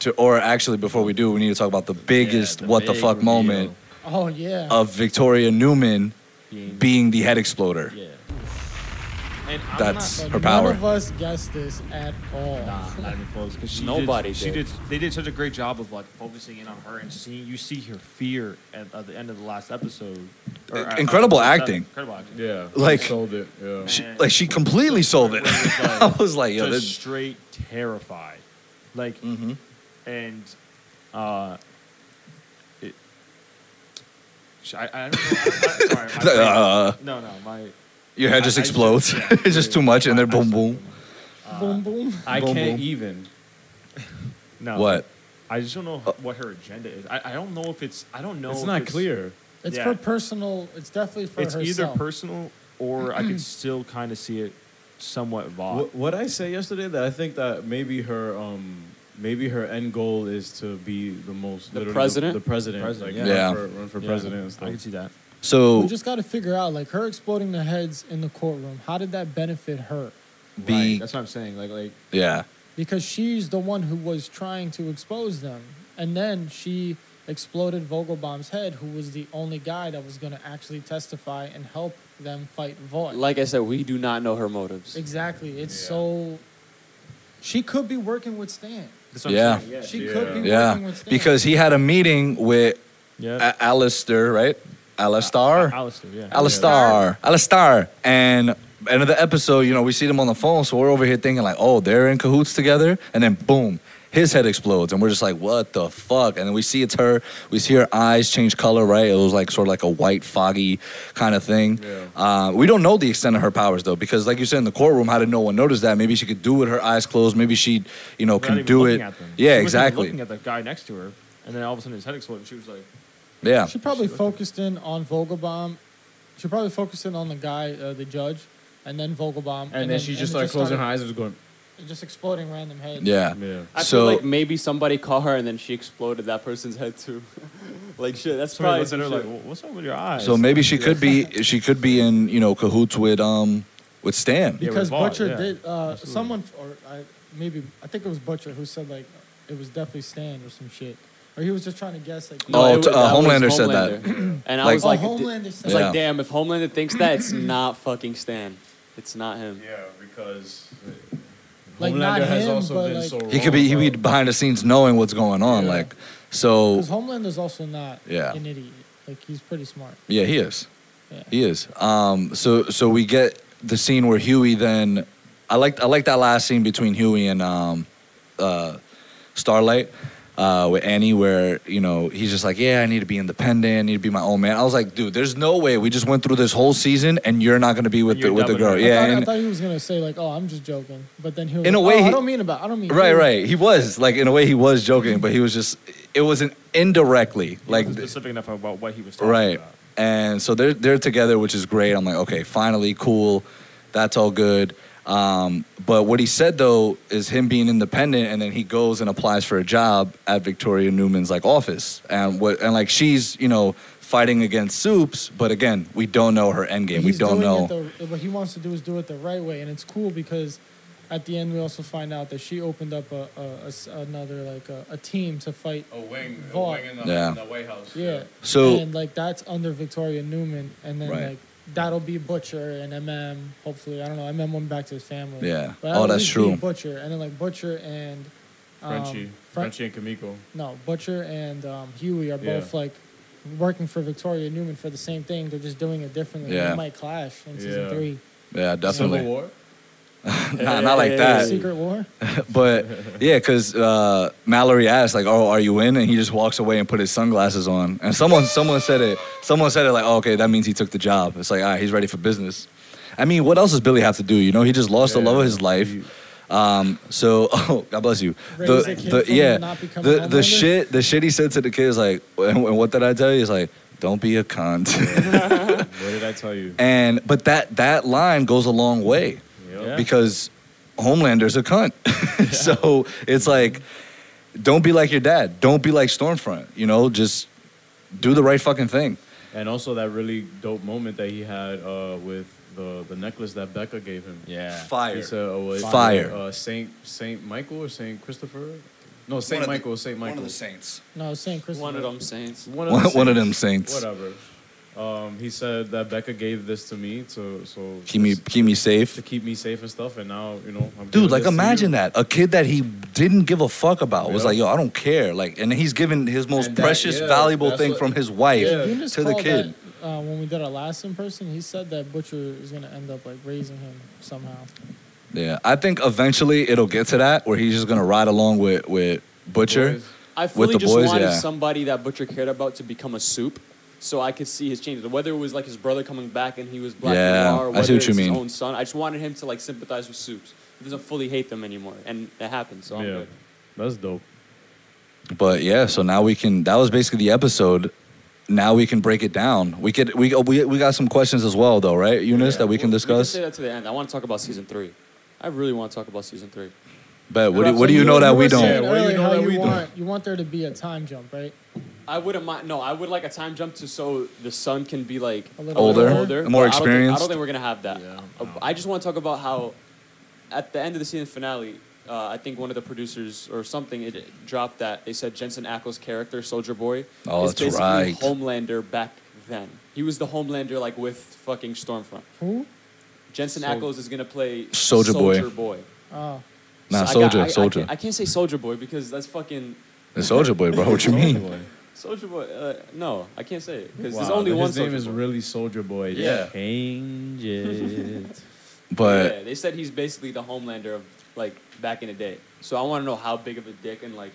Speaker 3: To, or actually, before we do, we need to talk about the biggest
Speaker 2: the
Speaker 3: what the
Speaker 2: big
Speaker 3: fuck
Speaker 2: reveal.
Speaker 3: moment
Speaker 5: oh yeah.
Speaker 3: of Victoria Newman
Speaker 2: Being-
Speaker 3: being the head exploder.
Speaker 2: Yeah. And I'm
Speaker 3: That's
Speaker 2: not,
Speaker 3: her
Speaker 5: None
Speaker 3: power.
Speaker 5: of us guessed this at all.
Speaker 2: Nah, not even close. Because she
Speaker 4: Nobody
Speaker 2: did, She
Speaker 4: did.
Speaker 2: did. They did such a great job of like focusing in on her and seeing. You see her fear at, at the end of the last episode. Or, uh,
Speaker 3: Incredible
Speaker 2: episode
Speaker 3: acting.
Speaker 2: seven. Incredible acting.
Speaker 6: Yeah.
Speaker 3: Like-
Speaker 6: sold it. Yeah.
Speaker 3: She,
Speaker 2: Man.
Speaker 3: like she completely sold it.
Speaker 2: Where it's like-
Speaker 3: I was like, yo,
Speaker 2: just
Speaker 3: this,
Speaker 2: straight terrified, like,
Speaker 3: Mm-hmm.
Speaker 2: and uh, it. sh- I, I don't know. I, I, sorry, my brain-
Speaker 3: Uh.
Speaker 2: no, no, my
Speaker 3: Your head
Speaker 2: I-
Speaker 3: just
Speaker 2: I
Speaker 3: explodes.
Speaker 2: yeah,
Speaker 3: it's just too much, and then boom, boom.
Speaker 2: uh,
Speaker 5: boom boom.
Speaker 6: I
Speaker 3: Boom,
Speaker 6: can't
Speaker 3: boom.
Speaker 6: even.
Speaker 2: No,
Speaker 3: What?
Speaker 2: I just don't know h- what her agenda is. I, I don't know if it's. I don't know.
Speaker 6: it's
Speaker 2: if
Speaker 6: not clear.
Speaker 5: It's
Speaker 2: Yeah.
Speaker 5: for personal. It's definitely for
Speaker 2: It's
Speaker 5: herself.
Speaker 2: either personal or I can still kind of see it somewhat vague.
Speaker 6: What, what I say yesterday that I think that maybe her um maybe her end goal is to be the most
Speaker 4: The
Speaker 6: literally
Speaker 4: president?
Speaker 6: the president,
Speaker 2: President,
Speaker 6: like,
Speaker 3: yeah. Yeah.
Speaker 6: run for, run for
Speaker 2: Yeah,
Speaker 6: president and
Speaker 2: I can
Speaker 6: stuff.
Speaker 2: see that.
Speaker 5: we
Speaker 3: So
Speaker 5: just got to figure out like her exploding the heads in the courtroom. How did that benefit her?
Speaker 3: be
Speaker 2: Right, That's what I'm saying. Like, like
Speaker 3: yeah,
Speaker 5: Because she's the one who was trying to expose them, and then she exploded Vogelbaum's head, who was the only guy that was going to actually testify and help them fight Voight.
Speaker 4: Like I said, we do not know her motives.
Speaker 5: exactly. It's so. She could be working with Stan.
Speaker 2: that's what I'm
Speaker 3: Yeah.
Speaker 2: saying,
Speaker 5: She
Speaker 6: Yeah.
Speaker 5: could be working
Speaker 3: yeah,
Speaker 5: with Stan.
Speaker 3: because he had a meeting with
Speaker 2: Yeah.
Speaker 3: a- Alistair, right? Alistair,
Speaker 2: Alistair. Yeah.
Speaker 3: Alistair, Alistair, and end of the episode, you know, we see them on the phone, so we're over here thinking like, oh, they're in cahoots together, and then boom. His head explodes, and we're just like, "What the fuck?" And then we see it's her. We see her eyes change color, right? It was like sort of like a white, foggy kind of thing.
Speaker 6: Yeah.
Speaker 3: Uh, we don't know the extent of her powers though, because like you said in the courtroom, how did no one notice that? Maybe she could do it, her eyes closed. Maybe she, you know,
Speaker 2: Without
Speaker 3: can
Speaker 2: even
Speaker 3: do
Speaker 2: looking
Speaker 3: it.
Speaker 2: at them.
Speaker 3: Yeah,
Speaker 2: She wasn't even Looking
Speaker 3: exactly.
Speaker 2: at the guy next to her, and then all of a sudden his head exploded. And she was like,
Speaker 3: Yeah,
Speaker 5: She probably focused in on Vogelbaum. She probably focused in on the guy, uh, the judge, and then Vogelbaum.
Speaker 6: And, then, she just started closing her eyes and just going.
Speaker 5: her eyes. Just exploding random heads.
Speaker 3: yeah.
Speaker 6: Yeah.
Speaker 4: I
Speaker 3: So-
Speaker 4: feel like maybe somebody caught her and then she exploded that person's head too. like shit, that's
Speaker 2: somebody
Speaker 4: probably
Speaker 2: looked at
Speaker 4: some
Speaker 2: her
Speaker 4: shit.
Speaker 2: like, "Wha- what's up with your eyes?
Speaker 3: So maybe she could be, she could be in, you know, cahoots with, um, with Stan.
Speaker 2: Yeah.
Speaker 5: Because
Speaker 2: with Vaughn,
Speaker 5: Butcher
Speaker 2: yeah.
Speaker 5: did. Uh,
Speaker 2: Absolutely.
Speaker 5: someone, or I, maybe, I think it was Butcher who said, like, it was definitely Stan or some shit. Or he was just trying to guess, like,
Speaker 3: No, Oh,
Speaker 4: it
Speaker 3: t-
Speaker 4: was-
Speaker 3: uh,
Speaker 4: that was
Speaker 3: Homelander said that.
Speaker 4: Homelander. and I
Speaker 3: Like-
Speaker 4: was
Speaker 5: oh,
Speaker 4: like,
Speaker 5: Homelander
Speaker 4: It's
Speaker 5: said.
Speaker 3: Yeah.
Speaker 4: like, damn, if Homelander thinks that, it's not fucking Stan. It's not him.
Speaker 6: Yeah, because
Speaker 5: Like
Speaker 6: Homelander
Speaker 5: not
Speaker 6: has
Speaker 5: him,
Speaker 6: also
Speaker 5: but
Speaker 6: been
Speaker 5: like,
Speaker 6: so
Speaker 3: He could be he
Speaker 6: wrong
Speaker 3: could be
Speaker 6: about-
Speaker 3: behind the scenes knowing what's going on.
Speaker 5: Yeah.
Speaker 3: Like so
Speaker 5: Because Homelander's also not
Speaker 3: Yeah.
Speaker 5: an idiot. Like he's pretty smart.
Speaker 3: Yeah, he is.
Speaker 5: Yeah.
Speaker 3: He is. Um, so so we get the scene where Huey then I like I like that last scene between Huey and um, uh, Starlight uh, with Annie where you know he's just like yeah I need to be independent I need to be my own man I was like dude there's no way we just went through this whole season and you're not gonna be with
Speaker 2: And
Speaker 3: the
Speaker 2: you're
Speaker 3: with the
Speaker 2: dubbing
Speaker 3: girl
Speaker 2: her.
Speaker 3: yeah
Speaker 5: I thought, I
Speaker 3: and-
Speaker 5: thought he was gonna say like, "Oh, I'm just joking," but then he was
Speaker 3: In a
Speaker 5: like,
Speaker 3: way
Speaker 5: "Oh,
Speaker 3: he-
Speaker 5: I don't mean about. I don't mean
Speaker 3: right
Speaker 5: you."
Speaker 3: right he was like in a way he was joking but he was just it wasn't indirectly like
Speaker 2: Wasn't specific enough about what he was talking
Speaker 3: Right.
Speaker 2: about.
Speaker 3: And so they're they're together, which is great. I'm like, okay, finally, cool. That's all good. Um, but what he said though is him being independent, and then he goes and applies for a job at Victoria Newman's like office, and what and like she's you know fighting against Soups, but again, we don't know her end game.
Speaker 5: But
Speaker 3: We
Speaker 5: he's
Speaker 3: don't
Speaker 5: doing
Speaker 3: know.
Speaker 5: it the- what he wants to do is do it the right way, and it's cool because at the end we also find out that she opened up a, a- a s- another like a, a team to fight.
Speaker 6: A wing, a
Speaker 5: Vault.
Speaker 6: wing oh, in the,
Speaker 3: Yeah.
Speaker 6: in the White House.
Speaker 5: Yeah.
Speaker 3: So-
Speaker 5: and like that's under Victoria Newman, and then
Speaker 3: Right.
Speaker 5: like that'll be Butcher and MM. Hopefully, I don't know. MM went back to his family.
Speaker 3: Yeah. Oh,
Speaker 5: But that'll at
Speaker 3: that's
Speaker 5: least be
Speaker 3: true.
Speaker 5: Butcher and then like Butcher and um,
Speaker 6: Frenchie,
Speaker 5: Fren-
Speaker 6: Frenchie and Kamiko.
Speaker 5: No, Butcher and um, Huey are both
Speaker 6: Yeah.
Speaker 5: like working for Victoria Newman for the same thing. They're just doing it differently.
Speaker 3: Yeah.
Speaker 5: They might clash in season
Speaker 6: Yeah.
Speaker 5: three.
Speaker 3: yeah, definitely.
Speaker 6: Civil War.
Speaker 3: Nah, not like that.
Speaker 5: Secret War.
Speaker 3: But yeah, because uh, Mallory asked, like, "Oh, are you in?" And he just walks away and put his sunglasses on. And someone, someone said it. Someone said it like, oh, "Okay, that means he took the job." It's like, all right, he's ready for business. I mean, what else does Billy have to do? You know, he just lost the love of his life. Um, so, oh, God bless you.
Speaker 5: Raise
Speaker 3: The,
Speaker 5: a kid
Speaker 3: the
Speaker 5: from
Speaker 3: yeah,
Speaker 5: not becoming
Speaker 3: the
Speaker 5: a
Speaker 3: the
Speaker 5: homeowner?
Speaker 3: shit, the shit he said to the kid is like, and what did I tell you? He's like, don't be a cunt.
Speaker 6: What did I tell you?
Speaker 3: and but that that line goes a long way
Speaker 6: Yep.
Speaker 3: because Homelander's a cunt. so it's like, don't be like your dad. Don't be like Stormfront. You know, just do the right fucking thing.
Speaker 6: And also that really dope moment that he had uh, with the the necklace that Becca gave him.
Speaker 2: Yeah.
Speaker 3: Fire.
Speaker 6: He said, oh, what-
Speaker 3: Fire.
Speaker 6: Uh, Saint Saint Michael or Saint Christopher? No, Saint Michael. Saint Michael.
Speaker 3: saints.
Speaker 5: No, Saint Christopher.
Speaker 4: One of them saints.
Speaker 3: One,
Speaker 6: One
Speaker 3: one of
Speaker 6: saints.
Speaker 3: them saints.
Speaker 6: Whatever. Um, he said that Becca gave this to me to so
Speaker 3: Keep me, keep me
Speaker 6: to
Speaker 3: safe.
Speaker 6: keep me safe and stuff. And now you know, I'm giving
Speaker 3: Dude, like
Speaker 6: this to
Speaker 3: imagine
Speaker 6: you.
Speaker 3: that. A kid that he didn't give a fuck about was
Speaker 6: Yeah.
Speaker 3: like, yo, I don't care. Like, and he's given his most
Speaker 6: And that-
Speaker 3: precious,
Speaker 6: yeah,
Speaker 3: valuable
Speaker 6: that's
Speaker 3: thing
Speaker 6: what-
Speaker 3: from his wife
Speaker 6: Yeah.
Speaker 5: You just
Speaker 3: to the
Speaker 5: called
Speaker 3: kid.
Speaker 5: That, uh, when we did our last in person, he said that Butcher is gonna end up like raising him somehow.
Speaker 3: Yeah. I think eventually it'll get to that where he's just gonna ride along with, with Butcher.
Speaker 6: Boys.
Speaker 4: I fully
Speaker 3: the
Speaker 4: just
Speaker 3: boys,
Speaker 4: wanted
Speaker 3: yeah.
Speaker 4: somebody that Butcher cared about to become a soup, so I could see his changes. Whether it was like his brother coming back and he was black
Speaker 3: Yeah,
Speaker 4: noir, or
Speaker 3: I see
Speaker 4: whether
Speaker 3: what you
Speaker 4: it's
Speaker 3: mean.
Speaker 4: his own son, I just wanted him to like sympathize with soups. He doesn't fully hate them anymore, and that happened. So I'm
Speaker 6: yeah,
Speaker 4: good.
Speaker 6: that's dope.
Speaker 3: But yeah, so now we can. That was basically the episode. Now we can break it down. We could. We oh, we we got some questions as well, though, right, Eunice, that we can discuss.
Speaker 4: say that to the end. I want to talk about season three. I really want to talk about season three.
Speaker 3: but what do, what
Speaker 5: So
Speaker 3: do you know that we
Speaker 5: were saying
Speaker 3: don't?
Speaker 6: Yeah, what do you
Speaker 5: earlier
Speaker 6: know
Speaker 5: how
Speaker 6: that
Speaker 5: you
Speaker 6: we don't?
Speaker 5: want, You want there to be a time jump, right?
Speaker 4: I wouldn't mind. No, I would like a time jump to so the son can be like
Speaker 5: A little Older,
Speaker 3: more
Speaker 4: but I don't think- I
Speaker 3: experienced.
Speaker 4: don't think we're gonna have that. Uh, I just want to talk about how, at the end of the season finale, uh, I think one of the producers or something it it dropped that they said Jensen Ackles' character Soldier Boy
Speaker 3: Oh,
Speaker 4: is
Speaker 3: that's
Speaker 4: basically
Speaker 3: right.
Speaker 4: Homelander back then. He was the Homelander like with fucking Stormfront.
Speaker 5: Who?
Speaker 4: Jensen
Speaker 6: Sol-
Speaker 4: Ackles is gonna play
Speaker 3: Soldier Boy.
Speaker 4: Soldier Boy.
Speaker 5: Oh,
Speaker 3: Nah,
Speaker 4: So I got-
Speaker 3: soldier,
Speaker 4: I- I
Speaker 3: soldier,
Speaker 4: can't- I can't say Soldier Boy because that's fucking
Speaker 3: the soldier boy, bro. What you mean?
Speaker 4: Soldier Boy. Uh, no, I can't say it because
Speaker 6: Wow,
Speaker 4: there's only
Speaker 6: his
Speaker 4: one.
Speaker 6: name
Speaker 4: Soulja
Speaker 6: is
Speaker 4: Boy.
Speaker 6: really Soldier Boy.
Speaker 3: Yeah.
Speaker 6: Change it.
Speaker 4: yeah,
Speaker 3: But
Speaker 4: they said he's basically the Homelander of like back in the day. So I want to know how big of a dick and like,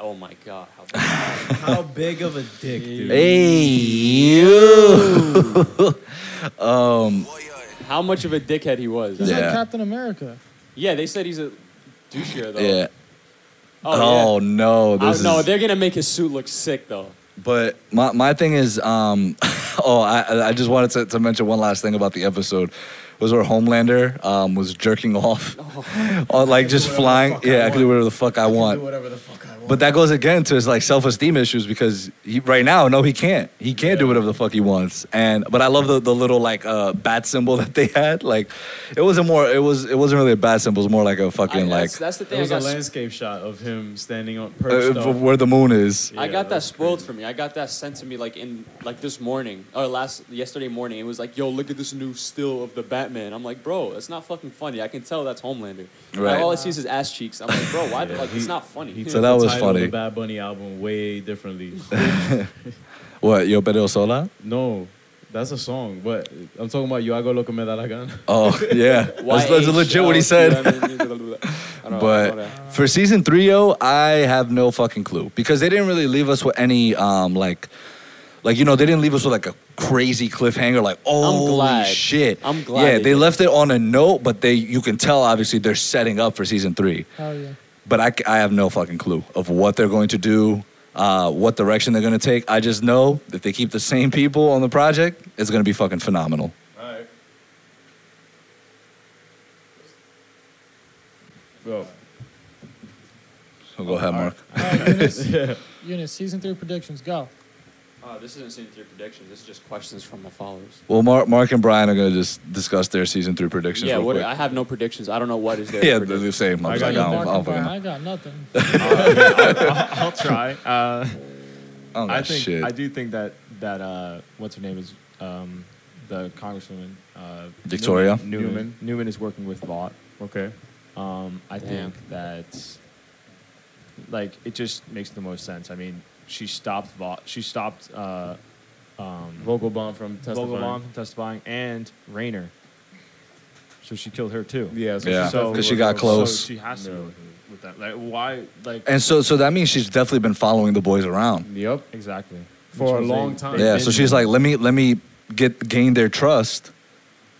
Speaker 4: oh my god, how big.
Speaker 6: How big of a dick, dude?
Speaker 3: hey
Speaker 4: Oh,
Speaker 3: you,
Speaker 4: how much of a dickhead he was.
Speaker 5: he's
Speaker 4: Yeah,
Speaker 3: Yeah.
Speaker 5: like Captain America.
Speaker 4: they said he's a douchier though.
Speaker 3: yeah.
Speaker 4: Oh,
Speaker 3: Oh,
Speaker 4: yeah.
Speaker 3: no,
Speaker 4: I-
Speaker 3: this
Speaker 4: no,
Speaker 3: is.
Speaker 4: they're gonna make his suit look sick though.
Speaker 3: But my, my thing is, um, oh, I, I just wanted to, to mention one last thing about the episode was where Homelander um, was jerking off, or like just
Speaker 6: Oh. whatever the
Speaker 3: flying.
Speaker 6: fuck I
Speaker 3: Yeah, I can do
Speaker 6: want.
Speaker 3: whatever the fuck I want.
Speaker 6: Do whatever the fuck I want.
Speaker 3: But that goes again to his like self-esteem issues because he, right now, no, he can't. He can't do whatever the fuck he wants. And but I love the, the little like uh, bat symbol that they had. Like it wasn't more. It was it wasn't really a bat symbol. It was more like a
Speaker 4: I,
Speaker 3: fucking like
Speaker 4: that's, that's the
Speaker 6: There
Speaker 4: thing. I
Speaker 6: was a
Speaker 4: got, s-
Speaker 6: landscape shot of him standing on
Speaker 3: uh,
Speaker 6: perched
Speaker 3: f-
Speaker 6: up.
Speaker 3: where the moon is.
Speaker 4: I
Speaker 6: Yeah,
Speaker 4: got that
Speaker 6: that's
Speaker 4: spoiled for me. I got that sent to me like in like this morning or last yesterday morning. It was like, yo, look at this new still of the Batman. I'm like, bro, that's not fucking funny. I can tell that's Homelander.
Speaker 3: Right.
Speaker 4: Like, all I see is his ass cheeks. I'm like, bro, why?
Speaker 6: Yeah,
Speaker 4: like,
Speaker 6: he-
Speaker 4: it's not funny.
Speaker 6: He
Speaker 3: So
Speaker 6: took
Speaker 3: that
Speaker 6: the
Speaker 3: was
Speaker 6: title of
Speaker 3: funny.
Speaker 6: The Bad Bunny album way differently.
Speaker 3: What, Yo Pereo Sola?
Speaker 6: no, that's a song. But I'm talking about Yo Hago Lo Que Me Da La Gana.
Speaker 3: Oh, yeah. that's, that's legit what he said. But for season three, yo, I have no fucking clue because they didn't really leave us with any um like, like you know they didn't leave us with like a crazy cliffhanger like oh
Speaker 4: glad.
Speaker 3: shit
Speaker 4: I'm glad
Speaker 3: yeah
Speaker 4: they
Speaker 3: they
Speaker 4: didn't.
Speaker 3: left it on a note but they you can tell obviously they're setting up for season three
Speaker 5: Hell yeah.
Speaker 3: but I, c- I have no fucking clue of what they're going to do, uh, what direction they're going to take. I just know if they keep the same people on the project, it's going to be fucking phenomenal.
Speaker 6: All right. Well,
Speaker 3: So go ahead, Mark.
Speaker 5: All right, Eunice. Eunice, season three predictions, go.
Speaker 4: Oh, this isn't season three predictions. This is just questions from my followers.
Speaker 3: Well, Mark, Mark and Brian are going to just discuss their season three predictions.
Speaker 4: Yeah,
Speaker 3: real
Speaker 4: what,
Speaker 3: quick.
Speaker 4: I have no predictions. I don't know what is there.
Speaker 3: yeah,
Speaker 4: to
Speaker 3: they're the
Speaker 4: predict.
Speaker 3: same. I was
Speaker 6: I
Speaker 3: like, I
Speaker 6: got
Speaker 5: Mark
Speaker 3: don't, I
Speaker 5: and
Speaker 3: don't fucking
Speaker 5: Brian, I
Speaker 3: know.
Speaker 5: got nothing.
Speaker 2: I'll try. Uh,
Speaker 3: I don't know
Speaker 2: I think
Speaker 3: Oh, shit.
Speaker 2: I do think that that uh, what's her name is um, the congresswoman uh,
Speaker 3: Victoria?
Speaker 2: Newman, Newman. Newman is working with Vought.
Speaker 6: okay.
Speaker 2: Um, I
Speaker 4: Damn.
Speaker 2: think that like it just makes the most sense. I mean, she stopped Vought. She stopped uh,
Speaker 6: Vocal bomb from testifying.
Speaker 2: Vogelbaum from testifying and Rayner. So she killed her too.
Speaker 6: Yeah, so
Speaker 3: Yeah,
Speaker 6: she's definitely
Speaker 2: 'cause
Speaker 3: she got
Speaker 6: working
Speaker 2: So
Speaker 6: on-
Speaker 3: close.
Speaker 2: she has to
Speaker 6: Yeah.
Speaker 2: be working with that. Like why? Like
Speaker 3: and so, so that means she's definitely been following the boys around.
Speaker 6: Yep.
Speaker 2: exactly
Speaker 6: For
Speaker 2: Which
Speaker 6: a
Speaker 2: was
Speaker 6: long time.
Speaker 3: Yeah, so she's like, let me, let me get gain their trust,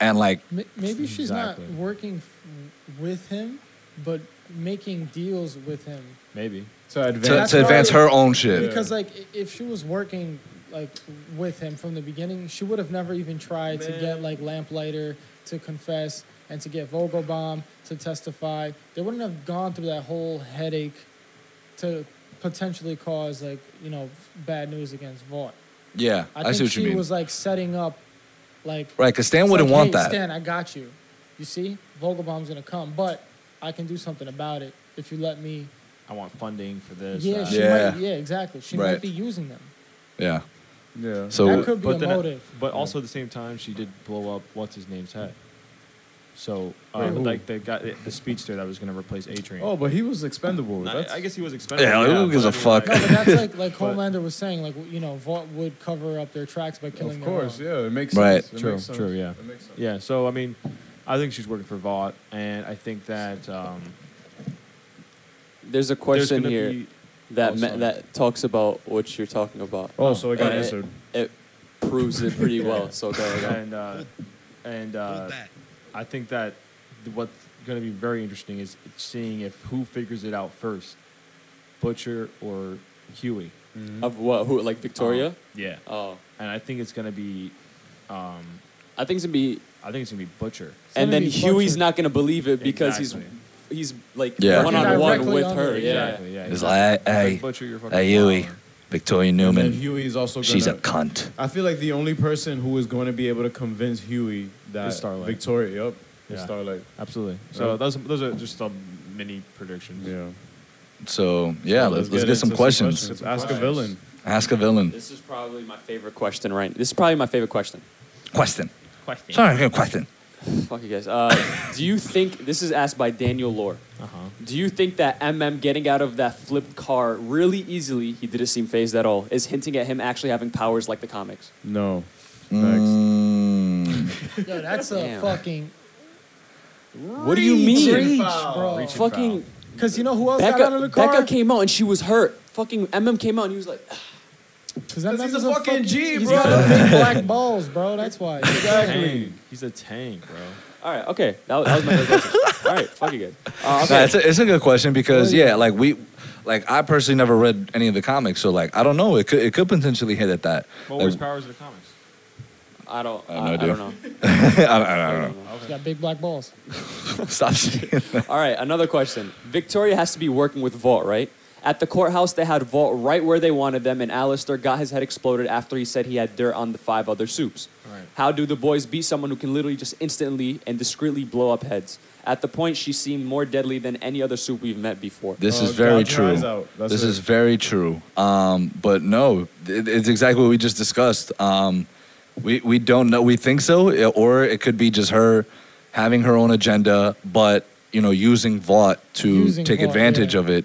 Speaker 3: and like,
Speaker 5: Ma- Maybe she's
Speaker 2: Exactly.
Speaker 5: not working f- with him, but making deals with him.
Speaker 2: Maybe.
Speaker 6: So
Speaker 3: to,
Speaker 6: advance.
Speaker 3: to advance her own
Speaker 6: Yeah.
Speaker 3: shit.
Speaker 5: Because like i- if she was working like with him from the beginning, she would have never even tried to get like Lamplighter to confess and to get Vogelbaum to testify. They wouldn't have gone through that whole headache to potentially cause like you know bad news against Vaught.
Speaker 3: Yeah,
Speaker 5: I,
Speaker 3: I,
Speaker 5: think
Speaker 3: see what
Speaker 5: she
Speaker 3: you mean.
Speaker 5: was like setting up like
Speaker 3: right, because Stan
Speaker 5: It's
Speaker 3: wouldn't
Speaker 5: like,
Speaker 3: want
Speaker 5: hey,
Speaker 3: that.
Speaker 5: Stan, I got you. You see, Vogelbaum's gonna come, but I can do something about it if you let me.
Speaker 2: I want funding for this.
Speaker 5: yeah,
Speaker 2: that.
Speaker 5: she
Speaker 3: Yeah.
Speaker 5: might. Yeah, exactly. She
Speaker 3: Right.
Speaker 5: might be using them.
Speaker 3: Yeah.
Speaker 6: Yeah.
Speaker 3: So
Speaker 5: that could be
Speaker 2: but
Speaker 5: a
Speaker 2: then at-
Speaker 5: motive.
Speaker 2: but also at the same time, she did blow up what's his name's head. So uh,
Speaker 6: Wait, who?
Speaker 2: like the guy, the speedster that was going to replace Adrian.
Speaker 6: Oh, but he was expendable.
Speaker 2: I,
Speaker 6: That's,
Speaker 2: I guess he was expendable.
Speaker 3: Yeah, like, who
Speaker 2: but
Speaker 3: gives
Speaker 2: I
Speaker 3: a
Speaker 2: mean,
Speaker 3: fuck?
Speaker 5: no, but that's like like Homelander was saying, like you know, Vought would cover up their tracks by killing.
Speaker 6: Of
Speaker 5: their
Speaker 6: course,
Speaker 5: own.
Speaker 6: yeah, it makes
Speaker 3: Right.
Speaker 6: sense. It
Speaker 2: True,
Speaker 6: makes sense.
Speaker 2: true, yeah.
Speaker 6: It makes sense.
Speaker 2: Yeah, so I mean, I think she's working for Vought, and I think that um,
Speaker 4: There's a
Speaker 2: there's
Speaker 4: question
Speaker 2: gonna
Speaker 4: here
Speaker 2: be-
Speaker 4: that
Speaker 2: oh,
Speaker 4: ma-
Speaker 2: sorry.
Speaker 4: that talks about what you're talking about.
Speaker 6: Oh, so it got
Speaker 4: And
Speaker 6: answered.
Speaker 4: It, it proves it pretty well. So go ahead.
Speaker 2: and uh, and uh, I think that th- what's going to be very interesting is seeing if who figures it out first, Butcher or Huey.
Speaker 4: Of what? Who? Like Victoria?
Speaker 2: Yeah,
Speaker 4: Oh,
Speaker 2: and I think it's going to be,
Speaker 4: I think it's gonna be.
Speaker 2: I think it's going to be Butcher.
Speaker 5: It's
Speaker 4: And
Speaker 5: gonna
Speaker 4: then
Speaker 5: be
Speaker 4: Huey's
Speaker 5: butchered.
Speaker 4: not gonna believe it because
Speaker 2: Exactly.
Speaker 4: he's he's like
Speaker 3: Yeah.
Speaker 4: one on one
Speaker 5: Directly
Speaker 4: with
Speaker 5: on
Speaker 4: her.
Speaker 5: her,
Speaker 4: Yeah.
Speaker 2: Exactly. Yeah.
Speaker 3: It's
Speaker 2: exactly.
Speaker 3: like,
Speaker 2: It's like
Speaker 3: hey,
Speaker 2: Butcher, you're fucking
Speaker 3: hey, Huey,
Speaker 2: follower.
Speaker 3: Victoria
Speaker 6: And then
Speaker 3: Newman,
Speaker 6: Huey is also. Gonna,
Speaker 3: she's a cunt.
Speaker 6: I feel like the only person who is going to be able to convince Huey that
Speaker 2: Is Starlight.
Speaker 6: Victoria, yep, is
Speaker 2: Yeah.
Speaker 6: Starlight.
Speaker 2: Absolutely. So
Speaker 6: Right.
Speaker 2: those those are just some mini predictions.
Speaker 6: Yeah.
Speaker 3: So yeah, let's, let's get, some questions.
Speaker 6: Let's ask a villain.
Speaker 3: Ask a villain.
Speaker 4: This is probably my favorite question. Right. This is probably my favorite question.
Speaker 3: Question.
Speaker 2: Question.
Speaker 3: Sorry, good question.
Speaker 4: Fuck you guys. Uh, do you think this is asked by Daniel Lore?
Speaker 2: Uh-huh.
Speaker 4: Do you think that MM getting out of that flipped car really easily, he didn't seem phased at all, is hinting at him actually having powers like the comics?
Speaker 6: No.
Speaker 3: Mm,
Speaker 5: Yo, that's a
Speaker 4: Damn.
Speaker 5: fucking
Speaker 4: What do you mean?
Speaker 5: bro.
Speaker 4: Fucking
Speaker 5: Because you know who else got out of
Speaker 4: Becca,
Speaker 5: the car?
Speaker 4: Becca came out and she was hurt. Fucking MM came out and he was like,
Speaker 5: Cause that
Speaker 6: he's
Speaker 5: man's
Speaker 6: a fucking G,
Speaker 5: he's
Speaker 6: bro.
Speaker 5: got big black balls, bro. That's why.
Speaker 2: Tank. He's a tank, bro.
Speaker 4: all right, okay, that was, that was my first question. All right, fuck you guys. Uh,
Speaker 3: Nah,
Speaker 4: okay.
Speaker 3: it's, a, it's a good question because yeah, like we, like I personally never read any of the comics, so like I don't know. It could it could potentially hit at that.
Speaker 2: What were his
Speaker 3: Like,
Speaker 2: powers in the comics?
Speaker 4: I don't,
Speaker 3: I
Speaker 4: I,
Speaker 3: have no
Speaker 4: I
Speaker 3: idea.
Speaker 4: don't know.
Speaker 3: I don't, I
Speaker 4: I
Speaker 3: don't
Speaker 4: don't know.
Speaker 5: He's got big black balls.
Speaker 3: know. Stop saying that.
Speaker 4: All right, another question. Victoria has to be working with Vault, right? At the courthouse, they had Vault right where they wanted them, and Alistair got his head exploded after he said he had dirt on the five other soups.
Speaker 2: Right.
Speaker 4: How do the boys beat someone who can literally just instantly and discreetly blow up heads? At the point, she seemed more deadly than any other soup we've met before.
Speaker 3: This
Speaker 6: Uh,
Speaker 3: is very
Speaker 6: dodge your
Speaker 3: true.
Speaker 6: eyes out. That's
Speaker 3: This
Speaker 6: it.
Speaker 3: is very true. Um, but no, it, it's exactly what we just discussed. Um, We we don't know. We think so, i- or it could be just her having her own agenda, but you know, using Vought to
Speaker 5: Using
Speaker 3: take
Speaker 5: Vought,
Speaker 3: advantage
Speaker 5: yeah.
Speaker 3: of it.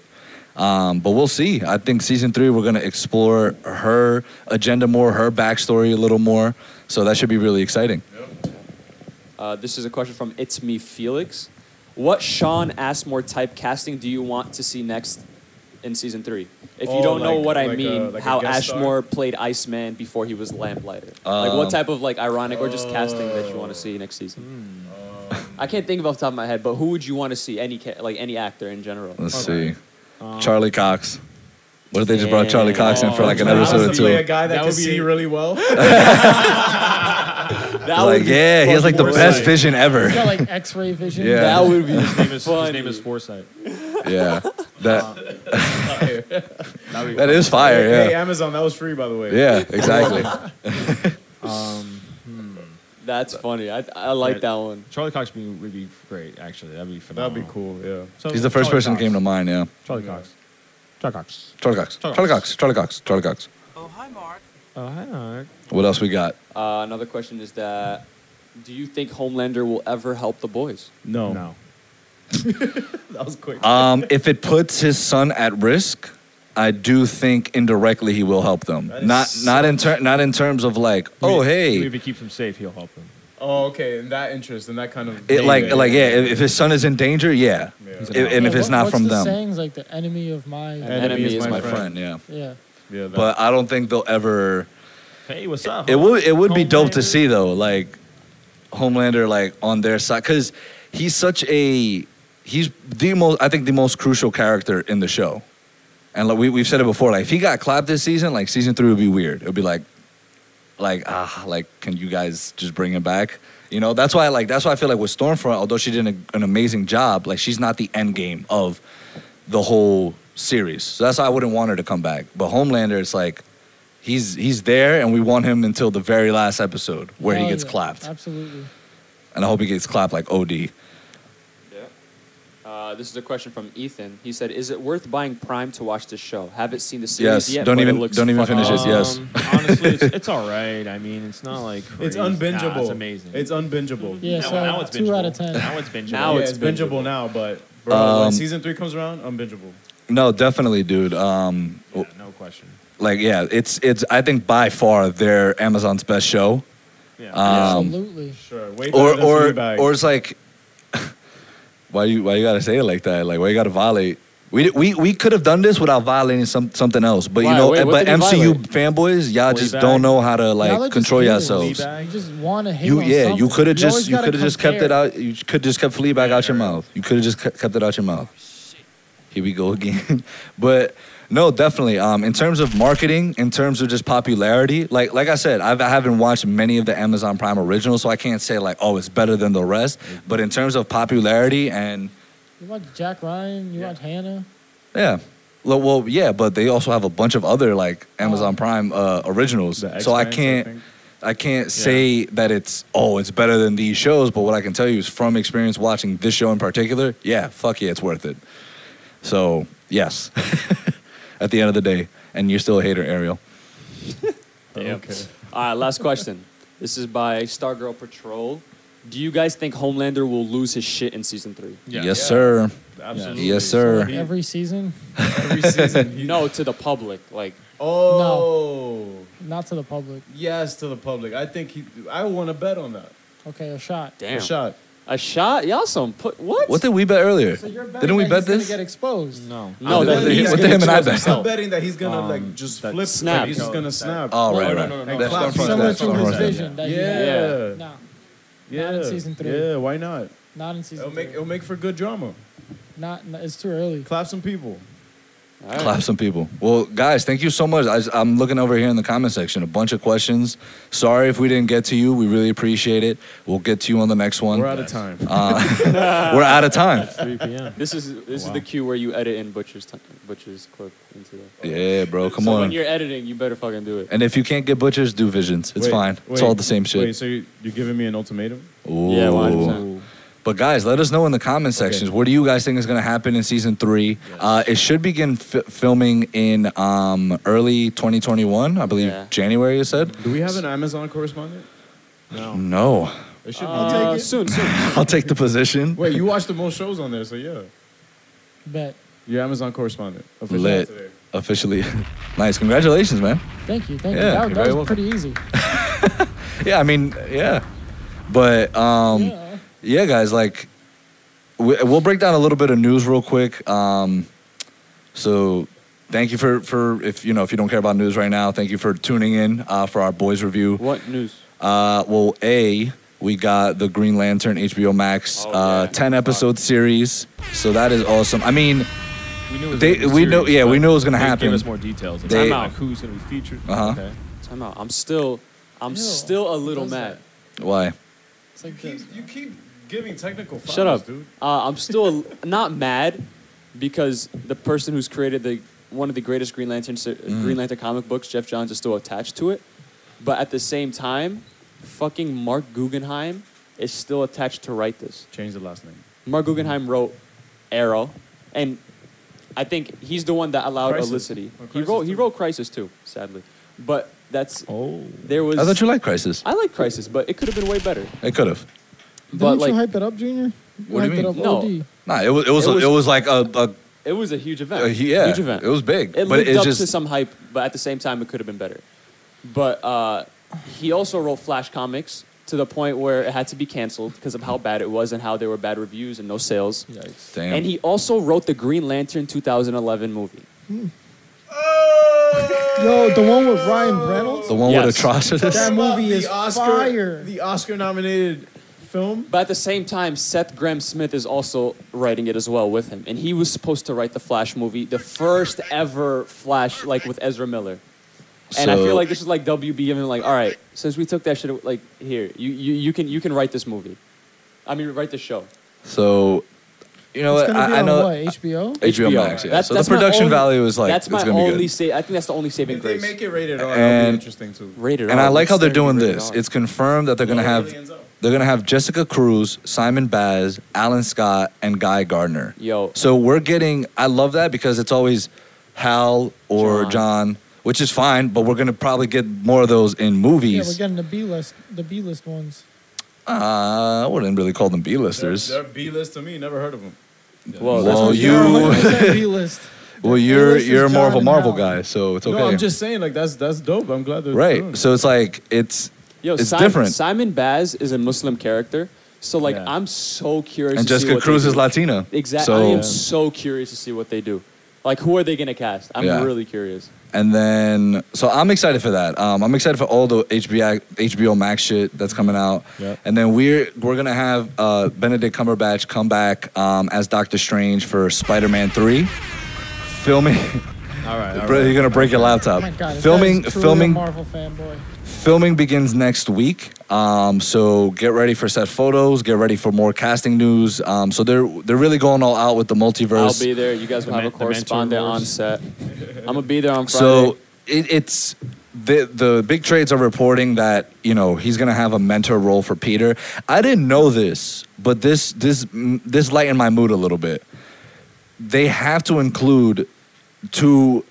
Speaker 3: Um, but we'll see. I think season three, we're gonna explore her agenda more, her backstory a little more. So that should be really exciting.
Speaker 4: Uh, this is a question from It's Me Felix. What Sean Asmore type casting do you want to see next in season three? If you
Speaker 6: Oh,
Speaker 4: don't know
Speaker 6: like-
Speaker 4: what I
Speaker 6: like a-
Speaker 4: mean,
Speaker 6: like a
Speaker 4: how
Speaker 6: guest star?
Speaker 4: Ashmore played Iceman before he was Lamplighter. like what
Speaker 3: Um,
Speaker 4: type of like ironic or just casting that you
Speaker 6: oh.
Speaker 4: want to see next season?
Speaker 6: Hmm.
Speaker 4: I can't think of off the top of my head, but who would you want to see any ca- like any actor in general?
Speaker 3: Let's
Speaker 2: Okay.
Speaker 3: see.
Speaker 6: Um,
Speaker 3: Charlie Cox. What if they just brought Charlie Cox in for
Speaker 4: Oh,
Speaker 3: like an
Speaker 6: Like,
Speaker 3: episode or
Speaker 6: honestly,
Speaker 3: two?
Speaker 6: a guy
Speaker 2: That
Speaker 6: that, can
Speaker 2: would be-
Speaker 6: see really well.
Speaker 4: That
Speaker 3: Like,
Speaker 4: would be
Speaker 3: yeah, he has like the
Speaker 4: fucking
Speaker 3: best
Speaker 4: sick.
Speaker 3: vision ever.
Speaker 5: He's got like X-ray vision.
Speaker 3: Yeah.
Speaker 4: That would
Speaker 2: His
Speaker 4: be
Speaker 2: name is, his name
Speaker 4: funny.
Speaker 2: is Foresight.
Speaker 3: Yeah, that
Speaker 2: That would be
Speaker 3: that is fire.
Speaker 6: Hey,
Speaker 3: Yeah,
Speaker 6: Amazon, that was free, by the way.
Speaker 3: yeah, exactly.
Speaker 4: That's funny. I, I like that one.
Speaker 2: Charlie Cox would be, would be great, actually. That'd be
Speaker 6: That'd
Speaker 2: phenomenal.
Speaker 6: be cool. Yeah.
Speaker 2: So,
Speaker 3: He's the first
Speaker 2: Charlie
Speaker 3: person that
Speaker 2: Cox.
Speaker 3: came to mind. Yeah,
Speaker 2: Charlie Cox. Charlie Cox.
Speaker 3: Charlie Cox. Charlie Cox. Charlie Cox. Charlie Cox.
Speaker 2: Oh, hi, Mark.
Speaker 3: What else we got?
Speaker 4: Uh, another question is that do you think Homelander will ever help the boys?
Speaker 6: No.
Speaker 2: No.
Speaker 6: That was quick.
Speaker 3: Um, if it puts his son at risk, I do think indirectly he will help them.
Speaker 6: That is
Speaker 3: Not not in ter- not in terms of like, oh
Speaker 2: Maybe- maybe
Speaker 3: hey,
Speaker 2: If he keeps him safe, he'll help him.
Speaker 6: oh, okay. In that interest, in that kind of.
Speaker 3: it, like
Speaker 6: Yeah,
Speaker 3: like yeah, if, if his son is in danger, yeah,
Speaker 6: Yeah.
Speaker 2: He's
Speaker 3: If-
Speaker 2: an outlaw.
Speaker 3: and if it's
Speaker 5: what-
Speaker 3: not
Speaker 5: what's
Speaker 3: from
Speaker 5: the
Speaker 3: them,
Speaker 5: saying's like the enemy of my.
Speaker 4: Enemy is my
Speaker 3: my friend, yeah.
Speaker 5: Yeah.
Speaker 6: Yeah, that-
Speaker 3: But I don't think they'll ever.
Speaker 2: Hey, what's up?
Speaker 3: It
Speaker 2: huh?
Speaker 3: would it would be dope to
Speaker 2: Homelander?
Speaker 3: see though, like Homelander like on their side because he's such a he's the most I think the most crucial character in the show, and like we we've said it before, like if he got clapped this season, like season three would be weird. It would be like, like ah, like can you guys just bring him back? You know, that's why like that's why I feel like with Stormfront, although she did an, an amazing job, like she's not the end game of the whole series. So that's why I wouldn't want her to come back. But Homelander, it's like he's he's there, and we want him until the very last episode where he
Speaker 5: Hell
Speaker 3: gets
Speaker 5: yeah,
Speaker 3: clapped,
Speaker 5: Absolutely.
Speaker 3: and I hope he gets clapped like OD.
Speaker 4: Uh, this is a question from Ethan. He said, "Is it worth buying Prime to watch this show? Haven't seen the series
Speaker 3: Yes,
Speaker 4: yet.
Speaker 3: don't
Speaker 4: but it
Speaker 3: even-
Speaker 4: looks Uh,
Speaker 3: don't even
Speaker 4: fucking
Speaker 3: finish it,
Speaker 4: awesome."
Speaker 3: yeah. yes.
Speaker 2: Um, honestly, it's, it's all right. I mean, it's not like
Speaker 6: it's
Speaker 2: crazy. Nah,
Speaker 6: unbingeable.
Speaker 2: it's amazing.
Speaker 6: It's unbingeable.
Speaker 5: Yeah.
Speaker 2: Now-
Speaker 5: so
Speaker 2: now it's
Speaker 5: two
Speaker 2: bingeable.
Speaker 5: out of ten.
Speaker 2: Now it's bingeable.
Speaker 4: Now
Speaker 6: yeah,
Speaker 4: it's
Speaker 6: it's bingeable,
Speaker 4: bingeable.
Speaker 6: now, but bro,
Speaker 3: Um,
Speaker 6: when season three comes around, unbingeable.
Speaker 3: No, definitely, dude. Um,
Speaker 2: Yeah, no question.
Speaker 3: like yeah, it's it's I think by far they're Amazon's best show.
Speaker 2: Yeah.
Speaker 3: Um,
Speaker 5: Absolutely.
Speaker 6: Sure. Way better
Speaker 3: or
Speaker 6: than
Speaker 3: or
Speaker 6: Fleabag.
Speaker 3: or it's like why you why you gotta say it like that? Like why you gotta violate? We we we could have done this without violating some something else, but
Speaker 4: Why?
Speaker 3: you know,
Speaker 4: Wait, what
Speaker 3: but
Speaker 4: did we
Speaker 3: MCU fanboys, y'all just
Speaker 2: Fleabag?
Speaker 3: don't know how to like
Speaker 5: Y'all are just
Speaker 3: control
Speaker 5: haters.
Speaker 3: yourselves.
Speaker 5: You just want to hate.
Speaker 3: You
Speaker 5: on
Speaker 3: yeah, you
Speaker 5: something.
Speaker 3: could have
Speaker 5: always
Speaker 3: just you
Speaker 5: gotta
Speaker 3: could have just kept
Speaker 5: compare.
Speaker 3: it out. You could just kept Fleabag out your mouth. You could have just ke- kept it out your mouth. Here we go again. but no, definitely. Um, in terms of marketing, in terms of just popularity, like like I said, I've, I haven't watched many of the Amazon Prime originals, so I can't say like, oh, it's better than the rest.
Speaker 5: Mm-hmm.
Speaker 3: But in terms of popularity and
Speaker 5: You watch Jack Ryan. You watch Hannah.
Speaker 3: yeah. Well, well, yeah, but they also have a bunch of other like
Speaker 5: Oh.
Speaker 3: Amazon Prime uh, originals.
Speaker 6: The
Speaker 3: So I
Speaker 6: Expanse, I
Speaker 3: can't,
Speaker 6: think.
Speaker 3: I, can't say that it's oh, it's better than these shows. But what I can tell you is from experience watching this show in particular, yeah, fuck yeah, it's worth it. So yes, at the end of the day, and you're still a hater, Ariel.
Speaker 6: okay.
Speaker 4: All right, last question. This is by Stargirl Patrol. Do you guys think Homelander will lose his shit in season three?
Speaker 2: Yeah.
Speaker 3: Yes, sir.
Speaker 6: Absolutely.
Speaker 3: Yes, sir.
Speaker 6: He-
Speaker 5: Every season,
Speaker 6: every season. he-
Speaker 4: No, to the public. Like,
Speaker 6: Oh.
Speaker 5: not to the public.
Speaker 6: Yes, to the public. I think he. I want to bet on that.
Speaker 5: Okay, a shot.
Speaker 4: damn,
Speaker 6: A shot.
Speaker 4: A shot? Y'all some put what?
Speaker 3: What did we bet earlier?
Speaker 5: So you're betting
Speaker 3: Didn't we
Speaker 5: that
Speaker 3: bet
Speaker 5: he's gonna
Speaker 3: this?
Speaker 5: Get exposed.
Speaker 2: No.
Speaker 4: No,
Speaker 3: What
Speaker 4: that
Speaker 3: the-
Speaker 4: he's
Speaker 3: what the
Speaker 4: gonna
Speaker 3: him and I
Speaker 4: choose
Speaker 3: bet?
Speaker 4: himself.
Speaker 6: I'm betting that he's gonna like just
Speaker 2: that
Speaker 6: flip.
Speaker 4: snap.
Speaker 6: Um, Snap. He's just gonna
Speaker 2: That-
Speaker 6: snap.
Speaker 3: Oh, right,
Speaker 2: No, no,
Speaker 3: right.
Speaker 2: no, no,
Speaker 3: That's
Speaker 2: no.
Speaker 3: Stormfront,
Speaker 5: Similar
Speaker 3: that's
Speaker 5: to his
Speaker 3: Stormfront.
Speaker 5: vision.
Speaker 6: yeah.
Speaker 5: That
Speaker 6: Yeah.
Speaker 5: He, no,
Speaker 6: yeah.
Speaker 5: in season three.
Speaker 6: Yeah. Why not?
Speaker 5: not in season.
Speaker 6: It'll make
Speaker 5: three.
Speaker 6: it'll make for good drama.
Speaker 5: Not. no, It's too early.
Speaker 6: Clap some people.
Speaker 4: All right.
Speaker 3: Clap some people. Well, guys, thank you so much. I, am looking over here in the comment section. A bunch of questions. Sorry if we didn't get to you. We really appreciate it. We'll get to you on the next one.
Speaker 6: We're out of time.
Speaker 3: Uh, we're out of time.
Speaker 2: 3 p.m.
Speaker 4: This is this is the cue where you edit in Butcher's t- Butcher's clip into that.
Speaker 3: Yeah, bro. Come
Speaker 4: so
Speaker 3: on.
Speaker 4: when you're editing, you better fucking do it.
Speaker 3: and if you can't get butchers, do visions. It's
Speaker 6: Wait,
Speaker 3: fine. It's
Speaker 6: wait,
Speaker 3: all the same shit.
Speaker 6: Wait, so you- you're giving me an ultimatum?
Speaker 3: Ooh.
Speaker 4: Yeah, 100%.
Speaker 3: But guys, let us know in the comment sections. What do you guys think is going to happen in season three? Uh, it should begin f- filming in um, early 2021, I believe
Speaker 4: Yeah.
Speaker 3: January. You said.
Speaker 6: Do we have an Amazon correspondent?
Speaker 2: No.
Speaker 3: No,
Speaker 6: It should
Speaker 4: Uh,
Speaker 6: be.
Speaker 4: soon, soon.
Speaker 3: I'll take the position.
Speaker 6: Wait, you watch the most shows on there, so yeah.
Speaker 5: Bet.
Speaker 6: You're Amazon correspondent. Official
Speaker 3: Lit.
Speaker 6: today.
Speaker 3: Officially, nice. Congratulations, man.
Speaker 5: Thank you. Thank
Speaker 3: Yeah, you're
Speaker 5: you. That, that
Speaker 3: very
Speaker 5: was
Speaker 3: welcome.
Speaker 5: pretty easy.
Speaker 3: Yeah, I mean, yeah. But um, yeah.
Speaker 5: yeah.
Speaker 3: guys, like, we, we'll break down a little bit of news real quick. Um, so, thank you for for if you know if you don't care about news right now, thank you for tuning in uh, for our boys review.
Speaker 4: What news?
Speaker 3: Uh, well, A, we got the Green Lantern HBO Max
Speaker 4: Oh,
Speaker 3: uh,
Speaker 4: yeah.
Speaker 3: 10 episode series. So that is awesome. I mean,
Speaker 2: We knew it was
Speaker 3: They-
Speaker 2: gonna be
Speaker 3: we know-
Speaker 2: serious,
Speaker 3: yeah, we
Speaker 2: but
Speaker 3: knew it was gonna
Speaker 2: they
Speaker 3: happen.
Speaker 2: Give us more details.
Speaker 3: They-
Speaker 2: They, like who's gonna be featured.
Speaker 3: Uh-huh.
Speaker 2: Okay.
Speaker 4: Time out. I'm still, I'm
Speaker 5: Ew.
Speaker 4: still a little
Speaker 5: What is
Speaker 4: mad.
Speaker 3: why?
Speaker 5: It's like
Speaker 6: Keep-
Speaker 5: this.
Speaker 6: you keep giving technical files,
Speaker 4: Shut up.
Speaker 6: dude.
Speaker 4: Uh, I'm still not mad because the person who's created the one of the greatest Green Lantern ser-
Speaker 3: Mm.
Speaker 4: Green Lantern comic books, Jeff Johns, is still attached to it. But at the same time, fucking Mark Guggenheim is still attached to write this.
Speaker 6: Change the last name.
Speaker 4: Mark Guggenheim wrote Arrow, and I think he's the one that allowed
Speaker 6: Crisis.
Speaker 4: Elicity.
Speaker 6: Oh,
Speaker 4: He
Speaker 6: Crisis
Speaker 4: wrote he
Speaker 6: too.
Speaker 4: wrote Crisis too, sadly. But that's
Speaker 2: Oh.
Speaker 4: there was.
Speaker 3: I thought you liked Crisis.
Speaker 4: I like Crisis, but it could have been way better.
Speaker 3: It could have.
Speaker 4: but
Speaker 5: Didn't
Speaker 4: like
Speaker 5: you hype it up, Junior? You
Speaker 3: What do you
Speaker 5: hyped
Speaker 3: mean?
Speaker 5: It up
Speaker 4: No.
Speaker 5: OD.
Speaker 3: Nah, it was it was
Speaker 4: It
Speaker 3: a-
Speaker 4: was-
Speaker 3: it was like a, a
Speaker 4: it was a huge event.
Speaker 3: Uh, he- yeah,
Speaker 4: huge event.
Speaker 3: it was big,
Speaker 4: It
Speaker 3: but
Speaker 4: lived
Speaker 3: it's
Speaker 4: up
Speaker 3: just-
Speaker 4: to some hype, but at the same time, it could have been better. But uh, he also wrote Flash comics to the point where it had to be canceled because of how bad it was and how there were bad reviews and no sales.
Speaker 5: Yikes.
Speaker 3: damn.
Speaker 4: And he also wrote the Green Lantern 2011 movie.
Speaker 5: Yo, the one with Ryan Reynolds.
Speaker 3: the one with
Speaker 4: Yes.
Speaker 3: Atrocitus.
Speaker 5: That movie
Speaker 6: the
Speaker 5: is
Speaker 6: Oscar,
Speaker 5: fire.
Speaker 6: The Oscar-nominated film.
Speaker 4: But at the same time, Seth Graham Smith is also writing it as well with him, and he was supposed to write the Flash movie, the first ever Flash, like with Ezra Miller. And I
Speaker 3: So-
Speaker 4: feel like this is like WB giving him like, all right, since we took that shit, like here, you, you, you can you can write this movie. I mean, write the show.
Speaker 3: So, you know
Speaker 5: it's
Speaker 3: what?
Speaker 5: gonna be
Speaker 3: I, I
Speaker 5: on
Speaker 3: know
Speaker 5: what? HBO.
Speaker 3: HBO, Max. Yeah.
Speaker 4: That's-
Speaker 3: so
Speaker 4: that's
Speaker 3: the
Speaker 4: my
Speaker 3: production
Speaker 4: only-
Speaker 3: value is like
Speaker 4: That's my
Speaker 3: it's gonna
Speaker 4: only
Speaker 3: be good.
Speaker 4: sa- I think that's the only saving
Speaker 6: If they
Speaker 4: grace.
Speaker 6: make it rated R, that'll
Speaker 3: And-
Speaker 6: be interesting too.
Speaker 4: Rated
Speaker 3: And
Speaker 4: R,
Speaker 3: I like how
Speaker 4: it's
Speaker 3: they're
Speaker 4: gonna
Speaker 3: doing
Speaker 4: be rated
Speaker 3: this.
Speaker 4: R.
Speaker 3: It's confirmed that they're gonna
Speaker 6: No
Speaker 3: have
Speaker 6: aliens out.
Speaker 3: they're gonna have Jessica Cruz, Simon Baz, Alan Scott, and Guy Gardner.
Speaker 4: Yo.
Speaker 3: So we're getting. I love that because it's always Hal or John,
Speaker 4: John.
Speaker 3: which is fine. But we're gonna probably get more of those in
Speaker 5: Yeah, we're
Speaker 3: movies.
Speaker 5: getting the B list, the B list ones.
Speaker 3: uh, I wouldn't really call them
Speaker 6: They're,
Speaker 3: B-listers.
Speaker 6: they're B-list to me. Never heard of them.
Speaker 4: Whoa, that's-
Speaker 3: Well,
Speaker 5: They're
Speaker 3: Oh, you.
Speaker 5: 100% B list.
Speaker 3: Well, you're
Speaker 5: B-list is
Speaker 3: you're more
Speaker 5: John
Speaker 3: of a
Speaker 5: and
Speaker 3: Marvel
Speaker 5: Hal.
Speaker 3: guy, so it's okay.
Speaker 6: No, I'm just saying, like that's that's dope. I'm glad they're doing
Speaker 3: right.
Speaker 6: it.
Speaker 3: So it's like it's
Speaker 4: Yo,
Speaker 3: it's
Speaker 4: Simon,
Speaker 3: different.
Speaker 4: Simon Baz is a Muslim character, so like
Speaker 2: Yeah.
Speaker 4: I'm so curious.
Speaker 3: and
Speaker 4: to see
Speaker 3: Jessica
Speaker 4: what they
Speaker 3: Cruz is
Speaker 4: do.
Speaker 3: Latina.
Speaker 4: Exactly. I
Speaker 3: So um,
Speaker 4: am so curious to see what they do. Like, who are they going to cast? I'm
Speaker 3: Yeah.
Speaker 4: really curious.
Speaker 3: and then so I'm excited for that. Um, I'm excited for all the HBO HBO Max shit that's coming out.
Speaker 2: Yep.
Speaker 3: And then we're we're gonna have uh, Benedict Cumberbatch come back um, as Doctor Strange for Spider-Man Three. Filming,
Speaker 2: All right. all
Speaker 3: bro,
Speaker 2: right.
Speaker 3: you're gonna break your
Speaker 5: Oh
Speaker 3: laptop.
Speaker 5: my god, this guy
Speaker 3: filming,
Speaker 5: is truly
Speaker 3: filming,
Speaker 5: A Marvel fanboy.
Speaker 3: filming begins next week. Um, so get ready for set photos. Get ready for more casting news. Um, so they're they're really going all out with the multiverse.
Speaker 4: I'll be there. You guys will
Speaker 2: The
Speaker 4: have
Speaker 2: men-
Speaker 4: a
Speaker 2: the mentor
Speaker 4: correspondent on
Speaker 2: wars.
Speaker 4: set. I'm gonna be there on Friday.
Speaker 3: So it, it's the the big trades are reporting that you know he's gonna have a mentor role for Peter. I didn't know this, but this this mm, this lightened my mood a little bit. They have to include two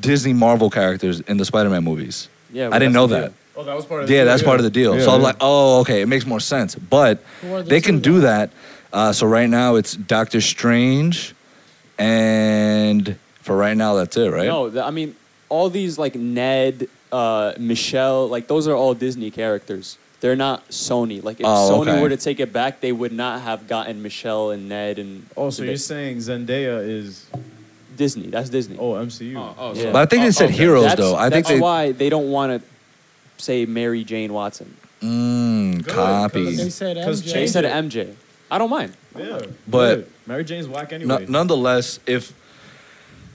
Speaker 3: Disney Marvel characters in the Spider-Man movies.
Speaker 4: Yeah, well,
Speaker 3: I didn't
Speaker 4: that's
Speaker 3: know
Speaker 4: the
Speaker 3: that.
Speaker 4: deal.
Speaker 6: Oh, that was part of the
Speaker 3: Yeah,
Speaker 6: deal,
Speaker 3: that's part of the deal.
Speaker 6: Yeah,
Speaker 3: so I'm
Speaker 6: yeah.
Speaker 3: like, oh, okay, it makes more sense. But
Speaker 5: Who are the
Speaker 3: they
Speaker 5: two
Speaker 3: can do
Speaker 5: then?
Speaker 3: that. Uh, so right now it's Doctor Strange, and for right now that's it, right?
Speaker 4: No, th- I mean all these like Ned, uh, Michelle, like those are all Disney characters. They're not Sony. Like if
Speaker 3: Oh,
Speaker 4: Sony
Speaker 3: okay.
Speaker 4: were to take it back, they would not have gotten Michelle and Ned and
Speaker 6: Oh, so
Speaker 4: the-
Speaker 6: you're saying Zendaya is
Speaker 4: Disney. That's Disney.
Speaker 6: oh MCU?
Speaker 2: Oh, oh,
Speaker 4: Yeah.
Speaker 2: so,
Speaker 3: But I think
Speaker 2: oh,
Speaker 3: they said
Speaker 2: okay.
Speaker 3: heroes
Speaker 4: that's,
Speaker 3: though. I
Speaker 4: that's
Speaker 3: think they
Speaker 4: why they don't want to say Mary Jane Watson.
Speaker 3: mm,
Speaker 6: Good,
Speaker 3: copy.
Speaker 6: 'cause
Speaker 5: They said
Speaker 6: 'cause
Speaker 5: MJ.
Speaker 4: They
Speaker 6: change
Speaker 4: said
Speaker 6: it.
Speaker 4: MJ. I don't mind.
Speaker 6: Yeah,
Speaker 3: But-
Speaker 6: good. Mary Jane's whack
Speaker 3: No-
Speaker 6: anyway.
Speaker 3: nonetheless, if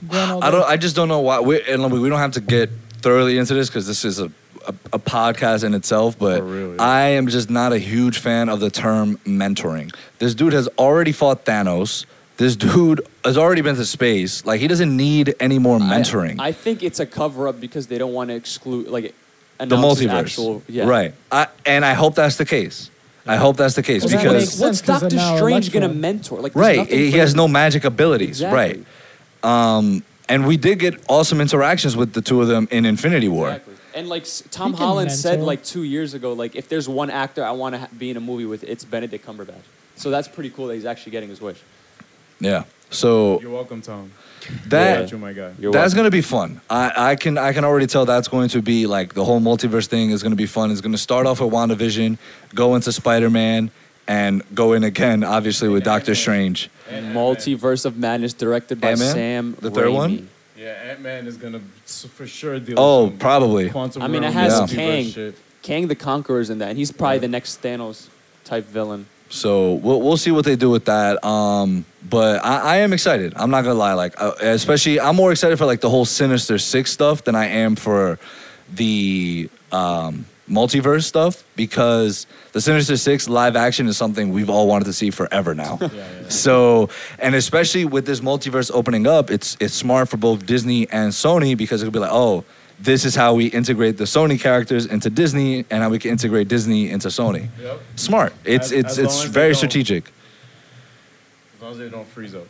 Speaker 5: Grand Old
Speaker 3: I don't, I just don't know why. We and we we don't have to get thoroughly into this because this is a, a a podcast in itself. But
Speaker 6: For real, yeah.
Speaker 3: I am just not a huge fan of the term mentoring. This dude has already fought Thanos. This dude has already been to space. Like he doesn't need any more
Speaker 4: I-
Speaker 3: mentoring.
Speaker 4: I, think it's a cover up because they don't want to exclude like
Speaker 3: the
Speaker 4: announce his
Speaker 3: multiverse,
Speaker 4: actual- yeah.
Speaker 3: right? I, and I hope that's the case. I hope that's the case
Speaker 5: Well, that
Speaker 3: because
Speaker 5: makes
Speaker 4: what's
Speaker 5: sense 'cause
Speaker 4: Doctor
Speaker 5: they're now
Speaker 4: Strange gonna
Speaker 5: electro.
Speaker 4: mentor? Like, there's
Speaker 3: right,
Speaker 4: nothing
Speaker 3: he
Speaker 4: for
Speaker 3: has
Speaker 4: him.
Speaker 3: no magic abilities,
Speaker 4: Exactly.
Speaker 3: right? Um, and we did get awesome interactions with the two of them in Infinity War.
Speaker 4: Exactly. And like s- Tom
Speaker 5: He can
Speaker 4: Holland said
Speaker 5: mentor.
Speaker 4: like two years ago, like if there's one actor I want to ha- be in a movie with, it's Benedict Cumberbatch. So that's pretty cool that he's actually getting his wish.
Speaker 3: Yeah, so
Speaker 6: You're welcome, Tom.
Speaker 3: that.
Speaker 6: You're my guy.
Speaker 4: You're
Speaker 3: that's
Speaker 4: welcome.
Speaker 3: gonna be fun. I, I can I can already tell that's going to be like the whole multiverse thing is gonna be fun. It's gonna start off with WandaVision, go into Spider Man, and go in again, obviously with Doctor Strange.
Speaker 6: And
Speaker 4: Multiverse of Madness, directed by
Speaker 3: Ant-Man?
Speaker 4: Sam.
Speaker 3: The third one?
Speaker 4: Raimi.
Speaker 6: Yeah, Ant Man is gonna s- for sure deal.
Speaker 3: Oh,
Speaker 6: with some
Speaker 3: probably.
Speaker 6: Quantum
Speaker 4: I mean, it
Speaker 6: realm
Speaker 4: has
Speaker 6: multiverse
Speaker 4: Kang.
Speaker 6: shit.
Speaker 4: Kang the Conqueror's in that, and he's probably the next Thanos type villain.
Speaker 3: So we'll we'll see what they do with that. Um, but I, I am excited. I'm not gonna lie. Like uh, especially, I'm more excited for like the whole Sinister Six stuff than I am for the um, multiverse stuff because the Sinister Six live action is something we've all wanted to see forever now. So and especially with this multiverse opening up, it's it's smart for both Disney and Sony because it could be like, oh, this is how we integrate the Sony characters into Disney and how we can integrate Disney into Sony.
Speaker 6: Yep.
Speaker 3: Smart. It's
Speaker 6: As-
Speaker 3: it's
Speaker 6: as long
Speaker 3: it's
Speaker 6: as they
Speaker 3: very
Speaker 6: don't-
Speaker 3: strategic.
Speaker 6: As long as they don't freeze up.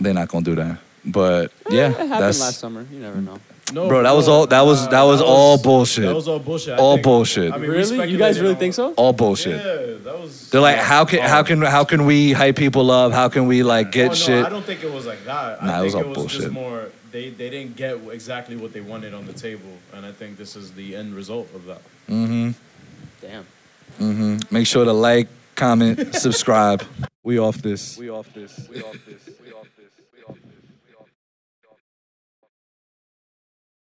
Speaker 3: They're not gonna do that. But yeah,
Speaker 4: Eh, It happened
Speaker 3: that's
Speaker 4: last summer. You
Speaker 6: Hmm.
Speaker 4: never know.
Speaker 6: No,
Speaker 3: Bro, that was all- that was- that was all bullshit.
Speaker 6: That was all bullshit. I
Speaker 3: All
Speaker 6: think.
Speaker 3: bullshit.
Speaker 6: I mean, we
Speaker 4: really? You guys
Speaker 6: speculated
Speaker 4: really
Speaker 6: on-
Speaker 4: think so?
Speaker 3: all bullshit.
Speaker 6: Yeah, that was.
Speaker 3: They're like, how can how can how can we hype people up? How can we like
Speaker 6: Oh,
Speaker 3: get
Speaker 6: no,
Speaker 3: shit?
Speaker 6: I don't think it was like that.
Speaker 3: Nah,
Speaker 6: I
Speaker 3: it was
Speaker 6: think
Speaker 3: all
Speaker 6: it was
Speaker 3: bullshit.
Speaker 6: just more they they didn't get exactly what they wanted on the table, and I think this is the end result of that.
Speaker 4: Damn.
Speaker 3: Make sure to like, comment, subscribe. We off this. We off this. We off this. We off this.